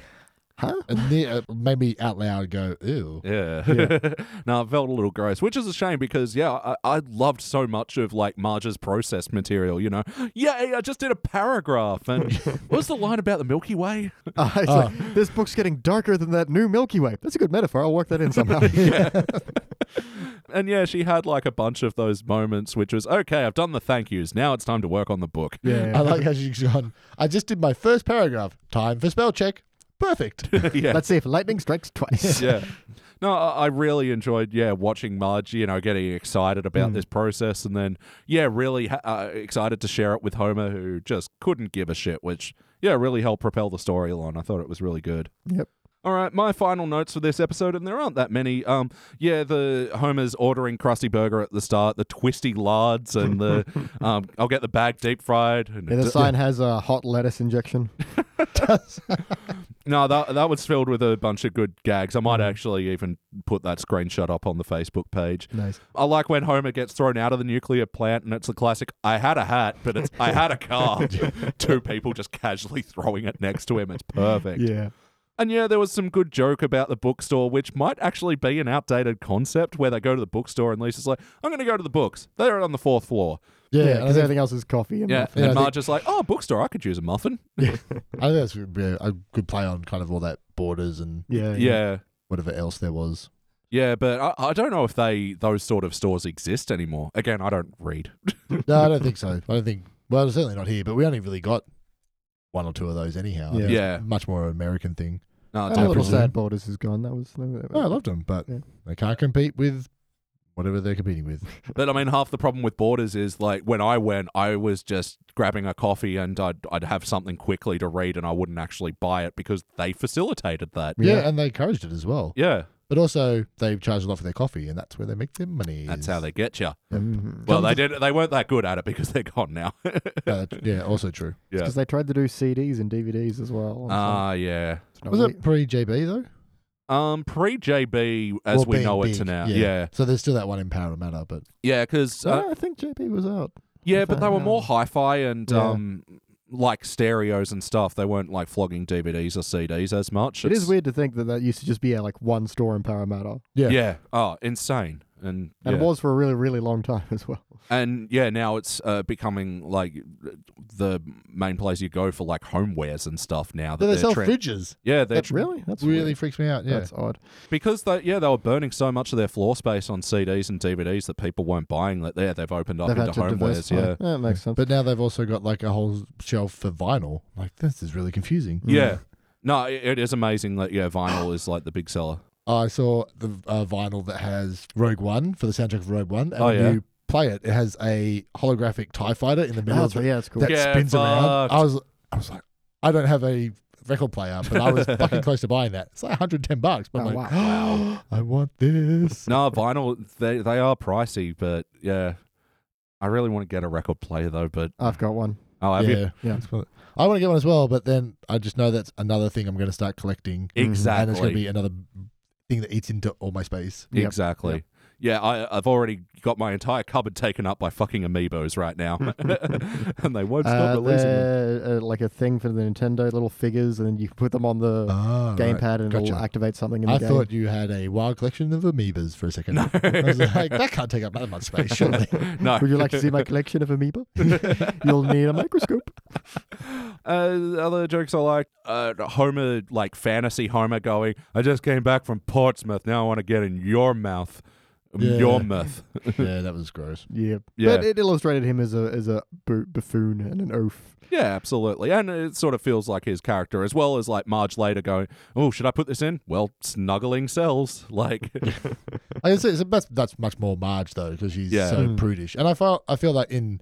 Speaker 2: huh?
Speaker 3: and then it made me out loud go, ew.
Speaker 1: Yeah. no, it felt a little gross, which is a shame because, yeah, I, I loved so much of like Marge's process material, you know? Yay, I just did a paragraph. And what was the line about the Milky Way?
Speaker 2: Uh, it's
Speaker 3: Ah.
Speaker 2: like, this book's getting darker than that new Milky Way. That's a good metaphor. I'll work that in somehow.
Speaker 1: And yeah, she had like a bunch of those moments, which was okay, I've done the thank yous. Now it's time to work on the book.
Speaker 2: yeah.
Speaker 3: I like how she's gone, I just did my first paragraph. Time for spell check. Perfect.
Speaker 1: yeah.
Speaker 2: Let's see if lightning strikes twice.
Speaker 1: yeah. No, I I really enjoyed, yeah, watching Marge, you know, getting excited about
Speaker 2: Mm.
Speaker 1: this process and then, yeah, really ha- uh, excited to share it with Homer, who just couldn't give a shit, which, yeah, really helped propel the story along. I thought it was really good.
Speaker 2: Yep.
Speaker 1: All right, my final notes for this episode, and there aren't that many. Um, yeah, the Homer's ordering Krusty Burger at the start, the twisty lards, and the um, I'll get the bag deep fried. And
Speaker 2: Yeah, the sign has a hot lettuce injection.
Speaker 1: No, that that was filled with a bunch of good gags. I might
Speaker 2: Mm.
Speaker 1: actually even put that screenshot up on the Facebook page.
Speaker 2: Nice.
Speaker 1: I like when Homer gets thrown out of the nuclear plant, and it's the classic "I had a hat, but it's I had a
Speaker 2: Oh.
Speaker 1: car." Two people just casually throwing it next to him. It's perfect.
Speaker 2: Yeah.
Speaker 1: And yeah, there was some good joke about the bookstore, which might actually be an outdated concept where they go to the bookstore and Lisa's like, I'm going to go to the books. They're on the fourth floor.
Speaker 3: Yeah,
Speaker 2: Yeah,
Speaker 3: and I
Speaker 2: because
Speaker 3: think
Speaker 2: everything else is coffee. And
Speaker 1: Yeah.
Speaker 3: Yeah, I
Speaker 1: and
Speaker 3: think-
Speaker 1: Marge is like, oh, bookstore, I could use a muffin.
Speaker 3: I think that's would be a a good play on kind of all that borders and
Speaker 2: Yeah.
Speaker 1: Yeah.
Speaker 3: whatever else there was.
Speaker 1: Yeah, but I, I don't know if they those sort of stores exist anymore. Again, I don't read.
Speaker 3: No, I don't think so. I don't think. Well, certainly not here. But we only really got one or two of those anyhow. I
Speaker 2: Yeah.
Speaker 3: think it's
Speaker 1: Yeah.
Speaker 3: much more an American thing.
Speaker 1: No,
Speaker 2: And a little
Speaker 3: Definitely.
Speaker 2: sad borders is gone. That was.
Speaker 3: Oh, I loved them, but
Speaker 2: Yeah.
Speaker 3: they can't compete with whatever they're competing with.
Speaker 1: But I mean, half the problem with Borders is like when I went, I was just grabbing a coffee and I'd, I'd have something quickly to read and I wouldn't actually buy it because they facilitated that.
Speaker 3: Yeah.
Speaker 2: Yeah.
Speaker 3: and they encouraged it as well.
Speaker 1: Yeah,
Speaker 3: But also, they charge a lot for their coffee, and that's where they make their money.
Speaker 1: that's how they get you.
Speaker 2: Mhm.
Speaker 1: Well, they did. They weren't that good at it because they're gone now.
Speaker 3: Uh, that's- yeah, also true.
Speaker 1: yeah.
Speaker 2: Because they tried to do CDs and DVDs as well.
Speaker 1: Ah, yeah.
Speaker 2: So it's not
Speaker 3: Was
Speaker 2: really-
Speaker 3: it pre JB though?
Speaker 1: Um, pre JB as
Speaker 3: Or
Speaker 1: we
Speaker 3: being
Speaker 1: know it
Speaker 3: big,
Speaker 1: to now.
Speaker 3: yeah.
Speaker 1: Yeah,
Speaker 3: So there's still that one in Parramatta, but
Speaker 1: yeah, uh, because
Speaker 2: No, I think JP was out.
Speaker 1: yeah, but they were more hi-fi and
Speaker 2: Yeah.
Speaker 1: um, like stereos and stuff. They weren't like flogging DVDs or CDs as much.
Speaker 2: It is
Speaker 1: It's-
Speaker 2: weird to think that that used to just be at like one store in Parramatta,
Speaker 1: Yeah.
Speaker 3: Yeah.
Speaker 1: Oh, insane. And
Speaker 2: and
Speaker 1: yeah.
Speaker 2: it was for a really, really long time as well.
Speaker 1: and yeah, now it's uh, becoming like the main place you go for like homewares and stuff now. That
Speaker 3: They
Speaker 1: they're
Speaker 3: sell
Speaker 1: tran-
Speaker 3: fridges.
Speaker 1: Yeah, they're
Speaker 2: That really, that's
Speaker 3: really
Speaker 2: weird.
Speaker 3: freaks me out. Yeah.
Speaker 2: that's odd.
Speaker 1: because they yeah they were burning so much of their floor space on CDs and DVDs that people weren't buying. That there they've opened up
Speaker 2: They've had
Speaker 1: into
Speaker 2: to
Speaker 1: homewares.
Speaker 2: diversify. Mm.
Speaker 1: Yeah,
Speaker 2: that makes sense.
Speaker 3: But now they've also got like a whole shelf for vinyl. Like this is really confusing.
Speaker 1: yeah. No, it, it is amazing that yeah vinyl is like the big seller.
Speaker 3: I saw the uh, vinyl that has Rogue One for the soundtrack of Rogue One, and
Speaker 1: Oh,
Speaker 3: when
Speaker 1: yeah.
Speaker 3: you play it, it has a holographic Tie Fighter in the
Speaker 2: Oh,
Speaker 3: middle
Speaker 2: that's,
Speaker 3: of it
Speaker 2: yeah, it's cool.
Speaker 3: that
Speaker 1: Yeah,
Speaker 3: spins around.
Speaker 1: fucked.
Speaker 3: I was, I was like, I don't have a record player, but I was fucking close to buying that. It's like 110 bucks, but
Speaker 2: Oh,
Speaker 3: I'm like,
Speaker 2: wow.
Speaker 3: I want this.
Speaker 1: No, vinyl they they are pricey, but yeah, I really want to get a record player though. But
Speaker 2: I've got one.
Speaker 1: oh, have
Speaker 3: yeah,
Speaker 1: you
Speaker 2: Yeah.
Speaker 3: That's what- I want to get one as well, but then I just know that's another thing I'm going to start collecting, and it's going to
Speaker 1: exactly
Speaker 3: be another thing that eats into all my space.
Speaker 2: Yep.
Speaker 1: exactly. Yeah, I, I've already got my entire cupboard taken up by fucking amiibos right now, and they won't stop
Speaker 2: Uh,
Speaker 1: releasing them.
Speaker 2: they're, uh, like a thing for the Nintendo, little figures, and you put them on the
Speaker 3: Ah, right.
Speaker 2: gamepad, and it'll
Speaker 3: Gotcha.
Speaker 2: activate something in the
Speaker 3: I
Speaker 2: game.
Speaker 3: thought you had a wild collection of amoebas for a second.
Speaker 1: No.
Speaker 3: I was like, that can't take up that much space, surely.
Speaker 1: No,
Speaker 2: Would you like to see my collection of amoeba? You'll need a microscope.
Speaker 1: Uh, other jokes I like uh, Homer, like fantasy Homer going, I just came back from Portsmouth. Now I want to get in your mouth.
Speaker 3: Yeah.
Speaker 1: Your mouth.
Speaker 3: yeah, that was gross.
Speaker 2: Yeah.
Speaker 1: Yeah.
Speaker 2: But it illustrated him as a as a bu- buffoon and an oaf.
Speaker 1: yeah, absolutely. And it sort of feels like his character, as well as like Marge later going, Oh, should I put this in? Well, snuggling cells. Like,
Speaker 3: I guess it's, that's, that's much more Marge though, because she's
Speaker 1: Yeah.
Speaker 3: so
Speaker 2: Mm.
Speaker 3: prudish. And I feel I feel like in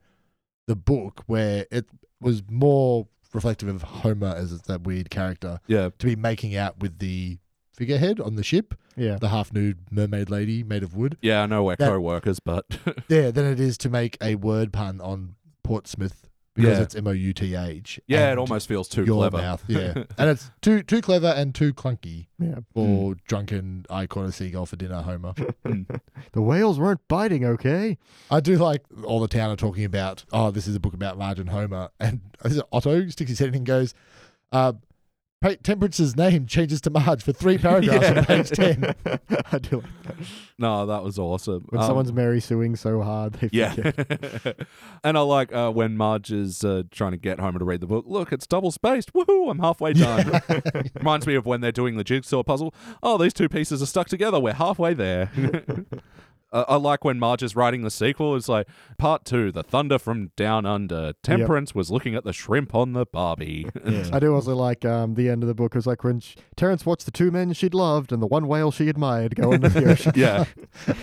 Speaker 3: the book where it was more reflective of Homer as that weird character
Speaker 1: yeah.
Speaker 3: to be making out with the figurehead on the ship,
Speaker 2: Yeah.
Speaker 3: the half nude mermaid lady made of wood.
Speaker 1: Yeah, I know we're
Speaker 3: That-
Speaker 1: co workers, but
Speaker 3: Yeah, than it is to make a word pun on Portsmouth because
Speaker 1: Yeah.
Speaker 3: it's M O U T H.
Speaker 1: yeah, it
Speaker 3: and
Speaker 1: almost feels too
Speaker 3: your
Speaker 1: clever.
Speaker 3: mouth. Yeah, and it's too too clever and too clunky
Speaker 2: Yeah.
Speaker 3: for
Speaker 1: Hmm.
Speaker 3: drunken. I caught a seagull for dinner, Homer.
Speaker 2: The whales weren't biting, okay?
Speaker 3: I do like all the town are talking about. Oh, this is a book about Marge and Homer, and is it Otto sticks his head in and goes, uh, Pa- "Temperance's name changes to Marge for three paragraphs
Speaker 1: Yeah.
Speaker 3: on page ten.
Speaker 2: I do like
Speaker 1: No, that was awesome.
Speaker 2: when
Speaker 1: Um,
Speaker 2: someone's Mary suing so hard they
Speaker 1: Yeah.
Speaker 2: forget.
Speaker 1: and I like uh, when Marge is uh, trying to get Homer to read the book. Look, it's double spaced. Woohoo, I'm halfway done. Reminds me of when they're doing the jigsaw puzzle. Oh, these two pieces are stuck together. We're halfway there. Uh, I like when Marge is writing the sequel. It's like part two, the thunder from down under. Temperance was looking at the shrimp on the Barbie.
Speaker 2: I do also like um, the end of the book was like when sh Terence watched the two men she'd loved and the one whale she admired go into the ocean.
Speaker 1: yeah,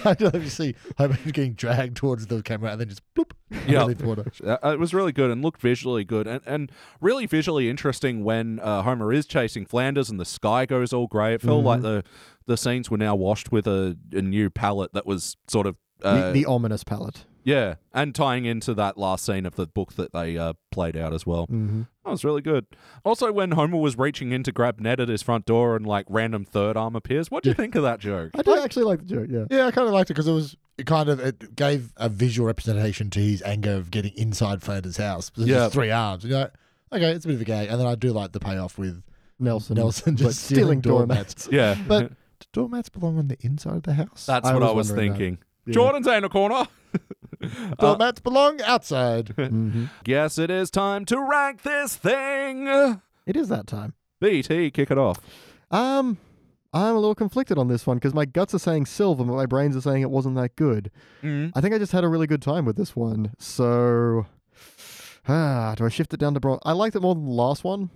Speaker 3: I do love to see Homer getting dragged towards the camera and then just bloop.
Speaker 1: Yeah.
Speaker 3: underneath water.
Speaker 1: Uh, it was really good and looked visually good and, and really visually interesting when uh, Homer is chasing Flanders and the sky goes all grey. It felt
Speaker 2: Mm-hmm.
Speaker 1: like the the scenes were now washed with a, a new palette that was sort of uh,
Speaker 2: the, the ominous palette.
Speaker 1: yeah, and tying into that last scene of the book that they uh, played out as well.
Speaker 2: Mm-hmm.
Speaker 1: That was really good. Also, when Homer was reaching in to grab Ned at his front door and like random third arm appears, what do you think of that joke?
Speaker 2: I do actually like the joke. Yeah.
Speaker 3: Yeah, I kind of liked it because it was it kind of it gave a visual representation to his anger of getting inside Flanders' house. There's
Speaker 1: Yeah.
Speaker 3: just three arms. You know, okay, it's a bit of a gag, and then I do like the payoff with
Speaker 2: Nelson.
Speaker 3: Nelson just
Speaker 2: but
Speaker 3: stealing, doormats.
Speaker 1: Yeah,
Speaker 3: But do doormats belong on the inside of the house?
Speaker 1: that's
Speaker 2: I
Speaker 1: what
Speaker 2: was
Speaker 1: I was
Speaker 2: wondering that.
Speaker 1: thinking.
Speaker 2: Yeah.
Speaker 1: Jordan's in a corner. Uh,
Speaker 3: doormats belong outside.
Speaker 2: Mhm.
Speaker 1: Guess it is time to rank this thing.
Speaker 2: It is that time.
Speaker 1: BT, kick it off.
Speaker 2: Um, I'm a little conflicted on this one because my guts are saying silver, but my brains are saying it wasn't that good.
Speaker 1: Mm.
Speaker 2: I think I just had a really good time with this one. So, ah, do I shift it down to bronze? I liked it more than the last one,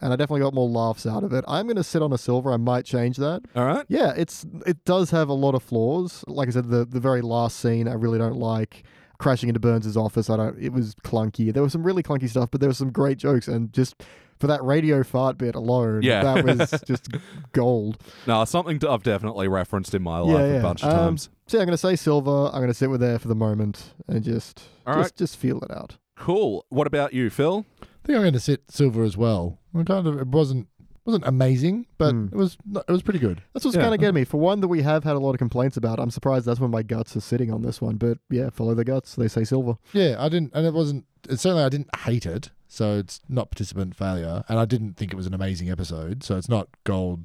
Speaker 2: and I definitely got more laughs out of it. I'm going to sit on a silver. I might change that.
Speaker 1: All right.
Speaker 2: Yeah, it's it does have a lot of flaws. Like I said, the the very last scene I really don't like. Crashing into Burns' office, I don't. It was clunky. There was some really clunky stuff, but there was some great jokes, and just for that radio fart bit alone,
Speaker 1: Yeah.
Speaker 2: that was just gold.
Speaker 1: No, something that I've definitely referenced in my life
Speaker 2: Yeah,
Speaker 1: a
Speaker 2: yeah.
Speaker 1: bunch of
Speaker 2: Um,
Speaker 1: times.
Speaker 2: So yeah, I'm going to say silver. I'm going to sit with there for the moment and just
Speaker 1: All
Speaker 2: just
Speaker 1: right.
Speaker 2: just feel it out.
Speaker 1: Cool. What about you, Phil?
Speaker 3: I think I'm going to sit silver as well. I kind of it wasn't wasn't amazing, but
Speaker 2: Mm.
Speaker 3: it was not, it was pretty good.
Speaker 2: That's what's
Speaker 1: Yeah.
Speaker 2: kind of getting me. For one that we have had a lot of complaints about, I'm surprised that's when my guts are sitting on this one. But yeah, follow the guts. They say silver.
Speaker 3: Yeah, I didn't, and it wasn't. It, certainly, I didn't hate it. So it's not participant failure. And I didn't think it was an amazing episode. So it's not gold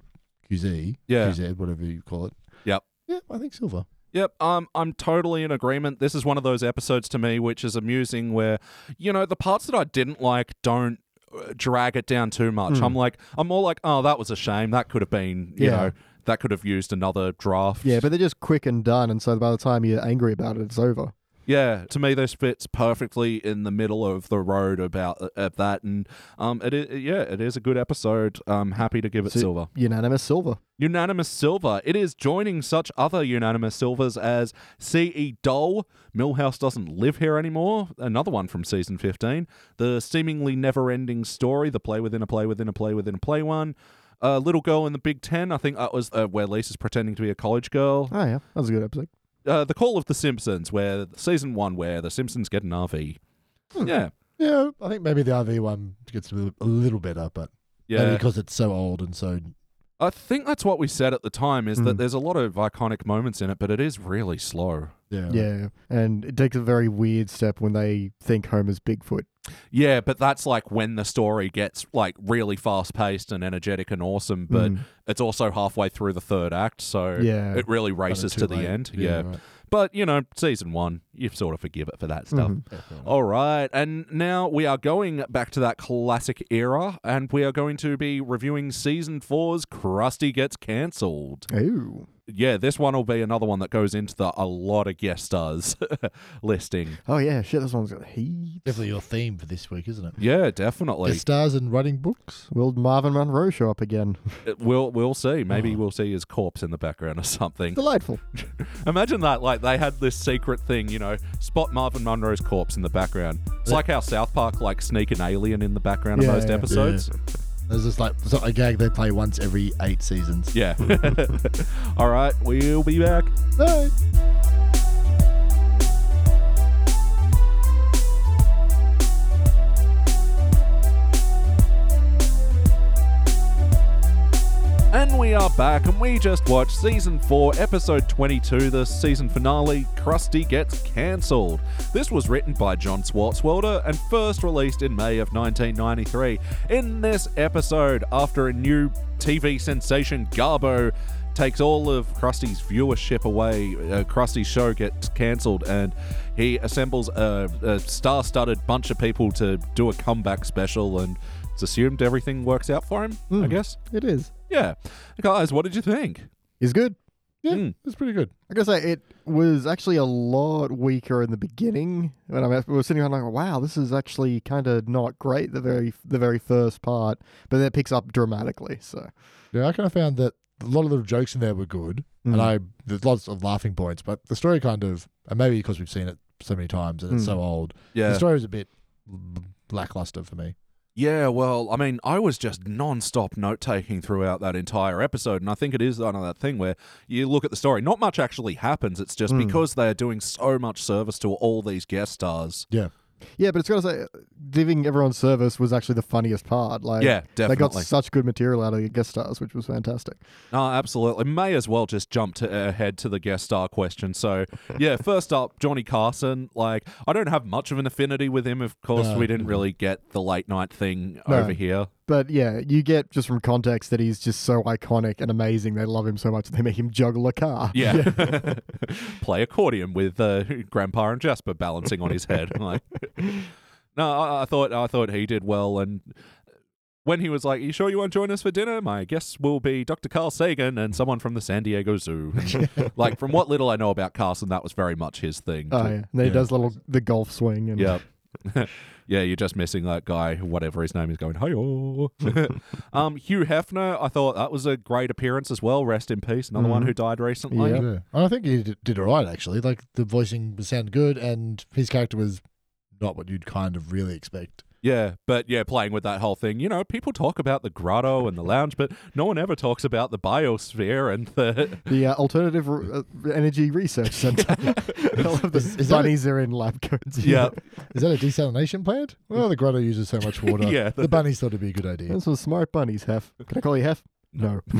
Speaker 3: QZ,
Speaker 1: Yeah.
Speaker 3: QZ, whatever you call it.
Speaker 1: Yep.
Speaker 3: Yeah, I think silver.
Speaker 1: Yep, I'm I'm totally in agreement. This is one of those episodes to me which is amusing where you know the parts that I didn't like don't uh, drag it down too much. I'm like I'm more like oh that was a shame. That could have been, you
Speaker 2: Mm. Yeah.
Speaker 1: know, that could have used another draft.
Speaker 2: Yeah, but they're just quick and done, and so by the time you're angry about it, it's over.
Speaker 1: Yeah, to me this fits perfectly in the middle of the road about at that and um it is, yeah, it is a good episode. I'm happy to give it
Speaker 2: So-
Speaker 1: silver.
Speaker 2: Unanimous silver.
Speaker 1: Unanimous Silver. It is joining such other Unanimous Silvers as C.E. Dole, Millhouse Doesn't Live Here Anymore, another one from season 15, The Seemingly Never Ending Story, The Play Within a Play Within a Play Within a Play One, uh, Little Girl in the Big Ten, I think that was uh, where Lisa's pretending to be a college girl,
Speaker 2: Oh yeah, that was a good episode.
Speaker 1: uh, The Call of the Simpsons, where season one, where the Simpsons get an RV.
Speaker 3: Hmm.
Speaker 1: Yeah.
Speaker 3: Yeah, I think maybe the RV one gets a little, a little better, but maybe
Speaker 1: Yeah,
Speaker 3: because it's so old and so
Speaker 1: I think that's what we said at the time. Is
Speaker 3: Hmm.
Speaker 1: that
Speaker 2: Mm.
Speaker 1: there's a lot of iconic moments in it, but it is really slow.
Speaker 3: yeah.
Speaker 2: Yeah, and it takes a very weird step when they think Homer's Bigfoot.
Speaker 1: Yeah, but that's like when the story gets like really fast paced and energetic and awesome, but
Speaker 3: Hmm.
Speaker 2: Mm.
Speaker 1: it's also halfway through the third act, so
Speaker 2: Yeah.
Speaker 1: it really
Speaker 3: kinda
Speaker 1: races
Speaker 3: too
Speaker 1: to the
Speaker 3: late.
Speaker 1: end. Yeah.
Speaker 3: right.
Speaker 1: But, you know, season one, you sort of forgive it for that stuff.
Speaker 2: Mhm.
Speaker 3: Yeah, fair enough.
Speaker 1: All right, and now we are going back to that classic era, and we are going to be reviewing season four's Krusty Gets Cancelled
Speaker 2: Ooh.
Speaker 1: yeah, this one will be another one that goes into the a lot of guest stars listing.
Speaker 2: Oh yeah, shit, this one's got heaps.
Speaker 3: Definitely your theme for this week, isn't it?
Speaker 1: Yeah, definitely.
Speaker 3: Guest stars and writing books.
Speaker 2: Will Marvin Monroe show up again?
Speaker 1: Uh, We'll we'll see. Maybe
Speaker 2: Oh.
Speaker 1: we'll see his corpse in the background or something.
Speaker 2: Delightful.
Speaker 1: Imagine that. Like they had this secret thing, you know, spot Marvin Monroe's corpse in the background. It's like how South Park like sneak an alien in the background
Speaker 2: Yeah,
Speaker 1: of most
Speaker 2: yeah.
Speaker 1: episodes.
Speaker 3: There's this like it's like a gag they play once every eight seasons.
Speaker 1: Yeah. All right, we'll be back.
Speaker 3: Bye.
Speaker 1: And we are back, and we just watched season 4, episode 22, the season finale Krusty Gets Cancelled. This was written by John Swartzwelder and first released in May of 1993. In this episode, after a new TV sensation, Garbo, takes all of Krusty's viewership away, uh, Krusty's show gets cancelled, and he assembles a, a star studded bunch of people to do a comeback special, and it's assumed everything works out for him, I guess.
Speaker 2: it is.
Speaker 1: Yeah. Guys, what did you think?
Speaker 2: It's good.
Speaker 3: Yeah,
Speaker 1: Mm.
Speaker 3: it's pretty good.
Speaker 2: I gotta say, it was actually a lot weaker in the beginning. When I was sitting around like, wow, this is actually kind of not great. The very the very first part, but then it picks up dramatically. So
Speaker 3: Yeah, I kind of found that a lot of the jokes in there were good,
Speaker 2: Mm.
Speaker 3: and I there's lots of laughing points, but the story kind of and maybe because we've seen it so many times and it's
Speaker 2: Mm.
Speaker 3: so old,
Speaker 1: Yeah.
Speaker 3: the story was a bit l- lackluster for me.
Speaker 1: yeah, well, I mean, I was just non-stop note-taking throughout that entire episode, and I think it is kind of that thing where you look at the story, not much actually happens. It's just
Speaker 2: Mm.
Speaker 1: because they are doing so much service to all these guest stars.
Speaker 3: Yeah,
Speaker 2: yeah, but it's gotta say, giving everyone service was actually the funniest part. Like,
Speaker 1: yeah,
Speaker 2: they
Speaker 1: definitely.
Speaker 2: got such good material out of the guest stars, which was fantastic.
Speaker 1: No, absolutely. May as well just jump to, uh, ahead to the guest star question. So, yeah, first up, Johnny Carson. Like, I don't have much of an affinity with him. Of course,
Speaker 3: No.
Speaker 1: we didn't really get the late night thing
Speaker 2: No.
Speaker 1: over here.
Speaker 2: But yeah, you get just from context that he's just so iconic and amazing. They love him so much that they make him juggle a car.
Speaker 1: Yeah. Play accordion with uh, Grandpa and Jasper balancing on his head. Like, no, I, I thought I thought he did well. And when he was like, "You sure you won't join us for dinner?" My guest will be Dr. Carl Sagan and someone from the San Diego Zoo. And, like from what little I know about Carson, that was very much his thing.
Speaker 2: Oh yeah, and then he
Speaker 3: Yeah.
Speaker 2: does little the golf swing and
Speaker 1: Yep. yeah, you're just missing that guy, whatever his name is, going, hey Um Hugh Hefner, I thought that was a great appearance as well. Rest in peace. Another one
Speaker 2: Mhm.
Speaker 1: who died recently.
Speaker 2: Yep.
Speaker 3: yeah. And I think he did, did all right actually. Like the voicing sounded good, and his character was not what you'd kind of really expect.
Speaker 1: Yeah, but yeah, playing with that whole thing. You know, people talk about the grotto and the lounge, but no one ever talks about the biosphere and the.
Speaker 2: the uh, alternative r- uh, energy research center. All of the
Speaker 3: Is- is that a-
Speaker 2: bunnies are in lab coats.
Speaker 1: Yeah,
Speaker 3: Is that a desalination plant? Well, the grotto uses so much water.
Speaker 1: yeah.
Speaker 3: The bunnies thought it'd be a good idea.
Speaker 2: Those were smart bunnies, Hef. Can I call you Hef? No.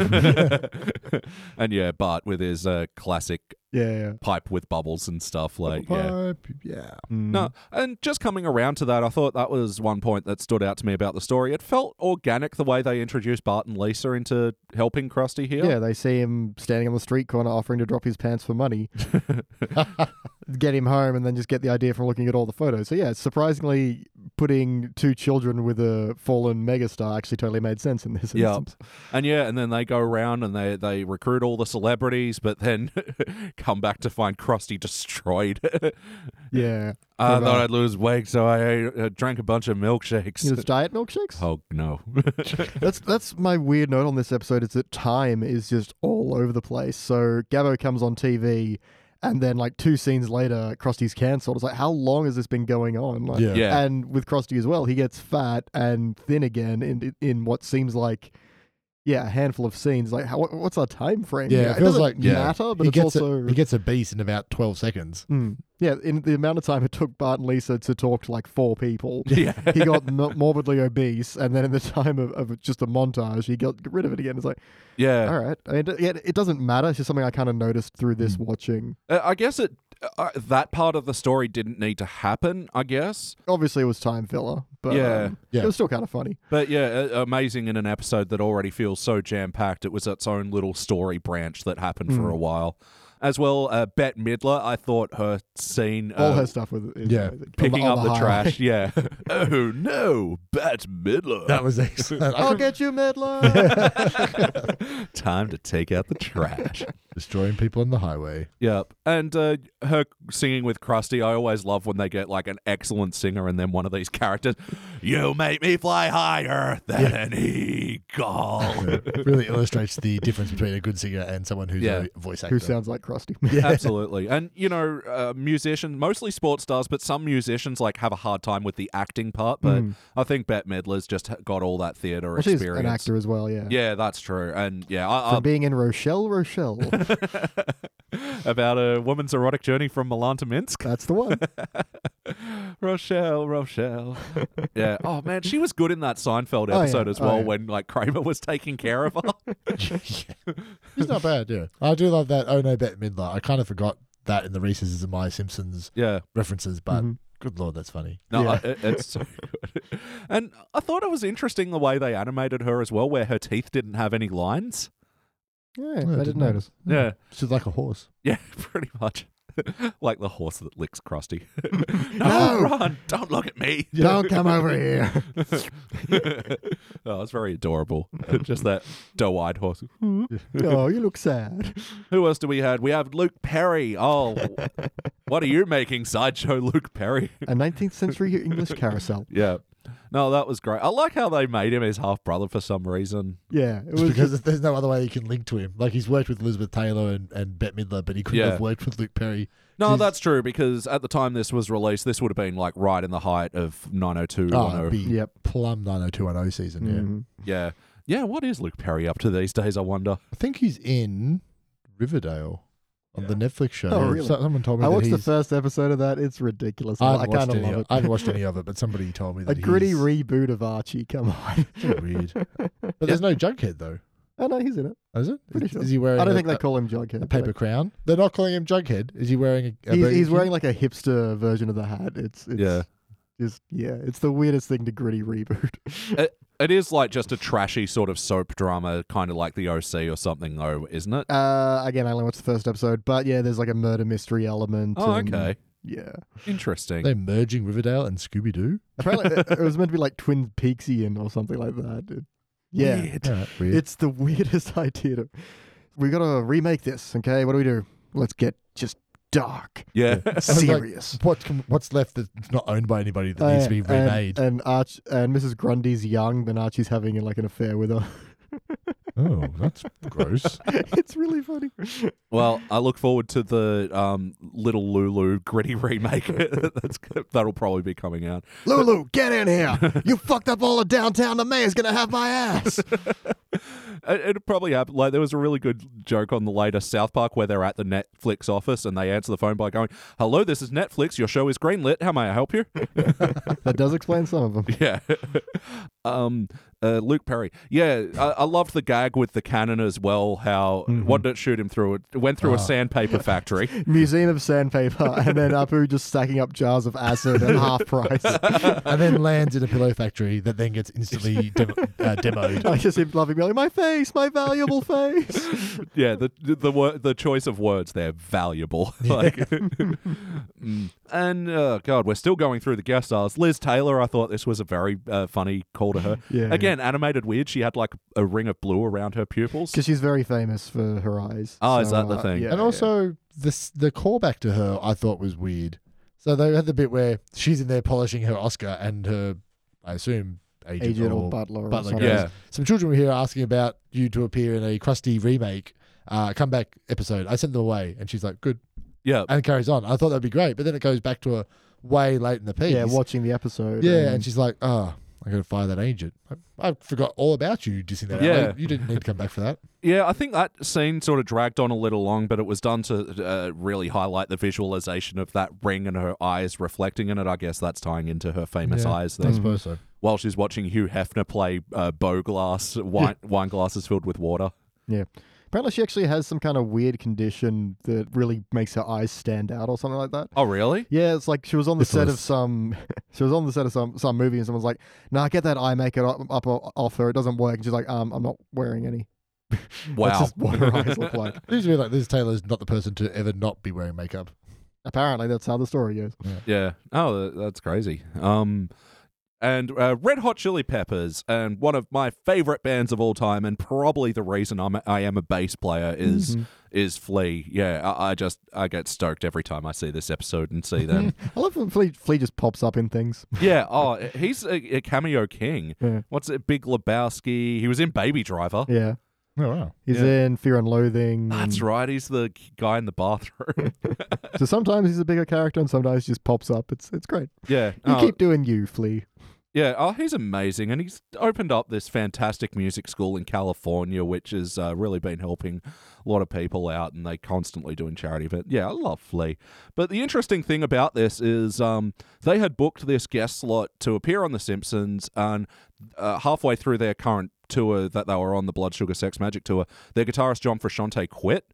Speaker 1: and yeah, Bart with his uh, classic
Speaker 2: Yeah, yeah.
Speaker 1: pipe with bubbles and stuff. Like, yeah.
Speaker 3: Pipe, yeah.
Speaker 1: No, and just coming around to that, I thought that was one point that stood out to me about the story. It felt organic the way they introduced Bart and Lisa into helping Krusty here.
Speaker 2: Yeah, they see him standing on the street corner offering to drop his pants for money, get him home, and then just get the idea from looking at all the photos. So, yeah, surprisingly, putting two children with a fallen megastar actually totally made sense in this
Speaker 1: Yep.
Speaker 2: instance.
Speaker 1: And yeah, and then they go around and they, they recruit all the celebrities, but then come back to find Krusty destroyed.
Speaker 2: Yeah.
Speaker 1: I
Speaker 2: Hey,
Speaker 1: thought
Speaker 2: Val.
Speaker 1: I'd lose weight, so I ate- uh, drank a bunch of milkshakes.
Speaker 2: You know, it's diet milkshakes?
Speaker 1: Oh no!
Speaker 2: That's that's my weird note on this episode is that time is just all over the place. So Gabbo comes on TV and then like two scenes later, Krusty's cancelled. It's like how long has this been going on? Like,
Speaker 3: Yeah.
Speaker 1: Yeah.
Speaker 2: And with Krusty as well, he gets fat and thin again in in what seems like yeah, a handful of scenes. Like how, what- what's our time frame?
Speaker 3: Yeah,
Speaker 2: here?
Speaker 3: it
Speaker 2: it,
Speaker 3: feels
Speaker 2: doesn't
Speaker 3: like- yeah.
Speaker 2: matter, but
Speaker 3: he
Speaker 2: it's
Speaker 3: gets
Speaker 2: also
Speaker 3: a, he gets a beast in about twelve seconds.
Speaker 2: Hmm. yeah. In the amount of time it took Bart and Lisa to talk to like four people,
Speaker 1: yeah,
Speaker 2: he got m- morbidly obese, and then in the time of, of just a montage, he got rid of it again. It's like,
Speaker 1: yeah.
Speaker 2: all right, I mean, it, it- it doesn't matter. It's just something I kind of noticed through this
Speaker 3: Hmm.
Speaker 2: watching.
Speaker 1: Uh, I guess it uh, that part of the story didn't need to happen. I guess,
Speaker 2: Obviously, it was time filler, but
Speaker 1: Yeah.
Speaker 2: um,
Speaker 3: Yeah.
Speaker 2: it was still kind of funny.
Speaker 1: but yeah, uh, amazing in an episode that already feels so jam packed. It was its own little story branch that happened for
Speaker 2: Mm.
Speaker 1: a while, as well. Uh, Bette Midler, I thought her scene,
Speaker 2: All
Speaker 1: uh,
Speaker 2: her stuff with it is
Speaker 3: Um, yeah.
Speaker 2: amazing.
Speaker 1: picking
Speaker 2: On
Speaker 1: up the,
Speaker 2: highway.
Speaker 1: trash. Yeah. oh no, Bette Midler.
Speaker 3: That was excellent. I
Speaker 2: I'll
Speaker 3: couldn't-
Speaker 2: get you, Midler.
Speaker 1: Time to take out the trash.
Speaker 3: destroying people on the highway.
Speaker 1: Yep. And uh, her singing with Krusty, I always love when they get like an excellent singer and then one of these characters, you make me fly higher than an eagle.
Speaker 3: It really illustrates the difference between a good singer and someone who's
Speaker 1: Yeah.
Speaker 3: a voice actor.
Speaker 2: Who sounds like Krusty?
Speaker 1: Absolutely. And, you know, uh, musicians, mostly sports stars, but some musicians like have a hard time with the acting part. But I think Bette Midler's just got all that theater
Speaker 2: Well, she's
Speaker 1: experience.
Speaker 2: an actor as well. Yeah. um,
Speaker 1: Yeah, that's true. And yeah, I,
Speaker 2: From
Speaker 1: I,
Speaker 2: being in Rochelle, Rochelle,
Speaker 1: about a woman's erotic journey from Milan to Minsk.
Speaker 2: that's the one.
Speaker 1: Rochelle, Rochelle. yeah. Oh man, she was good in that Seinfeld
Speaker 2: Oh, yeah.
Speaker 1: episode as
Speaker 2: Oh,
Speaker 1: well
Speaker 2: yeah.
Speaker 1: when like Kramer was taking care of her.
Speaker 3: She's not bad, yeah. I do love that. Oh no, Bette Midler. I kind of forgot that in the recesses of my Simpsons
Speaker 1: yeah.
Speaker 3: references, but
Speaker 2: Mhm.
Speaker 3: good lord, that's funny.
Speaker 1: No,
Speaker 2: Yeah.
Speaker 1: I, it- it's so good. And I thought it was interesting the way they animated her as well, where her teeth didn't have any lines.
Speaker 2: Yeah,
Speaker 3: Yeah,
Speaker 2: I didn't notice.
Speaker 1: Yeah.
Speaker 3: She's like a horse.
Speaker 1: Yeah. Pretty much. like the horse that licks Krusty.
Speaker 2: No!
Speaker 1: run! Don't look at me.
Speaker 2: Don't come over here.
Speaker 1: oh, it's very adorable. Just that doe-eyed horse.
Speaker 2: oh, you look sad.
Speaker 1: Who else do we have? We have Luke Perry. Oh, what are you making, sideshow Luke Perry?
Speaker 2: A 19th century English carousel.
Speaker 1: yeah. No, that was great. I like how they made him his half brother for some reason.
Speaker 2: Yeah, it
Speaker 3: Just
Speaker 2: was
Speaker 3: because there's no other way you can link to him. Like he's worked with Elizabeth Taylor and, and Bette Midler, but he couldn't
Speaker 1: Yeah.
Speaker 3: have worked with Luke Perry.
Speaker 1: No,
Speaker 3: He's-
Speaker 1: that's true because at the time this was released, this would have been like right in the height of 902.
Speaker 3: Oh, it'd be
Speaker 2: Yep.
Speaker 3: plum 90210 season, yeah.
Speaker 2: Mhm.
Speaker 1: yeah. Yeah, what is Luke Perry up to these days, I wonder?
Speaker 3: I think he's in Riverdale on the Netflix show.
Speaker 2: Oh,
Speaker 3: Yeah,
Speaker 2: really?
Speaker 3: so- Someone told me
Speaker 2: I
Speaker 3: that
Speaker 2: watched the
Speaker 3: he's-
Speaker 2: first episode of that. It's ridiculous.
Speaker 3: I
Speaker 2: I,
Speaker 3: haven't
Speaker 2: kind
Speaker 3: watched
Speaker 2: of
Speaker 3: any
Speaker 2: love
Speaker 3: of
Speaker 2: it.
Speaker 3: I haven't watched any of it, but somebody told me
Speaker 2: a
Speaker 3: that
Speaker 2: gritty
Speaker 3: he's-
Speaker 2: reboot of Archie. Come on.
Speaker 3: weird. But there's no Jughead though,
Speaker 2: oh no, he's in it.
Speaker 3: is it?
Speaker 2: Pretty
Speaker 3: Is,
Speaker 2: sure.
Speaker 3: is he wearing?
Speaker 2: I don't
Speaker 3: a-
Speaker 2: think they
Speaker 3: a-
Speaker 2: call him Jughead.
Speaker 3: uh, a
Speaker 2: but-
Speaker 3: paper crown. They're not calling him Jughead. Is he wearing a? a
Speaker 2: He's,
Speaker 3: Burger
Speaker 2: he's
Speaker 3: King?
Speaker 2: wearing like a hipster version of the hat. It's, it's
Speaker 1: Yeah.
Speaker 2: just yeah. It's the weirdest thing to gritty reboot.
Speaker 1: It is like just a trashy sort of soap drama, kind of like The OC or something, though, isn't it?
Speaker 2: Uh, again, I only watched the first episode, but yeah, there's like a murder mystery element.
Speaker 1: Oh,
Speaker 2: and-
Speaker 1: okay.
Speaker 2: Yeah,
Speaker 1: Interesting.
Speaker 3: They're merging Riverdale and Scooby Doo.
Speaker 2: apparently it, it was meant to be like Twin Peaksian or something like that. It- yeah,
Speaker 3: weird.
Speaker 2: It's the weirdest idea. To, we got to remake this, okay? What do we do? Let's get just dark,
Speaker 1: Yeah.
Speaker 3: was like,
Speaker 2: serious.
Speaker 3: what can, what's left that's not owned by anybody that
Speaker 2: Oh,
Speaker 3: needs
Speaker 2: yeah,
Speaker 3: to be
Speaker 2: and-
Speaker 3: remade?
Speaker 2: And, Arch and Mrs. Grundy's young, then Archie's having like an affair with her.
Speaker 3: oh, that's gross.
Speaker 2: it's really funny.
Speaker 1: Well, I look forward to the um, Little Lulu gritty remake. That's that'll probably be coming out.
Speaker 2: Lulu, get in here! You fucked up all of downtown. The mayor's gonna have my ass.
Speaker 1: It, it'll probably happen. Like there was a really good joke on the later South Park where they're at the Netflix office and they answer the phone by going, "Hello, this is Netflix. Your show is greenlit. How may I help you?"
Speaker 2: that does explain some of them.
Speaker 1: yeah. um, Uh, Luke Perry. Yeah, I, I loved the gag with the cannon as well. How what did it shoot him through? It went through a sandpaper factory.
Speaker 2: Museum of Sandpaper, and then Apu just stacking up jars of acid at half price.
Speaker 3: and then lands in a pillow factory that then gets instantly dem- uh, demoed.
Speaker 2: I just him loving me like, my face, my valuable face.
Speaker 1: yeah, the the wor- the choice of words there valuable. like, Mm. and oh god, we're still going through the guest stars. Liz Taylor, I thought this was a very uh, funny call to her.
Speaker 2: Yeah.
Speaker 1: Again, animated weird. She had like a ring of blue around her pupils.
Speaker 2: Because she's very famous for her eyes. uh,
Speaker 1: Oh, is that the thing?
Speaker 2: yeah,
Speaker 3: and also this the callback to her I thought was weird. So they had the bit where she's in there polishing her Oscar and her, I assume,
Speaker 2: yeah.
Speaker 3: agent,
Speaker 2: agent or
Speaker 3: or
Speaker 2: butler or
Speaker 3: Butler
Speaker 2: something.
Speaker 3: goes,
Speaker 1: Yeah.
Speaker 3: Some children were here asking about you to appear in a crusty remake uh, comeback episode. I sent them away, and she's like, "Good,"
Speaker 1: Yeah.
Speaker 3: and carries on. I thought that'd be great, but then it goes back to her way late in the piece.
Speaker 2: Yeah, watching the episode.
Speaker 3: Yeah, and she's like, "Oh, I got to fire that agent. I, I forgot all about you dissing that.
Speaker 1: Yeah.
Speaker 3: Yeah, you didn't need to come back for that.
Speaker 1: Yeah, I think that scene sort of dragged on a little long, but it was done to uh, really highlight the visualization of that ring and her eyes reflecting in it. I guess that's tying into her famous
Speaker 3: Yeah, Mm.
Speaker 1: eyes. There.
Speaker 3: suppose so.
Speaker 1: While she's watching Hugh Hefner play uh, bow glass, wine, wine glasses filled with water.
Speaker 2: yeah. Apparently, she actually has some kind of weird condition that really makes her eyes stand out or something like that.
Speaker 1: Oh, really?
Speaker 2: Yeah, it's like she was on the
Speaker 3: This
Speaker 2: set of
Speaker 3: was-
Speaker 2: some. She was on the set of some some movie, and someone's like, "Nah, get that eye makeup up, up off her. It doesn't work." And she's like, "Um, I'm not wearing any." That's
Speaker 1: Wow.
Speaker 2: just what her eyes look like.
Speaker 3: It used to be like Liz Taylor's not the person to ever not be wearing makeup.
Speaker 2: Apparently, that's how the story goes.
Speaker 1: Yeah. Oh, th- that's crazy. Um, and uh, Red Hot Chili Peppers, and one of my favorite bands of all time, and probably the reason I'm a, I am a bass player is
Speaker 2: Mm-hmm.
Speaker 1: is Flea. Yeah, I, I just I get stoked every time I see this episode and see them.
Speaker 2: I love when Flea, Flea just pops up in things.
Speaker 1: yeah. Oh, he's a, a cameo king.
Speaker 2: Yeah.
Speaker 1: What's it? Big Lebowski. He was in Baby Driver.
Speaker 2: Yeah,
Speaker 3: Oh wow.
Speaker 2: he's
Speaker 1: Yeah.
Speaker 2: in Fear and Loathing.
Speaker 1: That's
Speaker 2: and-
Speaker 1: right. He's the guy in the bathroom.
Speaker 2: So sometimes he's a bigger character, and sometimes he just pops up. It's it's great.
Speaker 1: yeah.
Speaker 2: You
Speaker 1: oh,
Speaker 2: keep doing you, Flea.
Speaker 1: Yeah, oh, he's amazing, and he's opened up this fantastic music school in California, which has uh, really been helping a lot of people out, and they constantly doing charity. But yeah, I love Flea. But the interesting thing about this is um, they had booked this guest slot to appear on The Simpsons, and uh, halfway through their current tour that they were on, the Blood Sugar Sex Magic tour, their guitarist John Frusciante quit.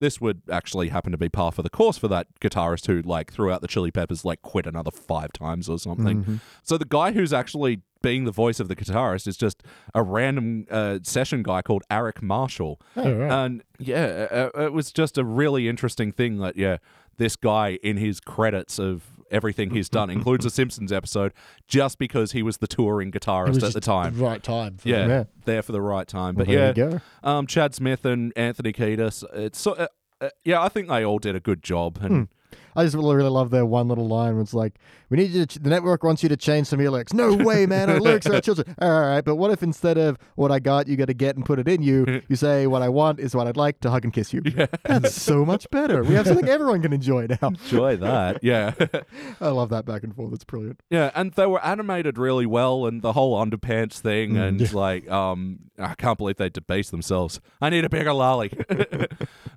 Speaker 1: This would actually happen to be par for the course for that guitarist who, like, throughout the Chili Peppers, like, quit another five times or something. So the guy who's actually being the voice of the guitarist is just a random uh, session guy called Eric Marshall.
Speaker 3: Oh, right.
Speaker 1: And yeah, uh, it was just a really interesting thing that, yeah, this guy in his credits of everything he's done includes a Simpsons episode just because he was the touring
Speaker 3: It was
Speaker 1: guitarist at
Speaker 3: just
Speaker 1: the time.
Speaker 3: right time. for
Speaker 1: Yeah,
Speaker 3: that.
Speaker 2: Yeah.
Speaker 1: there for the right time. But
Speaker 2: Well, there
Speaker 1: yeah,
Speaker 2: you go.
Speaker 1: um, Chad Smith and Anthony Kiedis. It's so, uh, uh, yeah, I think they all did a good job. And
Speaker 2: I just really, really love their one little line where it's like, we need you to, ch- the network wants you to change some of your lyrics. No way, man. Our lyrics are our children. All right, but what if instead of what I got, you got to get and put it in you, you say, what I want is what I'd like to hug and kiss you. That's so much better. We have something everyone can enjoy now.
Speaker 1: enjoy that. Yeah,
Speaker 2: I love that back and forth. It's brilliant.
Speaker 1: yeah, and they were animated really well, and the whole underpants thing, and like, um, I can't believe they debased themselves. I need a bigger lolly.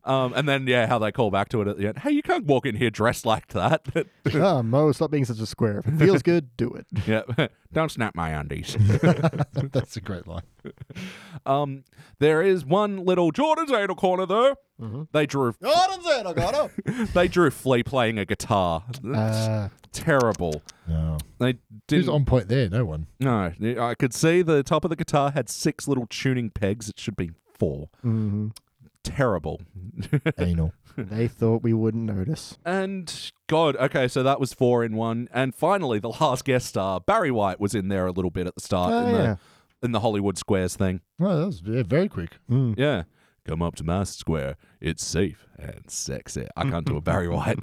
Speaker 1: um, and then yeah, how they call back to it at the end. Hey, you can't walk in here dressed like that.
Speaker 2: Ah, Mo, stop being such a square. If it feels good, do it.
Speaker 1: yeah, don't snap my undies.
Speaker 3: That's a great line.
Speaker 1: um, there is one little Jordan's anal corner though. They drew
Speaker 3: Oh.
Speaker 1: they drew Flea playing a guitar. That's
Speaker 2: Uh,
Speaker 1: terrible.
Speaker 3: No.
Speaker 1: They
Speaker 3: Who's
Speaker 1: didn't.
Speaker 3: on point there? No one.
Speaker 1: no, I could see the top of the guitar had six little tuning pegs. It should be four.
Speaker 2: mhm.
Speaker 1: Terrible.
Speaker 3: Anal.
Speaker 2: They thought we wouldn't notice.
Speaker 1: And God, okay, so that was four in one. And finally, the last guest star, Barry White, was in there a little bit at the start
Speaker 2: Oh,
Speaker 1: in,
Speaker 2: yeah.
Speaker 1: the, in the Hollywood Squares thing.
Speaker 3: Well, that was yeah, very quick.
Speaker 2: Hmm.
Speaker 1: Yeah. Come up to my square. It's safe and sexy. I can't do a Barry White.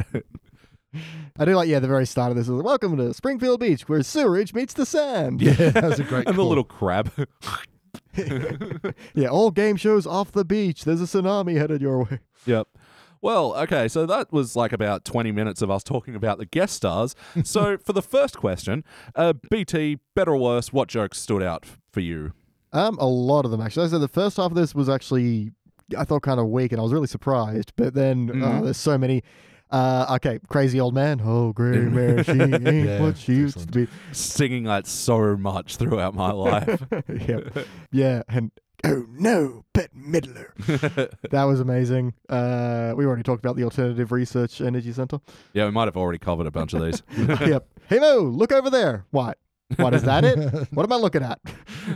Speaker 2: I do like, yeah, the very start of this is like, welcome to Springfield Beach, where sewerage meets the sand.
Speaker 3: Yeah, that was a great.
Speaker 1: and the
Speaker 3: call.
Speaker 1: little crab.
Speaker 2: Yeah, all game shows off the beach. There's a tsunami headed your way.
Speaker 1: Yep. Well, okay, so that was like about 20 minutes of us talking about the guest stars. So, for the first question, uh, BT, better or worse, what jokes stood out f- for you?
Speaker 2: Um, a lot of them actually. As I said the first half of Mm-hmm. this was actually I thought kind of weak, and I was really surprised. But then uh, there's so many. Uh, okay, crazy old man. Oh, Gray Mary, she ain't
Speaker 3: Yeah,
Speaker 2: what she used to be.
Speaker 1: Singing that so much throughout my life.
Speaker 2: yep. Yeah, and oh no, Bette Midler. that was amazing. Uh, we already talked about the Alternative Research Energy Center.
Speaker 1: yeah, we might have already covered a bunch of these.
Speaker 2: yep. Hey Mo, look over there. What? What is that? It? What am I looking at?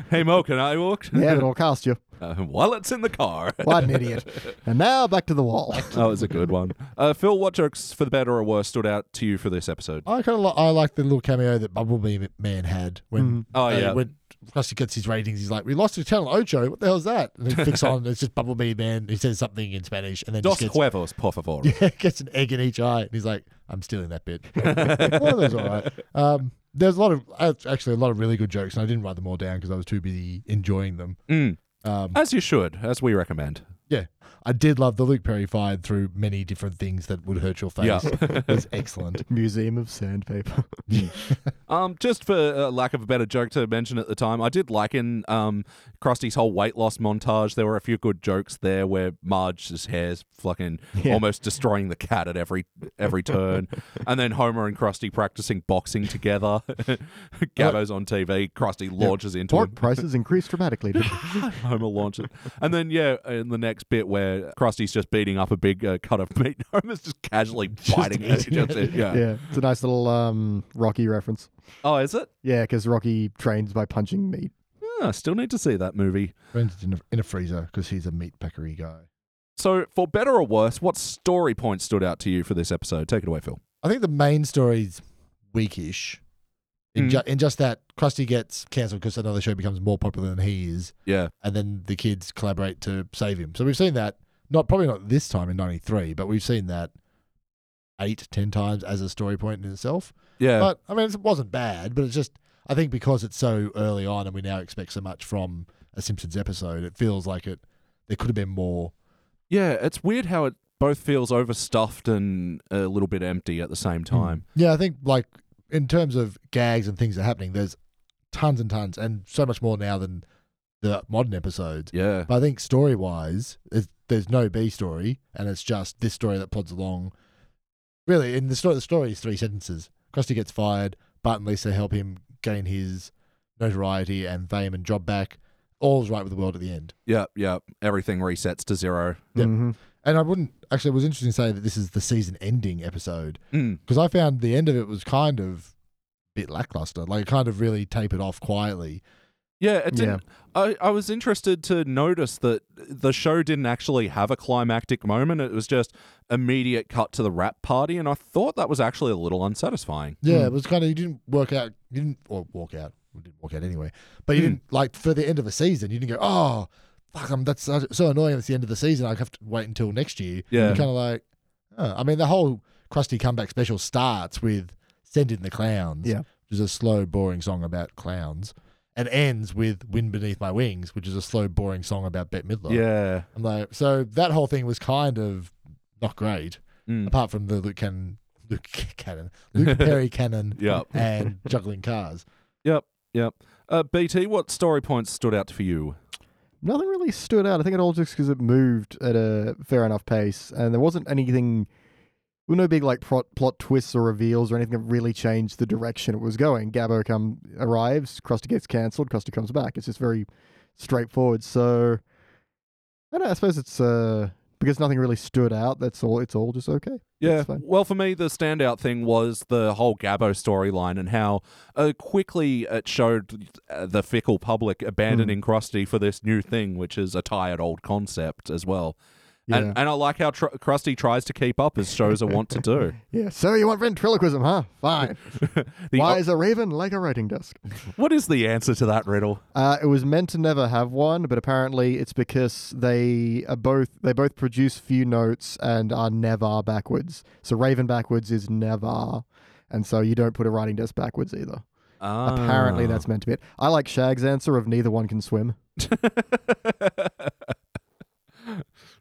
Speaker 1: hey, Mo, can I walk?
Speaker 2: Yeah, it'll cost you.
Speaker 1: Uh, while it's in the car.
Speaker 2: What an idiot. And now back to the wall.
Speaker 1: That was a good one. Uh, Phil, what jokes, for the better or worse, stood out to you for this episode?
Speaker 3: I kind of like I like the little cameo that Bumblebee Man had when
Speaker 1: Oh, yeah.
Speaker 3: when Rusty gets his ratings. He's like, "We lost to Channel Ocho. What the hell's that?" And then fix on. It's just Bumblebee Man. He says something in Spanish and then
Speaker 1: Dos
Speaker 3: just gets,
Speaker 1: huevos, por favor.
Speaker 3: yeah, gets an egg in each eye, and he's like, "I'm stealing that bit." well, that's all right. Um, there's a lot of uh, actually a lot of really good jokes, and I didn't write them all down because I was too busy enjoying them.
Speaker 1: Mm.
Speaker 3: Um,
Speaker 1: As you should, as we recommend.
Speaker 3: yeah, I did love the Luke Perry fired through many different things that would hurt your face.
Speaker 1: Yeah.
Speaker 3: it's excellent.
Speaker 2: Museum of Sandpaper.
Speaker 1: Um, just for uh, lack of a better joke to mention at the time, I did like in um, Krusty's whole weight loss montage. There were a few good jokes there where Marge's hair's fucking
Speaker 2: Yeah.
Speaker 1: almost destroying the cat at every every turn, and then Homer and Krusty practicing boxing together. Gabbo's on TV. Krusty launches into him.
Speaker 2: Pork prices increased dramatically. didn't they?
Speaker 1: Homer launches, and then yeah, in the next bit where Krusty's just beating up a big uh, cut of meat, Homer's just casually biting it.
Speaker 3: eating
Speaker 1: Just it, Yeah.
Speaker 2: yeah, it's a nice little um, Rocky reference.
Speaker 1: Oh, is it?
Speaker 2: Yeah, because Rocky trains by punching meat.
Speaker 1: Ah, still need to see that movie.
Speaker 3: Brendan's in a, in a freezer because he's a meat packery guy.
Speaker 1: So, for better or worse, what story point stood out to you for this episode? Take it away, Phil.
Speaker 3: I think the main story's weakish. In,
Speaker 1: Mm.
Speaker 3: ju- in just that, Krusty gets cancelled because another show becomes more popular than he is,
Speaker 1: Yeah.
Speaker 3: and then the kids collaborate to save him. So we've seen that, not probably not this time in '93, but we've seen that eight, ten times as a story point in itself.
Speaker 1: Yeah.
Speaker 3: But I mean, it wasn't bad, but it's just I think because it's so early on, and we now expect so much from a Simpsons episode, it feels like it. There could have been more.
Speaker 1: yeah. It's weird how it both feels overstuffed and a little bit empty at the same time.
Speaker 3: Yeah, I think like in terms of gags and things that are happening, there's tons and tons, and so much more now than the modern episodes.
Speaker 1: Yeah.
Speaker 3: But I think story wise, there's no B story, and it's just this story that plods along. Really, in the story, the story is three sentences. Krusty gets fired. Bart and Lisa help him gain his notoriety and fame and job back. All's right with the world at the end.
Speaker 1: Yeah. Yeah. Everything resets to zero.
Speaker 3: Yep.
Speaker 2: Mhm.
Speaker 3: And I wouldn't actually. It was interesting to say that this is the season ending episode
Speaker 1: Mm.
Speaker 3: because I found the end of it was kind of a bit lackluster. Like, it kind of really tapered off quietly.
Speaker 1: Yeah. It
Speaker 2: Yeah.
Speaker 1: didn't, I, I was interested to notice that the show didn't actually have a climactic moment. It was just immediate cut to the rap party. And I thought that was actually a little unsatisfying.
Speaker 3: Yeah,
Speaker 2: Hmm.
Speaker 3: it was kind of you didn't work out, you didn't or walk out, we didn't walk out anyway. But you
Speaker 1: Hmm.
Speaker 3: didn't like for the end of a season, you didn't go, oh, fuck, I'm, that's so, so annoying. It's the end of the season. I have to wait until next year.
Speaker 1: Yeah.
Speaker 3: You're kind of like, oh. I mean, the whole Krusty comeback special starts with "Send in the Clowns,"
Speaker 2: Yeah.
Speaker 3: which is a slow, boring song about clowns, and ends with "Wind Beneath My Wings," which is a slow, boring song about Bette Midler.
Speaker 1: Yeah.
Speaker 3: I'm like, so that whole thing was kind of not great,
Speaker 1: Mm.
Speaker 3: apart from the Luke Cannon, Luke Cannon, Luke Perry Cannon,
Speaker 1: Yep.
Speaker 3: and juggling cars.
Speaker 1: Yep. Yep. Uh, BT, what story points stood out for you?
Speaker 2: Nothing really stood out. I think it all just because it moved at a fair enough pace, and there wasn't anything. There were no big like plot, plot twists or reveals or anything that really changed the direction it was going. Gabbo come arrives, Krusty gets cancelled, Krusty comes back. It's just very straightforward. So I don't know. I suppose it's uh, because nothing really stood out. That's all. It's all just okay.
Speaker 1: Yeah.
Speaker 2: It's fine.
Speaker 1: Well, for me, the standout thing was the whole Gabbo storyline and how uh, quickly it showed uh, the fickle public abandoning
Speaker 2: Hmm.
Speaker 1: Krusty for this new thing, which is a tired old concept as well.
Speaker 2: Yeah.
Speaker 1: And, and I like how tr- Krusty tries to keep up as shows are want to do.
Speaker 2: Yeah. So you want ventriloquism, huh? Fine.
Speaker 1: The-
Speaker 2: Why is a raven like a writing desk?
Speaker 1: What is the answer to that riddle?
Speaker 2: Uh, it was meant to never have one, but apparently it's because they are both they both produce few notes and are never backwards. So Raven backwards is never, and so you don't put a writing desk backwards either. Apparently
Speaker 1: Ah.
Speaker 2: that's meant to be it. I like Shag's answer of neither one can swim.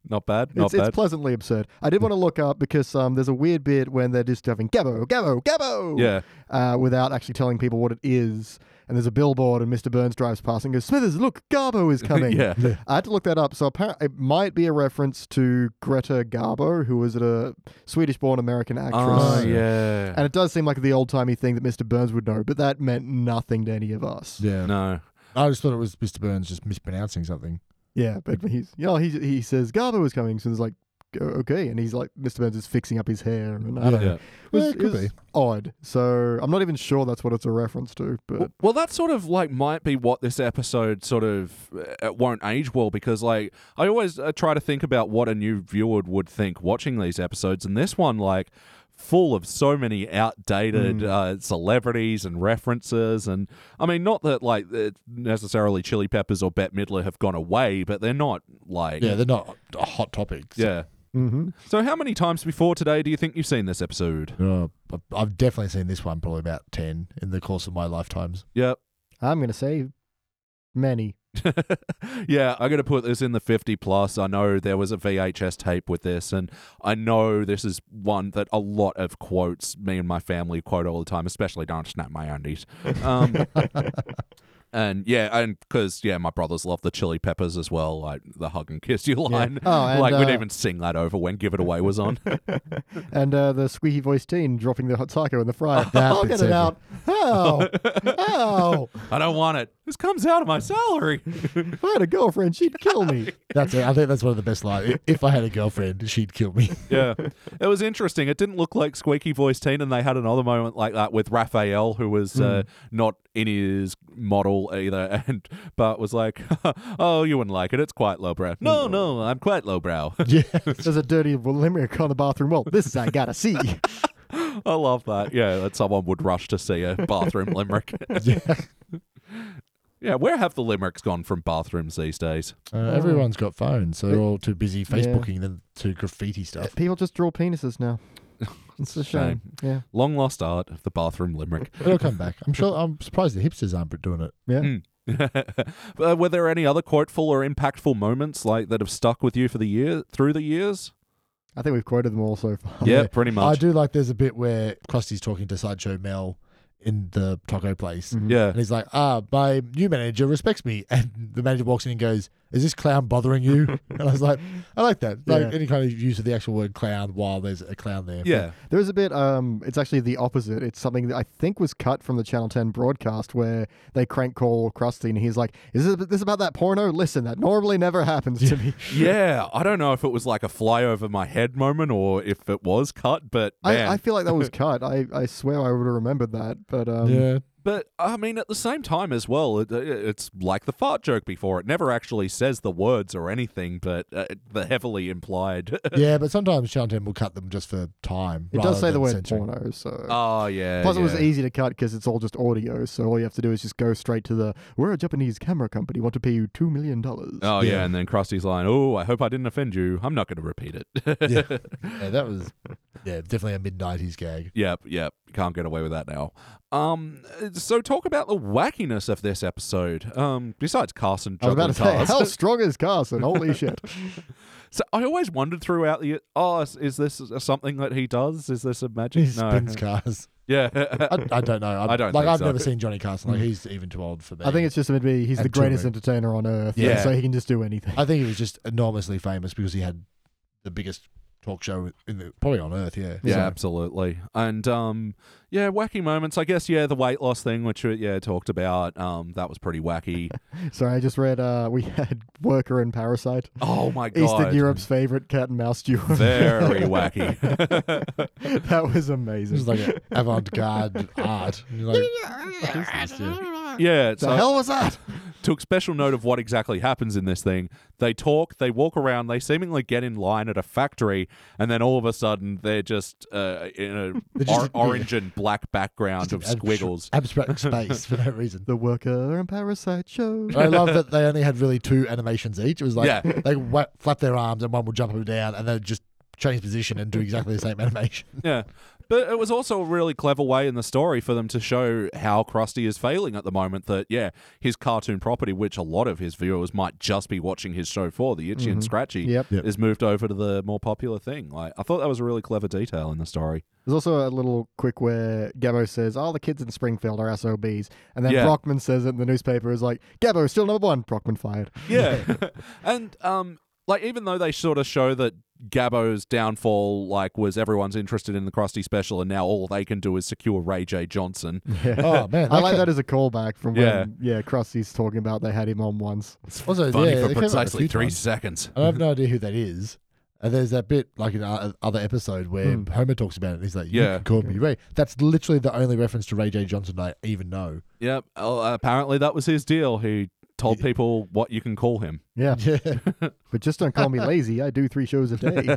Speaker 1: not bad. Not
Speaker 2: It's,
Speaker 1: bad.
Speaker 2: it's pleasantly absurd. I did want to look up because um, there's a weird bit when they're just having gabbo, gabbo, gabbo,
Speaker 1: yeah.
Speaker 2: uh, without actually telling people what it is. and there's a billboard, and Mr. Burns drives past and goes, Smithers, look, Garbo is coming.
Speaker 1: yeah.
Speaker 2: I had to look that up. So apparently, it might be a reference to Greta Garbo, who was a Swedish born American actress.
Speaker 1: Oh,
Speaker 3: Right.
Speaker 1: yeah.
Speaker 2: And it does seem like the old timey thing that Mr. Burns would know, but that meant nothing to any of us.
Speaker 3: Yeah.
Speaker 1: no.
Speaker 3: I just thought it was Mr. Burns just mispronouncing something.
Speaker 2: Yeah, but he's, you know, he, he says Garbo was coming. So it's like, "O- okay. And he's like, Mr. Burns is fixing up his hair. And I don't know.
Speaker 1: Yeah.
Speaker 2: It was,
Speaker 3: Yeah, it could
Speaker 2: was
Speaker 3: be.
Speaker 2: odd. So I'm not even sure that's what it's a reference to, but
Speaker 1: Well, well, that sort of like might be what this episode sort of uh, won't age well because like I always uh, try to think about what a new viewer would think watching these episodes, and this one like full of so many outdated
Speaker 3: Hmm.
Speaker 1: uh, celebrities and references, and I mean not that like it- necessarily Chili Peppers or Bette Midler have gone away, but they're not like
Speaker 3: Yeah, they're not a hot topics.
Speaker 1: yeah.
Speaker 2: mm-hmm.
Speaker 1: So how many times before today do you think you've seen this episode?
Speaker 3: Uh, I've- I've definitely seen this one probably about 10 in the course of my lifetimes.
Speaker 1: Yep.
Speaker 2: I'm going to say many.
Speaker 1: yeah, I'm going to put this in the 50 plus. I know there was a VHS tape with this, and I know this is one that a lot of quotes me and my family quote all the time, especially Don't Snap My Undies. Um, and yeah, and because, yeah, my brothers love the Chili Peppers as well, like the hug and kiss you line.
Speaker 2: Oh, and,
Speaker 1: like, we'd
Speaker 2: uh,
Speaker 1: even sing that over when Give It Away was on.
Speaker 2: and uh, the squeaky voiced teen dropping the hot taco in the fryer.
Speaker 3: That
Speaker 2: I'll get
Speaker 3: bit's
Speaker 2: it
Speaker 3: over.
Speaker 2: out. How? How?
Speaker 1: I don't want it. This comes out of my salary.
Speaker 2: If I had a girlfriend, she'd kill me.
Speaker 3: That's it. I think that's one of the best lines. If I had a girlfriend, she'd kill me.
Speaker 1: yeah. It was interesting. It didn't look like squeaky voice teen, and they had another moment like that with Raphael, who was uh, not in his model either, and but was like, "Oh, you wouldn't like it. It's quite lowbrow." No, no, I'm quite lowbrow.
Speaker 3: yeah.
Speaker 2: There's a dirty limerick on the bathroom wall. This I gotta see.
Speaker 1: I love that. Yeah, that someone would rush to see a bathroom limerick.
Speaker 3: yeah.
Speaker 1: yeah, where have the limericks gone from bathrooms these days?
Speaker 3: Uh, everyone's got phones, so they're all too busy
Speaker 2: Yeah.
Speaker 3: Facebooking them to graffiti stuff.
Speaker 2: People just draw penises now. It's a shame. Yeah.
Speaker 1: Long lost art of the bathroom limerick.
Speaker 3: It'll come back. I'm sure. I'm surprised the hipsters aren't doing it.
Speaker 2: Yeah.
Speaker 1: Uh, were there any other quoteful or impactful moments like that have stuck with you for the year through the years?
Speaker 2: I think we've quoted them all so far.
Speaker 1: Yeah, pretty
Speaker 3: I
Speaker 1: much.
Speaker 3: do like there's a bit where Krusty's talking to Sideshow Mel in the taco place.
Speaker 2: Mm. Mm-hmm.
Speaker 1: Yeah.
Speaker 3: And he's like, ah, my new manager respects me. And the manager walks in and goes, is this clown bothering you? and I was like, I like that. Like
Speaker 2: Yeah.
Speaker 3: any kind of use of the actual word clown while there's a clown there.
Speaker 1: Yeah.
Speaker 2: There is a bit, um, it's actually the opposite. It's something that I think was cut from the Channel 10 broadcast where they crank call Krusty and he's like, Is this, this about that porno? Listen, that normally never happens to me.
Speaker 1: Yeah, I don't know if it was like a fly over my head moment or if it was cut, but man,
Speaker 2: I, I feel like that was cut. I, I swear I would have remembered that. But um,
Speaker 3: Yeah.
Speaker 1: but I mean at the same time as well, it, it's like the fart joke before. It never actually says the words or anything, but uh, the heavily implied.
Speaker 3: Yeah, but sometimes Channel 10 will cut them just for time.
Speaker 2: it
Speaker 3: rather
Speaker 2: does say the
Speaker 3: than
Speaker 2: word
Speaker 3: censoring.
Speaker 2: porno. So.
Speaker 1: oh yeah.
Speaker 2: Plus, it was
Speaker 1: yeah.
Speaker 2: easy to cut because it's all just audio. So all you have to do is just go straight to the "We're a Japanese camera company. Want to pay you two million dollars?"
Speaker 1: Oh yeah.
Speaker 3: Yeah.
Speaker 1: and then Krusty's line. Oh, I hope I didn't offend you. I'm not going to repeat it.
Speaker 3: yeah. yeah, that was yeah, definitely a mid 90s gag.
Speaker 1: Yep, yep. Can't get away with that now. Um, so talk about the wackiness of this episode. Um, besides Carson
Speaker 2: I was
Speaker 1: juggling
Speaker 2: about to say,
Speaker 1: cars.
Speaker 2: how strong is Carson? Holy shit!
Speaker 1: So I always wondered throughout the oh, is, is this something that he does? Is this a magic?
Speaker 3: He spins cars.
Speaker 1: Yeah.
Speaker 3: I, I don't know. I,
Speaker 1: I don't
Speaker 3: like.
Speaker 1: think
Speaker 3: I've
Speaker 1: so.
Speaker 3: never seen Johnny Carson. Like he's even too old for me.
Speaker 2: Mm. I think it's just meant to be he's the
Speaker 3: And Tour
Speaker 2: greatest
Speaker 3: Group.
Speaker 2: entertainer on earth,
Speaker 1: Yeah.
Speaker 2: so he can just do anything.
Speaker 3: I think he was just enormously famous because he had the biggest talk show in the, probably on earth. Yeah.
Speaker 1: yeah,
Speaker 3: So-
Speaker 1: absolutely. And um, yeah, wacky moments. I guess yeah, the weight loss thing, which we, yeah talked about. Um, that was pretty wacky.
Speaker 2: Sorry, I just read uh, we had Worker and Parasite,
Speaker 1: oh my god,
Speaker 2: Eastern Europe's favorite cat and mouse duo.
Speaker 1: Very wacky.
Speaker 2: that was amazing.
Speaker 3: It was like avant-garde art. And you're like, "What is this?" Yeah.
Speaker 1: yeah.
Speaker 2: the
Speaker 1: So
Speaker 2: hell was that?
Speaker 1: took special note of what exactly happens in this thing. They talk, they walk around, they seemingly get in line at a factory, and then all of a sudden they're just uh, in a
Speaker 3: They're just-
Speaker 1: or- orange and black background of
Speaker 3: Abstra-
Speaker 1: squiggles.
Speaker 3: abstract space for no reason.
Speaker 2: The Worker and Parasite show.
Speaker 3: And I love that they only had really two animations each. It was like
Speaker 1: Yeah.
Speaker 3: they wa flap their arms and one would jump up and down, and they just change position and do exactly the same animation.
Speaker 1: Yeah. But it was also a really clever way in the story for them to show how Krusty is failing at the moment. That, yeah, his cartoon property, which a lot of his viewers might just be watching his show for, the Itchy and Scratchy,
Speaker 2: Yep.
Speaker 3: Yep.
Speaker 1: is moved over to the more popular thing. Like, I thought that was a really clever detail in the story.
Speaker 2: There's also a little quick where Gabbo says, "All the kids in Springfield are SOBs," and then
Speaker 1: Yeah.
Speaker 2: Brockman says it in the newspaper is like, "Gabbo still number one." Brockman fired.
Speaker 1: Yeah. and, um, like, even though they sort of show that Gabbo's downfall, like, was everyone's interested in the Krusty special, and now all they can do is secure Ray J. Johnson.
Speaker 3: Oh man,
Speaker 2: I like that as a callback from
Speaker 1: Yeah.
Speaker 2: when yeah Krusty's talking about they had him on once.
Speaker 3: Also,
Speaker 1: Funny for
Speaker 3: yeah, it came up a
Speaker 1: precisely
Speaker 3: few
Speaker 1: three
Speaker 3: times.
Speaker 1: seconds.
Speaker 3: I have no idea who that is. And there's that bit, like in our other episode, where Homer talks about it. He's like, "You
Speaker 1: Yeah.
Speaker 3: can call me Ray." That's literally the only reference to Ray J. Johnson I even know.
Speaker 1: Yep. Oh, apparently, that was his deal. He told people what you can call him.
Speaker 2: Yeah,
Speaker 3: Yeah,
Speaker 2: but just don't call me lazy. I do three shows a day.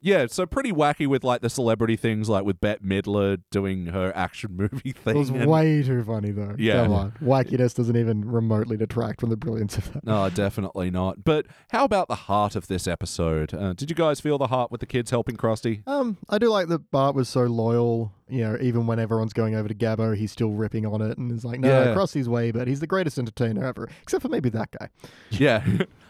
Speaker 1: yeah, so pretty wacky with like the celebrity things, like with Bette Midler doing her action movie thing.
Speaker 2: It was
Speaker 1: and-
Speaker 2: way too funny though.
Speaker 1: Yeah.
Speaker 2: Come on. Wackiness doesn't even remotely detract from the brilliance of that.
Speaker 1: no, definitely not. But how about the heart of this episode? Uh, did you guys feel the heart with the kids helping Krusty?
Speaker 2: Um, I do like that Bart was so loyal. You know, even when everyone's going over to Gabbo, he's still ripping on it and is like, "No,
Speaker 1: Yeah.
Speaker 2: Krusty's way, but he's the greatest entertainer ever, except for maybe that guy."
Speaker 1: Yeah.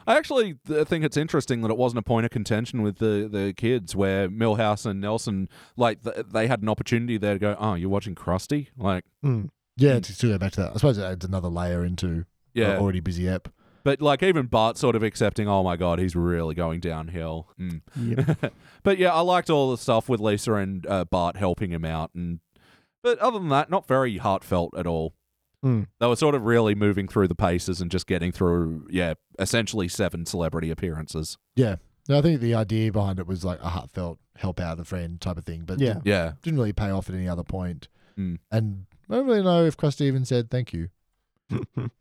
Speaker 1: I actually th- think it's interesting that it wasn't a point of contention with the, the kids where Milhouse and Nelson, like, th- they had an opportunity there to go, oh, you're watching Krusty? Like,
Speaker 2: Mm.
Speaker 3: yeah. To, to go back to that, I suppose it adds another layer into
Speaker 1: yeah.
Speaker 3: an already busy app.
Speaker 1: But like even Bart sort of accepting, oh my god, he's really going downhill. Mm.
Speaker 2: Yep.
Speaker 1: But yeah, I liked all the stuff with Lisa and uh, Bart helping him out, and but other than that, not very heartfelt at all.
Speaker 2: Mm.
Speaker 1: They were sort of really moving through the paces and just getting through, yeah, essentially seven celebrity appearances.
Speaker 3: Yeah. No, I think the idea behind it was like a heartfelt help out a friend type of thing, but
Speaker 2: Yeah.
Speaker 3: didn't,
Speaker 1: Yeah,
Speaker 3: didn't really pay off at any other point.
Speaker 1: Mm.
Speaker 3: And I don't really know if Krusty even said thank you.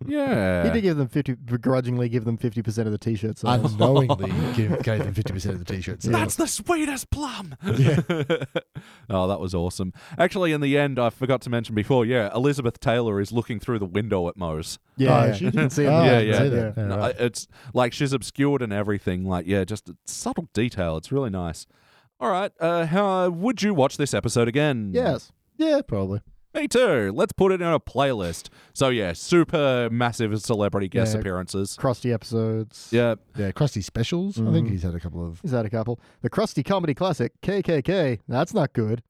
Speaker 1: yeah.
Speaker 2: He did give them fifty, begrudgingly give them fifty percent of the t-shirt sales.
Speaker 3: Unknowingly give, gave him fifty percent of the t-shirts.
Speaker 1: That's the sweetest plum. oh, that was awesome. Actually, in the end, I forgot to mention before. Yeah, Elizabeth Taylor is looking through the window at Moe's.
Speaker 2: yeah,
Speaker 3: Oh,
Speaker 2: yeah,
Speaker 3: she-
Speaker 2: you can see him.
Speaker 3: Oh,
Speaker 1: Yeah,
Speaker 3: I didn't
Speaker 1: yeah.
Speaker 3: see that.
Speaker 1: No,
Speaker 3: right.
Speaker 1: I- it's like she's obscured and everything. Like, yeah, just a subtle detail. It's really nice. All right. Uh, how would you watch this episode again?
Speaker 2: Yes.
Speaker 3: Yeah, probably.
Speaker 1: Me too. Let's put it in a playlist. So, yeah, super massive celebrity guest
Speaker 2: Yeah.
Speaker 1: appearances.
Speaker 2: Krusty episodes.
Speaker 1: Yeah.
Speaker 3: Yeah, Krusty specials. I think
Speaker 2: Mhm.
Speaker 3: he's had a couple of.
Speaker 2: He's had a couple. The Krusty comedy classic, KKK. That's not good.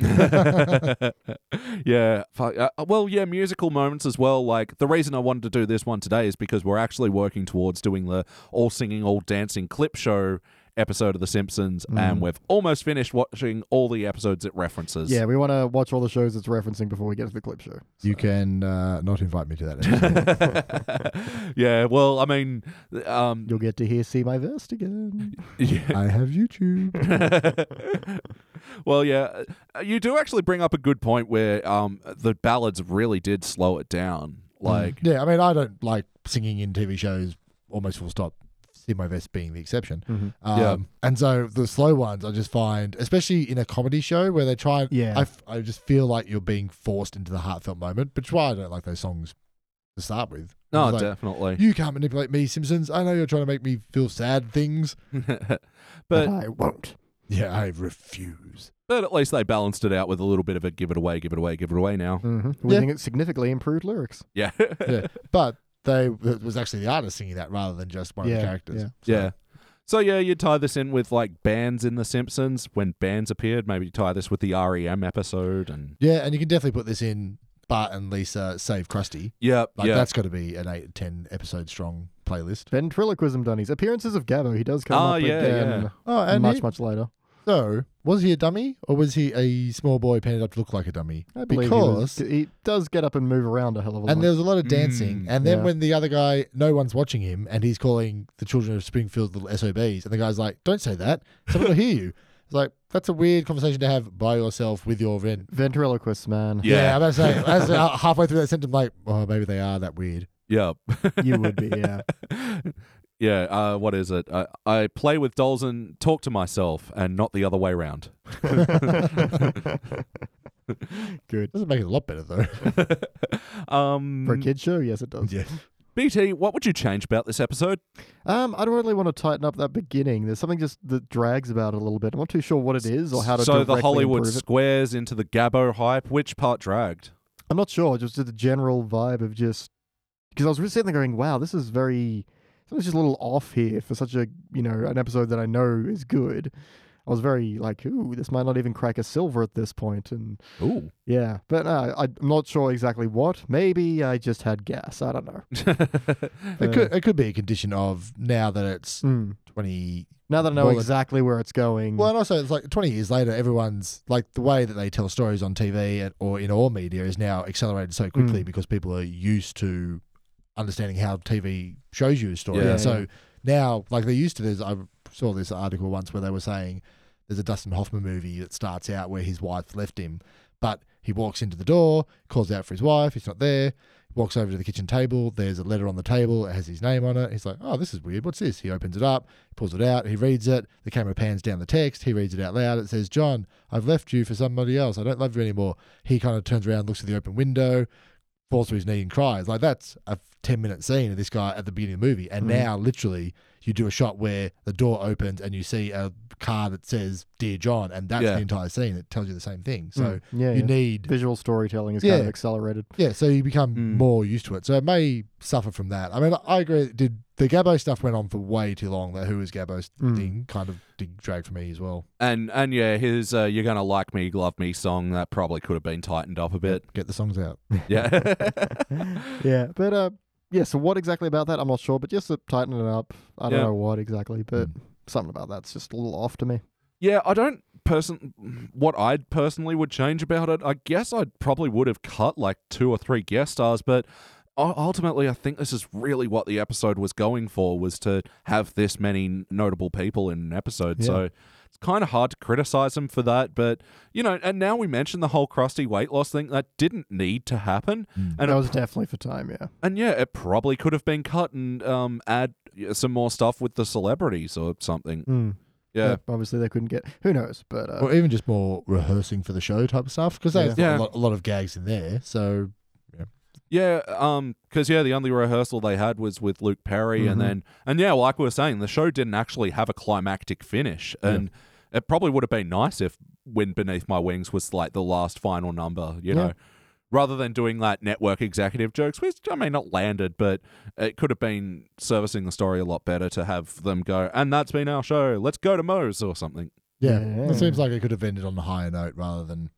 Speaker 1: yeah. Fuck, uh, well, yeah, musical moments as well. Like, the reason I wanted to do this one today is because we're actually working towards doing the all singing, all dancing clip show episode of The Simpsons, and we've almost finished watching all the episodes it references.
Speaker 2: Mm. yeah, we want to watch all the shows it's referencing before we get to the clip show.
Speaker 3: You can uh, not invite me to that. episode.
Speaker 1: yeah, well, I mean, um,
Speaker 2: You'll get to hear See My Vest again.
Speaker 1: yeah.
Speaker 3: I have YouTube.
Speaker 1: well, yeah, uh, you do actually bring up a good point where um, the ballads really did slow it down.
Speaker 3: Mm.
Speaker 1: Like,
Speaker 3: Yeah, I mean, I don't like singing in TV shows. Almost full stop. See my vest being the exception. Um,
Speaker 1: Yeah.
Speaker 3: And so the slow ones, I just find, especially in a comedy show where they try.
Speaker 2: Yeah.
Speaker 3: I, f- I just feel like you're being forced into the heartfelt moment, which is why I don't like those songs to start with.
Speaker 1: no,
Speaker 3: It's like,
Speaker 1: oh, definitely.
Speaker 3: you can't manipulate me, Simpsons. I know you're trying to make me feel sad things.
Speaker 1: but
Speaker 2: I won't.
Speaker 3: Yeah, I refuse.
Speaker 1: but at least they balanced it out with a little bit of a give it away, give it away, give it away. Now,
Speaker 2: hmm We
Speaker 3: Yeah.
Speaker 2: think it's significantly improved lyrics.
Speaker 1: yeah,
Speaker 3: Yeah, but they it was actually the artist singing that rather than just one of
Speaker 2: Yeah,
Speaker 3: the characters.
Speaker 2: yeah.
Speaker 3: So-
Speaker 1: yeah. So yeah, you tie this in with like bands in The Simpsons when bands appeared. Maybe tie this with the REM episode and
Speaker 3: Yeah, and you can definitely put this in Bart and Lisa save Krusty.
Speaker 1: yeah,
Speaker 3: Like
Speaker 1: yeah.
Speaker 3: that's got to be an eight, ten episode strong playlist.
Speaker 2: Ventriloquism dunnies. Appearances of Gabbo. He does come
Speaker 1: Oh,
Speaker 2: up
Speaker 1: yeah,
Speaker 2: again
Speaker 3: Oh, Ah, and
Speaker 2: much,
Speaker 3: he-
Speaker 2: much later.
Speaker 3: so was he a dummy or was he a small boy painted up to look like a dummy?
Speaker 2: I believe he, was-
Speaker 3: because
Speaker 2: he does get up and move around a hell of a lot.
Speaker 3: and there was a lot of dancing,
Speaker 1: Mm,
Speaker 3: and then
Speaker 2: yeah.
Speaker 3: when the other guy, no one's watching him, and he's calling the children of Springfield little SOBs, and the guy's like, "Don't say that, someone will hear you." It's like that's a weird conversation to have by yourself with your friend.
Speaker 2: Ventriloquist, man.
Speaker 1: Yeah.
Speaker 3: I'm about to say, as, uh, halfway through that sentence, I'm like, oh, maybe they are that weird.
Speaker 1: yeah.
Speaker 2: You would be, yeah.
Speaker 1: yeah, uh, what is it? I, I play with dolls and talk to myself and not the other way around.
Speaker 2: Good.
Speaker 3: Doesn't make it a lot better though.
Speaker 1: Um,
Speaker 2: For a kid show, yes, it does.
Speaker 3: yeah.
Speaker 1: BT, Um, what would you change about this episode?
Speaker 2: Um, I don't really want to tighten up that beginning. There's something just that drags about it a little bit. I'm not too sure what it is or how to.
Speaker 1: so the
Speaker 2: directly
Speaker 1: Hollywood
Speaker 2: improve it.
Speaker 1: squares into the Gabbo hype. Which part dragged?
Speaker 2: I'm not sure. Just the general vibe of just because I was really sitting there going, "Wow, this is very something's just a little off here for such a you know an episode that I know is good." I was very like, "Ooh, this might not even crack a silver at this point," and
Speaker 1: Ooh.
Speaker 2: yeah, but uh, I'm not sure exactly what. Maybe I just had gas. I don't know.
Speaker 3: It could it could be a condition of now that it's
Speaker 2: Mm.
Speaker 3: twenty.
Speaker 2: Now that I know
Speaker 3: Hmm. Well, it-
Speaker 2: exactly where it's going,
Speaker 3: Well, and also it's like twenty years later, everyone's like the way that they tell stories on TV and, or in all media is now accelerated so quickly
Speaker 2: Mm.
Speaker 3: because people are used to understanding how TV shows you a story.
Speaker 1: Yeah.
Speaker 3: So now, like they used to, there's I saw this article once where they were saying there's a Dustin Hoffman movie that starts out where his wife left him, but he walks into the door, calls out for his wife, he's not there. Walks over to the kitchen table. There's a letter on the table. It has his name on it. He's like, "Oh, this is weird. What's this?" He opens it up, pulls it out. He reads it. The camera pans down the text. He reads it out loud. It says, "John, I've left you for somebody else. I don't love you anymore." He kind of turns around, looks at the open window, falls to his knee and cries. Like that's a ten minute scene of this guy at the beginning of the movie. And
Speaker 2: Mhm.
Speaker 3: now literally you do a shot where the door opens and you see a car that says Dear John and that's
Speaker 1: Yeah.
Speaker 3: the entire scene. It tells you the same thing. So
Speaker 2: Mm. yeah,
Speaker 3: you
Speaker 2: yeah.
Speaker 3: need
Speaker 2: visual storytelling is kind
Speaker 3: Yeah.
Speaker 2: of accelerated.
Speaker 3: Yeah, so you become
Speaker 1: Mm.
Speaker 3: more used to it. So it may suffer from that. I mean I agree it did the Gabbo stuff went on for way too long. The who is Gabbo
Speaker 2: Mm.
Speaker 3: thing kind of did drag for me as well.
Speaker 1: And and yeah, his uh, "You're Gonna Like Me, Love Me" song that probably could have been tightened up a bit.
Speaker 3: Get the songs out.
Speaker 1: Yeah.
Speaker 2: yeah, but uh, yeah. So what exactly about that? I'm not sure, but just to tighten it up. I don't
Speaker 1: Yeah.
Speaker 2: know what exactly, but
Speaker 3: Hmm.
Speaker 2: something about that's just a little off to me.
Speaker 1: Yeah, I don't person what I personally would change about it. I guess I probably would have cut like two or three guest stars, but u- ultimately I think this is really what the episode was going for was to have this many notable people in an episode.
Speaker 3: Yeah.
Speaker 1: So it's kind of hard to criticize them for that, but you know, and now we mentioned the whole crusty weight loss thing that didn't need to happen. And
Speaker 2: that
Speaker 1: it
Speaker 2: was definitely for time. Yeah.
Speaker 1: and yeah, it probably could have been cut and um add yeah, some more stuff with the celebrities or
Speaker 3: Hmm.
Speaker 1: something.
Speaker 2: Mm.
Speaker 1: Yeah.
Speaker 2: Yep, obviously, they couldn't get. Who knows? But uh,
Speaker 3: or even just more rehearsing for the show type of stuff because there's
Speaker 1: Yeah.
Speaker 3: A, lot, a lot of gags in there. So
Speaker 1: Yeah, um, because yeah, the only rehearsal they had was with Luke Perry,
Speaker 2: Mhm.
Speaker 1: and then and yeah, like we were saying, the show didn't actually have a climactic finish, and it probably would have been nice if "Wind Beneath My Wings" was like the last final number, you
Speaker 2: Yeah.
Speaker 1: know, rather than doing like network executive jokes, which I mean, not landed, but it could have been servicing the story a lot better to have them go, and that's been our show. Let's go to Moe's or something.
Speaker 3: yeah,
Speaker 2: Yeah.
Speaker 3: it seems like it could have ended on a higher note rather than.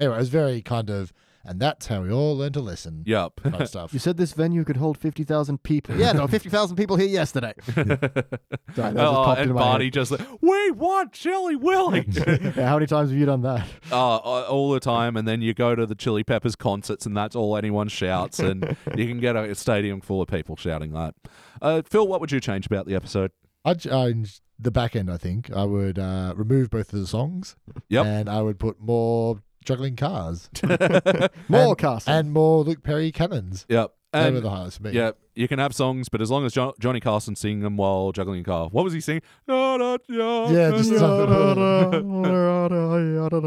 Speaker 3: Anyway, it was very kind of, and that's how we all learned a lesson
Speaker 1: Yep.
Speaker 3: type stuff.
Speaker 2: you said this venue could hold fifty thousand people. Yeah, no, fifty thousand people here yesterday. Sorry, that just
Speaker 1: oh,
Speaker 2: popped
Speaker 1: and
Speaker 2: into my
Speaker 1: Barney just like, we want Chili Willy.
Speaker 2: head. yeah, how many times have you done that?
Speaker 1: uh, uh, all the time, and then you go to the Chili Peppers concerts, and that's all anyone shouts, and you can get a stadium full of people shouting that. Uh, Phil, what would you change about the episode?
Speaker 3: I, the back end, I think I would uh, remove both of the songs.
Speaker 1: Yep.
Speaker 3: And I would put more juggling cars
Speaker 2: More
Speaker 3: And-
Speaker 2: Carson.
Speaker 3: and more Luke Perry cannons.
Speaker 1: Yep,
Speaker 3: They were
Speaker 1: and
Speaker 3: the highlights for me.
Speaker 1: yeah, you can have songs, but as long as jo- Johnny Carson singing them while juggling a car. What was he singing? Yeah,
Speaker 3: Yeah, just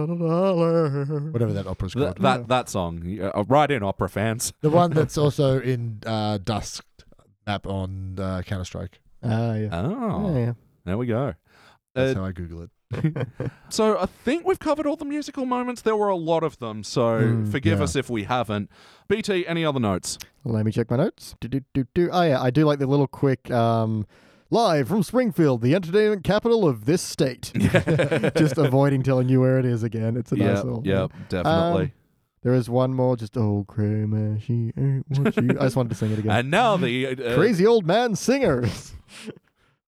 Speaker 2: Whatever.
Speaker 3: Whatever that opera's
Speaker 1: that
Speaker 3: called.
Speaker 1: that, that song. Uh, right in, opera fans.
Speaker 3: the one that's also in uh, Dusk map on uh, Counter Strike.
Speaker 2: Ah, yeah.
Speaker 1: Oh,
Speaker 2: Yeah, yeah.
Speaker 1: there we go. Uh,
Speaker 3: That's how I Google it.
Speaker 1: So I think we've covered all the musical moments. There were a lot of them, so
Speaker 2: Mm,
Speaker 1: forgive
Speaker 3: yeah.
Speaker 1: us if we haven't. BT, any other notes?
Speaker 2: Let me check my notes. Do, do, do, do. Oh, yeah, I do like the little quick um, live from Springfield, the entertainment capital of this state. just avoiding telling you where it is again. It's a nice
Speaker 1: Yeah,
Speaker 2: little.
Speaker 1: yeah, definitely.
Speaker 2: There is one more, just, oh, Kramer, she ain't what you. I just wanted to sing it again.
Speaker 1: And now the uh,
Speaker 2: Crazy old man singers.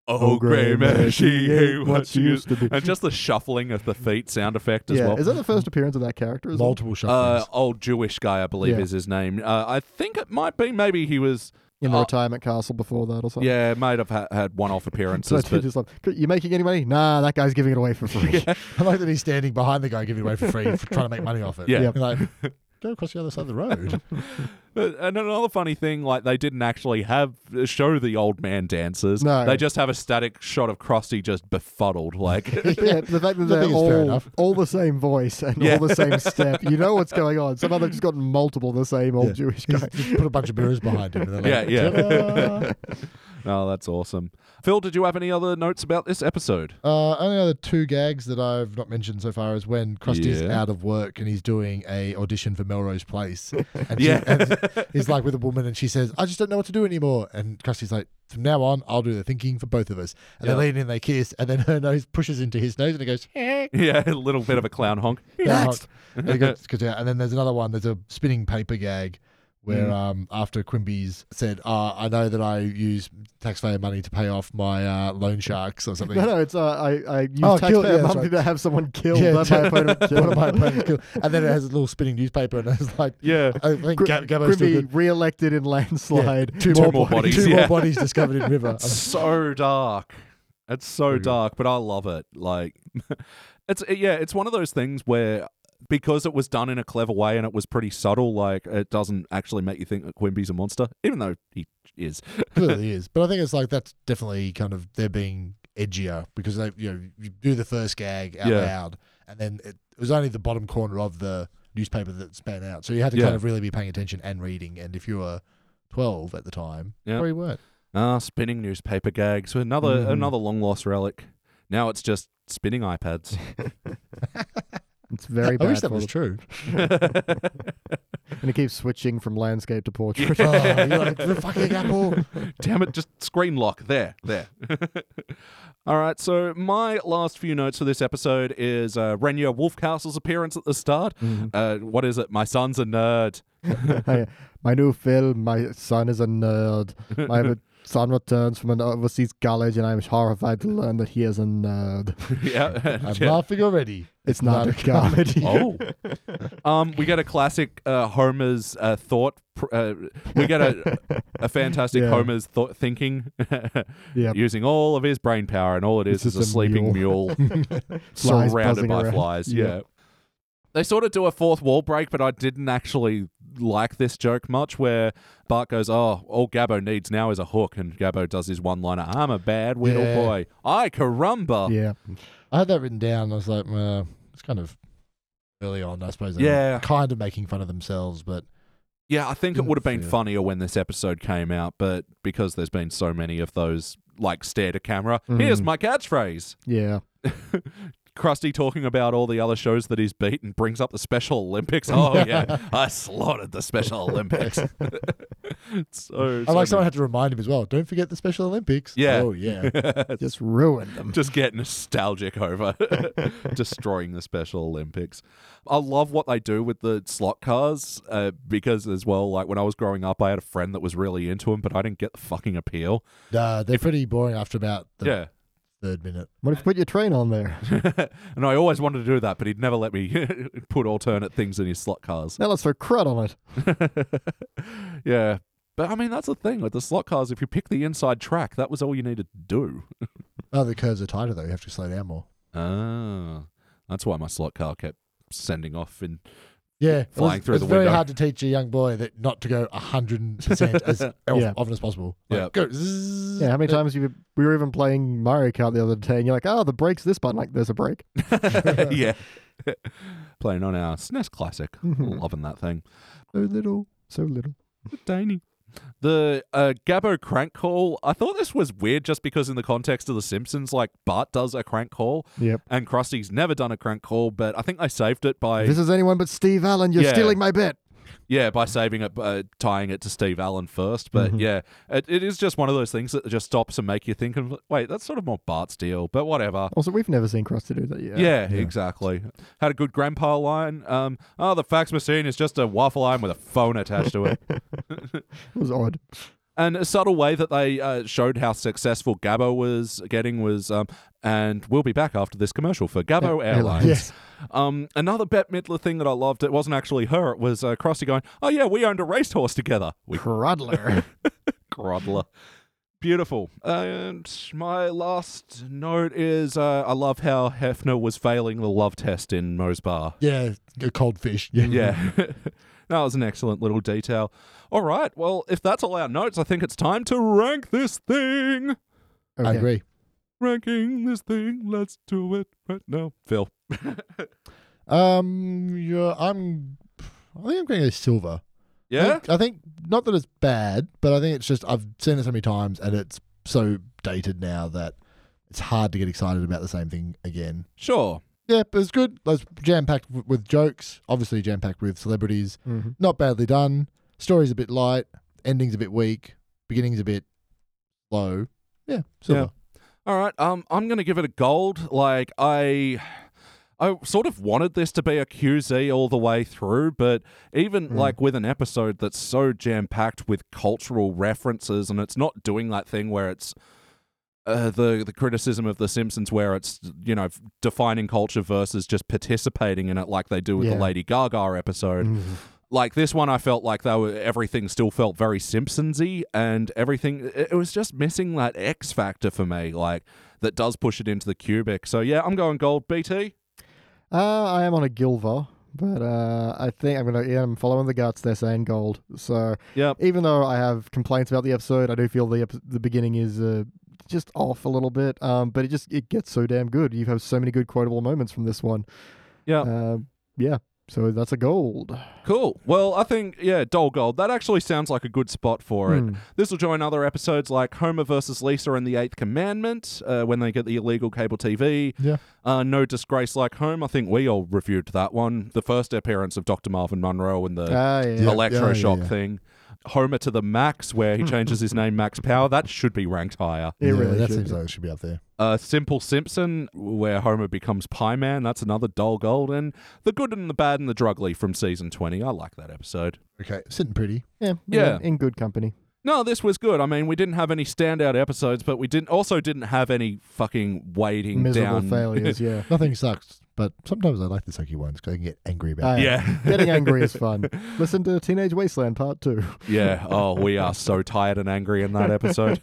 Speaker 1: Oh, grey man, she ain't
Speaker 2: ain't
Speaker 1: what she used.
Speaker 2: to be.
Speaker 1: And just the shuffling of the feet sound effect as
Speaker 2: yeah,
Speaker 1: well.
Speaker 2: is that the first appearance of that character? As well?
Speaker 3: Mm. Multiple
Speaker 1: uh,
Speaker 3: shots.
Speaker 1: old Jewish guy, I believe,
Speaker 2: Yeah.
Speaker 1: is his name. Uh, I think it might be. Maybe he was.
Speaker 2: in the
Speaker 1: Uh,
Speaker 2: retirement castle before that or something.
Speaker 1: Yeah, might have ha- had one-off
Speaker 2: So
Speaker 1: appearances.
Speaker 2: it's
Speaker 1: but
Speaker 2: just like, you making any money? Nah, that guy's giving it away for free.
Speaker 3: I like that he's standing behind the guy giving it away for free for trying to make money off it.
Speaker 1: Yeah.
Speaker 3: Like, Go across the other side of the road.
Speaker 1: But- And another funny thing, like they didn't actually have uh, show the old man dances.
Speaker 2: No.
Speaker 1: They just have a static shot of Krusty just befuddled, like
Speaker 2: But yeah, the fact that
Speaker 3: I
Speaker 2: they're
Speaker 3: think it's fair
Speaker 2: all,
Speaker 3: enough.
Speaker 2: all the same voice and
Speaker 1: Yeah.
Speaker 2: all the same step, you know what's going on. Some of them just got multiple the same old
Speaker 3: Yeah.
Speaker 2: Jewish
Speaker 3: He's
Speaker 2: guy.
Speaker 3: just put a bunch of mirrors behind him. And they're like,
Speaker 1: Yeah, yeah.
Speaker 3: "Ta-da."
Speaker 1: Oh, that's awesome. Phil, did you have any other notes about this episode?
Speaker 3: Uh, only other two gags that I've not mentioned so far is when Krusty's
Speaker 1: Yeah.
Speaker 3: out of work and he's doing a audition for Melrose Place. And
Speaker 1: Yeah.
Speaker 3: she, and he's like with a woman and she says, "I just don't know what to do anymore." And Krusty's like, "From now on, I'll do the thinking for both of us." And
Speaker 1: Yeah.
Speaker 3: they lean in, they kiss, and then her nose pushes into his nose, and he goes, "Eh."
Speaker 1: Yeah, a little bit of a clown honk.
Speaker 3: That's- and he goes, goes out. And then there's another one. There's a spinning paper gag where
Speaker 1: Mm.
Speaker 3: um, after Quimby's said, "Ah, "I know that I use taxpayer money to pay off my uh, loan sharks or something."
Speaker 2: No, no, it's uh, I, I use
Speaker 3: Oh,
Speaker 2: taxpayer
Speaker 3: kill- yeah, that's
Speaker 2: money
Speaker 3: right.
Speaker 2: to have someone killed.
Speaker 3: Yeah,
Speaker 2: Yeah, by my opponent.
Speaker 3: One of my
Speaker 2: killed.
Speaker 3: opponents killed. And then it has a little spinning newspaper, and it's like,
Speaker 1: Yeah.
Speaker 3: I think
Speaker 2: Gr-
Speaker 3: Gab- Gabbo's still
Speaker 2: Grimby
Speaker 3: good.
Speaker 2: re-elected in
Speaker 3: Yeah,
Speaker 2: landslide.
Speaker 3: Two,
Speaker 1: Two
Speaker 3: more,
Speaker 1: more
Speaker 3: bodies.
Speaker 1: bodies,
Speaker 3: Two
Speaker 1: yeah.
Speaker 3: more bodies discovered in river.
Speaker 1: so dark. It's so dark, but I love it. Like it's yeah, it's one of those things where because it was done in a clever way and it was pretty subtle, like it doesn't actually make you think that Quimby's a monster, even though he is.
Speaker 3: Clearly is, but I think it's like that's definitely kind of they're being edgier because they, you know, you do the first gag out
Speaker 1: Yeah.
Speaker 3: loud, and then it, it was only the bottom corner of the newspaper that span out, so you had to
Speaker 1: Yeah.
Speaker 3: kind of really be paying attention and reading. And if you were twelve at the time,
Speaker 1: Yeah.
Speaker 3: probably weren't.
Speaker 1: Ah, spinning newspaper gags. Another
Speaker 3: Mhm.
Speaker 1: another long lost relic. Now it's just spinning iPads.
Speaker 2: It's very
Speaker 3: I
Speaker 2: bad.
Speaker 3: wish that
Speaker 2: for
Speaker 3: was
Speaker 2: them.
Speaker 3: true.
Speaker 2: And it keeps switching from landscape to portrait.
Speaker 3: oh, you're like, the fucking apple.
Speaker 1: Damn it, just screen lock. There, there. All right, so my last few notes for this episode is uh, Renya Wolfcastle's appearance at the start.
Speaker 3: Mm.
Speaker 1: Uh, what is it? My son's a nerd.
Speaker 2: I- my new film, my son is a nerd. My son returns from an overseas college, and I'm horrified to learn that he is a nerd.
Speaker 1: yeah.
Speaker 3: I'm
Speaker 1: Yeah.
Speaker 3: laughing already.
Speaker 2: It's not, a comedy.
Speaker 1: Oh, um, we get a classic uh, Homer's uh, thought. Pr- uh, we get a, a fantastic
Speaker 2: Yeah.
Speaker 1: Homer's thought thinking,
Speaker 2: Yep.
Speaker 1: using all of his brain power, and all it is
Speaker 2: It's
Speaker 1: is a
Speaker 2: just a
Speaker 1: sleeping mule, surrounded
Speaker 2: Flies buzzing
Speaker 1: by
Speaker 2: around.
Speaker 1: flies.
Speaker 2: Yep.
Speaker 1: Yeah. They sort of do a fourth wall break, but I didn't actually like this joke much. Where Bart goes, "Oh, all Gabbo needs now is a hook," and Gabbo does his one-liner, "I'm a bad little
Speaker 3: Yeah.
Speaker 1: boy. I caramba."
Speaker 2: Yeah.
Speaker 3: I had that written down. and I was like, uh, it's kind of early on, I suppose. they were
Speaker 1: Yeah.
Speaker 3: kind of making fun of themselves, but
Speaker 1: Yeah, I think it would have been
Speaker 3: Yeah.
Speaker 1: funnier when this episode came out, but because there's been so many of those, like stare to camera, here's
Speaker 3: Mm-hmm.
Speaker 2: Mhm.
Speaker 1: my catchphrase.
Speaker 2: Yeah.
Speaker 1: Krusty talking about all the other shows that he's beat and brings up the Special Olympics. Oh yeah, I slaughtered the Special Olympics. It's so,
Speaker 3: I
Speaker 1: so
Speaker 3: like someone had to remind him as well. Don't forget the Special Olympics.
Speaker 1: Yeah.
Speaker 3: Oh yeah.
Speaker 1: good.
Speaker 2: Just ruined them.
Speaker 1: just get nostalgic over destroying the Special Olympics. I love what they do with the slot cars uh, because, as well, like when I was growing up, I had a friend that was really into them, but I didn't get the fucking appeal.
Speaker 3: nah, they're pretty boring after about the
Speaker 1: yeah.
Speaker 3: third minute.
Speaker 2: What if you put your train on there?
Speaker 1: and I always wanted to do that, but he'd never let me put alternate things in his slot cars.
Speaker 2: Now let's throw crud on it.
Speaker 1: yeah. But I mean, that's the thing with the slot cars. If you pick the inside track, that was all you needed to do.
Speaker 3: Oh, the curves are tighter though. You have to slow down more.
Speaker 1: Ah. That's why my slot car kept sending off in
Speaker 3: Yeah, it
Speaker 1: Flying
Speaker 3: was-
Speaker 1: through
Speaker 3: it's
Speaker 1: the
Speaker 3: very
Speaker 1: window.
Speaker 3: hard to teach a young boy that not to go hundred percent as of-
Speaker 2: Yeah.
Speaker 3: often as possible.
Speaker 1: Yeah.
Speaker 3: go. Zzz,
Speaker 2: Yeah, how many times you we were even playing Mario Kart the other day, and you're like, "Oh, the brake's this button." Like, there's a brake.
Speaker 1: yeah. Playing on our SNES Classic. Loving that thing.
Speaker 2: So little, so little.
Speaker 1: Tiny. The uh, Gabbo crank call, I thought this was weird just because, in the context of The Simpsons, like Bart does a crank call
Speaker 2: Yep.
Speaker 1: and Krusty's never done a crank call, but I think they saved it by.
Speaker 2: This is anyone but Steve Allen. You're
Speaker 1: Yeah.
Speaker 2: stealing my bet.
Speaker 1: Yeah, by saving it, uh, tying it to Steve Allen first. But yeah, it, it is just one of those things that just stops and make you think of, wait, that's sort of more Bart's deal, but whatever.
Speaker 2: Also, we've never seen Krusty do that yet.
Speaker 1: Yeah, exactly. Had a good grandpa line. Um, oh, the fax machine is just a waffle iron with a phone attached to it.
Speaker 2: it was odd.
Speaker 1: And a subtle way that they uh, showed how successful Gabbo was getting was, um, and we'll be back after this commercial for Gabbo Airlines.
Speaker 3: Yes.
Speaker 1: Um, another Bette Midler thing that I loved, it wasn't actually her, it was uh, Krusty going, oh yeah, we owned a racehorse together. We
Speaker 2: Crodler.
Speaker 1: groddler. Beautiful. And my last note is uh, I love how Hefner was failing the love test in Moe's Bar.
Speaker 3: Yeah, a cold fish. Yeah.
Speaker 1: Yeah. that was an excellent little detail. All right. Well, if that's all our notes, I think it's time to rank this thing.
Speaker 3: I
Speaker 2: Okay.
Speaker 3: agree.
Speaker 1: Ranking this thing. Let's do it right now. Phil.
Speaker 3: Um, yeah, I'm. I think I'm going to go silver. I
Speaker 1: Yeah?
Speaker 3: think, I think not that it's bad, but I think it's just I've seen it so many times and it's so dated now that it's hard to get excited about the same thing again.
Speaker 1: Sure.
Speaker 3: Yeah, but it's good. It's jam packed with jokes, obviously jam packed with celebrities.
Speaker 2: Mhm.
Speaker 3: Not badly done. Story's a bit light. Ending's a bit weak. Beginning's a bit low. Yeah, silver.
Speaker 1: All right. Um, I'm gonna give it a gold. Like I, I sort of wanted this to be a QZ all the way through, but even like with an episode that's so jam packed with cultural references, and it's not doing that thing where it's. Uh, the the criticism of the Simpsons, where it's you know defining culture versus just participating in it, like they do with the
Speaker 2: Yeah.
Speaker 1: Lady Gaga episode, like this one i felt like they were everything still felt very simpsonsy and everything it it was just missing that x factor for me like that does push it into the cubic so yeah i'm going gold bt
Speaker 2: Uh, I am on a Gilva, but uh, I think I'm gonna. Yeah, I'm following the guts. They're saying gold. So
Speaker 1: yep
Speaker 2: even though I have complaints about the episode, I do feel the ep- the beginning is uh, just off a little bit. Um, but it just it gets so damn good. You have so many good quotable moments from this one.
Speaker 1: yeah
Speaker 2: Uh, yeah. So that's a gold.
Speaker 1: cool well i think yeah dole gold that actually sounds like a good spot for it
Speaker 2: Hmm.
Speaker 1: this will join other episodes like homer versus lisa and the eighth commandment uh, when they get the illegal cable tv
Speaker 3: Yeah.
Speaker 1: uh, no disgrace like home i think we all reviewed that one the first appearance of dr marvin monroe and the
Speaker 2: Ah, yeah.
Speaker 3: Yeah.
Speaker 1: electroshock
Speaker 3: yeah, yeah.
Speaker 1: thing. Homer to the Max, where he changes his name Max Power. That should be ranked higher.
Speaker 2: It really
Speaker 3: that
Speaker 2: should
Speaker 3: seems
Speaker 2: be.
Speaker 3: like it should be up there.
Speaker 1: Uh, Simple Simpson, where Homer becomes Pie Man. That's another dull gold. And The Good and the Bad and the Drugly from season 20. I like that episode.
Speaker 3: Okay, sitting pretty.
Speaker 2: yeah,
Speaker 1: Yeah.
Speaker 2: yeah, in good company.
Speaker 1: No, this was good. I mean, we didn't have any standout episodes, but we didn't also didn't have any fucking waiting
Speaker 2: Miserable
Speaker 1: down.
Speaker 2: failures. Yeah,
Speaker 3: Nothing sucks, but sometimes I like the sucky ones because I can get angry about.
Speaker 2: Ah,
Speaker 3: it.
Speaker 1: Yeah.
Speaker 2: getting angry is fun. Listen to Teenage Wasteland Part Two.
Speaker 1: Yeah. Oh, we are so tired and angry in that episode.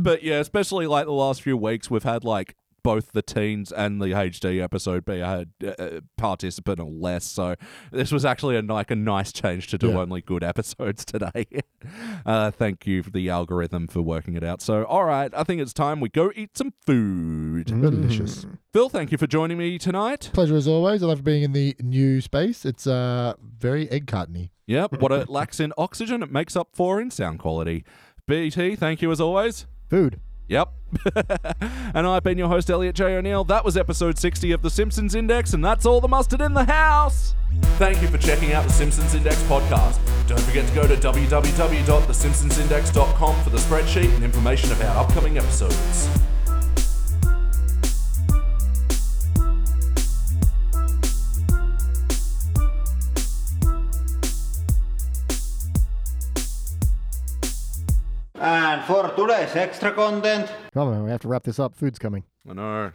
Speaker 1: but yeah, especially like the last few weeks, we've had like both the teens and the HD episode be a, a participant or less. So this was actually a, like a nice change to do
Speaker 3: Yeah.
Speaker 1: only good episodes today. uh, thank you for the algorithm for working it out. So all right, I think it's time we go eat some food.
Speaker 3: Delicious.
Speaker 2: Hmm.
Speaker 1: Phil, thank you for joining me tonight.
Speaker 3: Pleasure as always. I love being in the new space. It's uh very egg cartony.
Speaker 1: Yep, what it lacks in oxygen, it makes up for in sound quality. BT, thank you as always.
Speaker 2: Food.
Speaker 1: Yep. and I've been your host, Elliot J. O'Neill. That was episode 60 of The Simpsons Index, and that's all the mustard in the house. Thank you for checking out The Simpsons Index podcast. Don't forget to go to www.thesimpsonsindex.com for the spreadsheet and information about upcoming episodes.
Speaker 4: And for today's extra content,
Speaker 2: Come on, we have to wrap this up. Food's coming.
Speaker 1: I know.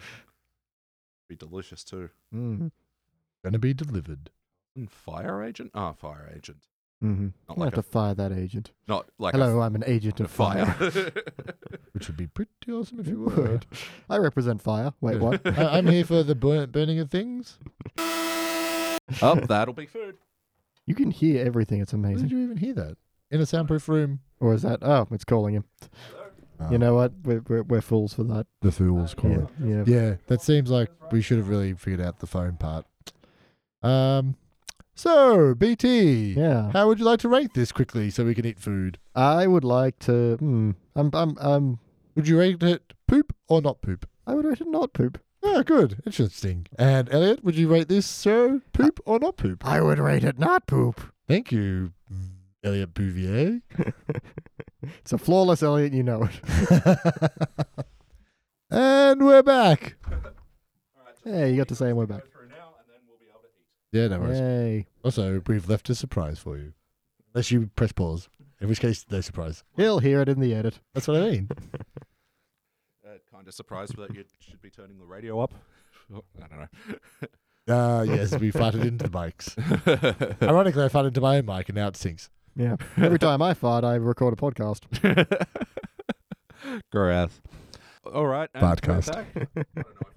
Speaker 1: Be delicious too.
Speaker 2: Mm.
Speaker 3: Gonna be delivered.
Speaker 1: And fire agent? Ah, fire agent.
Speaker 2: Mm-hmm.
Speaker 1: Not
Speaker 2: I
Speaker 1: like
Speaker 2: have
Speaker 1: a-
Speaker 2: to fire that agent.
Speaker 1: Not like
Speaker 2: Hello, I'm an agent
Speaker 1: a,
Speaker 2: of fire.
Speaker 3: Which would be pretty awesome if you would.
Speaker 2: Word. I represent fire. Wait, what?
Speaker 3: I, I'm here for the bur- burning of things.
Speaker 1: Up, Oh, that'll be food.
Speaker 2: You can hear everything. It's
Speaker 3: Where
Speaker 2: amazing.
Speaker 3: did you even hear that? In a soundproof room.
Speaker 2: Or is that? Oh, it's calling him.
Speaker 1: Oh.
Speaker 2: You know what? We're, we're, we're fools for that.
Speaker 3: the fools call
Speaker 2: Yeah,
Speaker 3: it.
Speaker 2: yeah.
Speaker 3: Yeah, that seems like we should have really figured out the phone part. Um, so BT,
Speaker 2: Yeah.
Speaker 3: how would you like to rate this quickly so we can eat food?
Speaker 2: I would like to. Hmm. I'm. I'm. I'm.
Speaker 3: Would you rate it poop or not poop?
Speaker 2: I would rate it not poop.
Speaker 3: Ah, good, interesting. And Elliot, would you rate this so poop or not poop?
Speaker 2: I would rate it not poop.
Speaker 3: Thank you, mm, Elliot Bouvier.
Speaker 2: It's a flawless Elliot. You know it.
Speaker 3: and we're back.
Speaker 2: Yeah, you got to say we're back.
Speaker 3: Yeah, no worries.
Speaker 2: Yay.
Speaker 3: Also, we've left a surprise for you. Unless you press pause, in which case, no surprise.
Speaker 2: He'll hear it in the edit.
Speaker 3: That's what I mean.
Speaker 1: uh, kind of surprised that you should be turning the radio up. Oh, I don't
Speaker 3: Ah, yes, we farted into the mics.
Speaker 1: know.
Speaker 3: Ironically, I farted into my own mic and now it sinks.
Speaker 2: Yeah. Every time I fart, I record a podcast.
Speaker 1: Grath. All right. and
Speaker 3: Podcast.
Speaker 1: we're back. I don't know if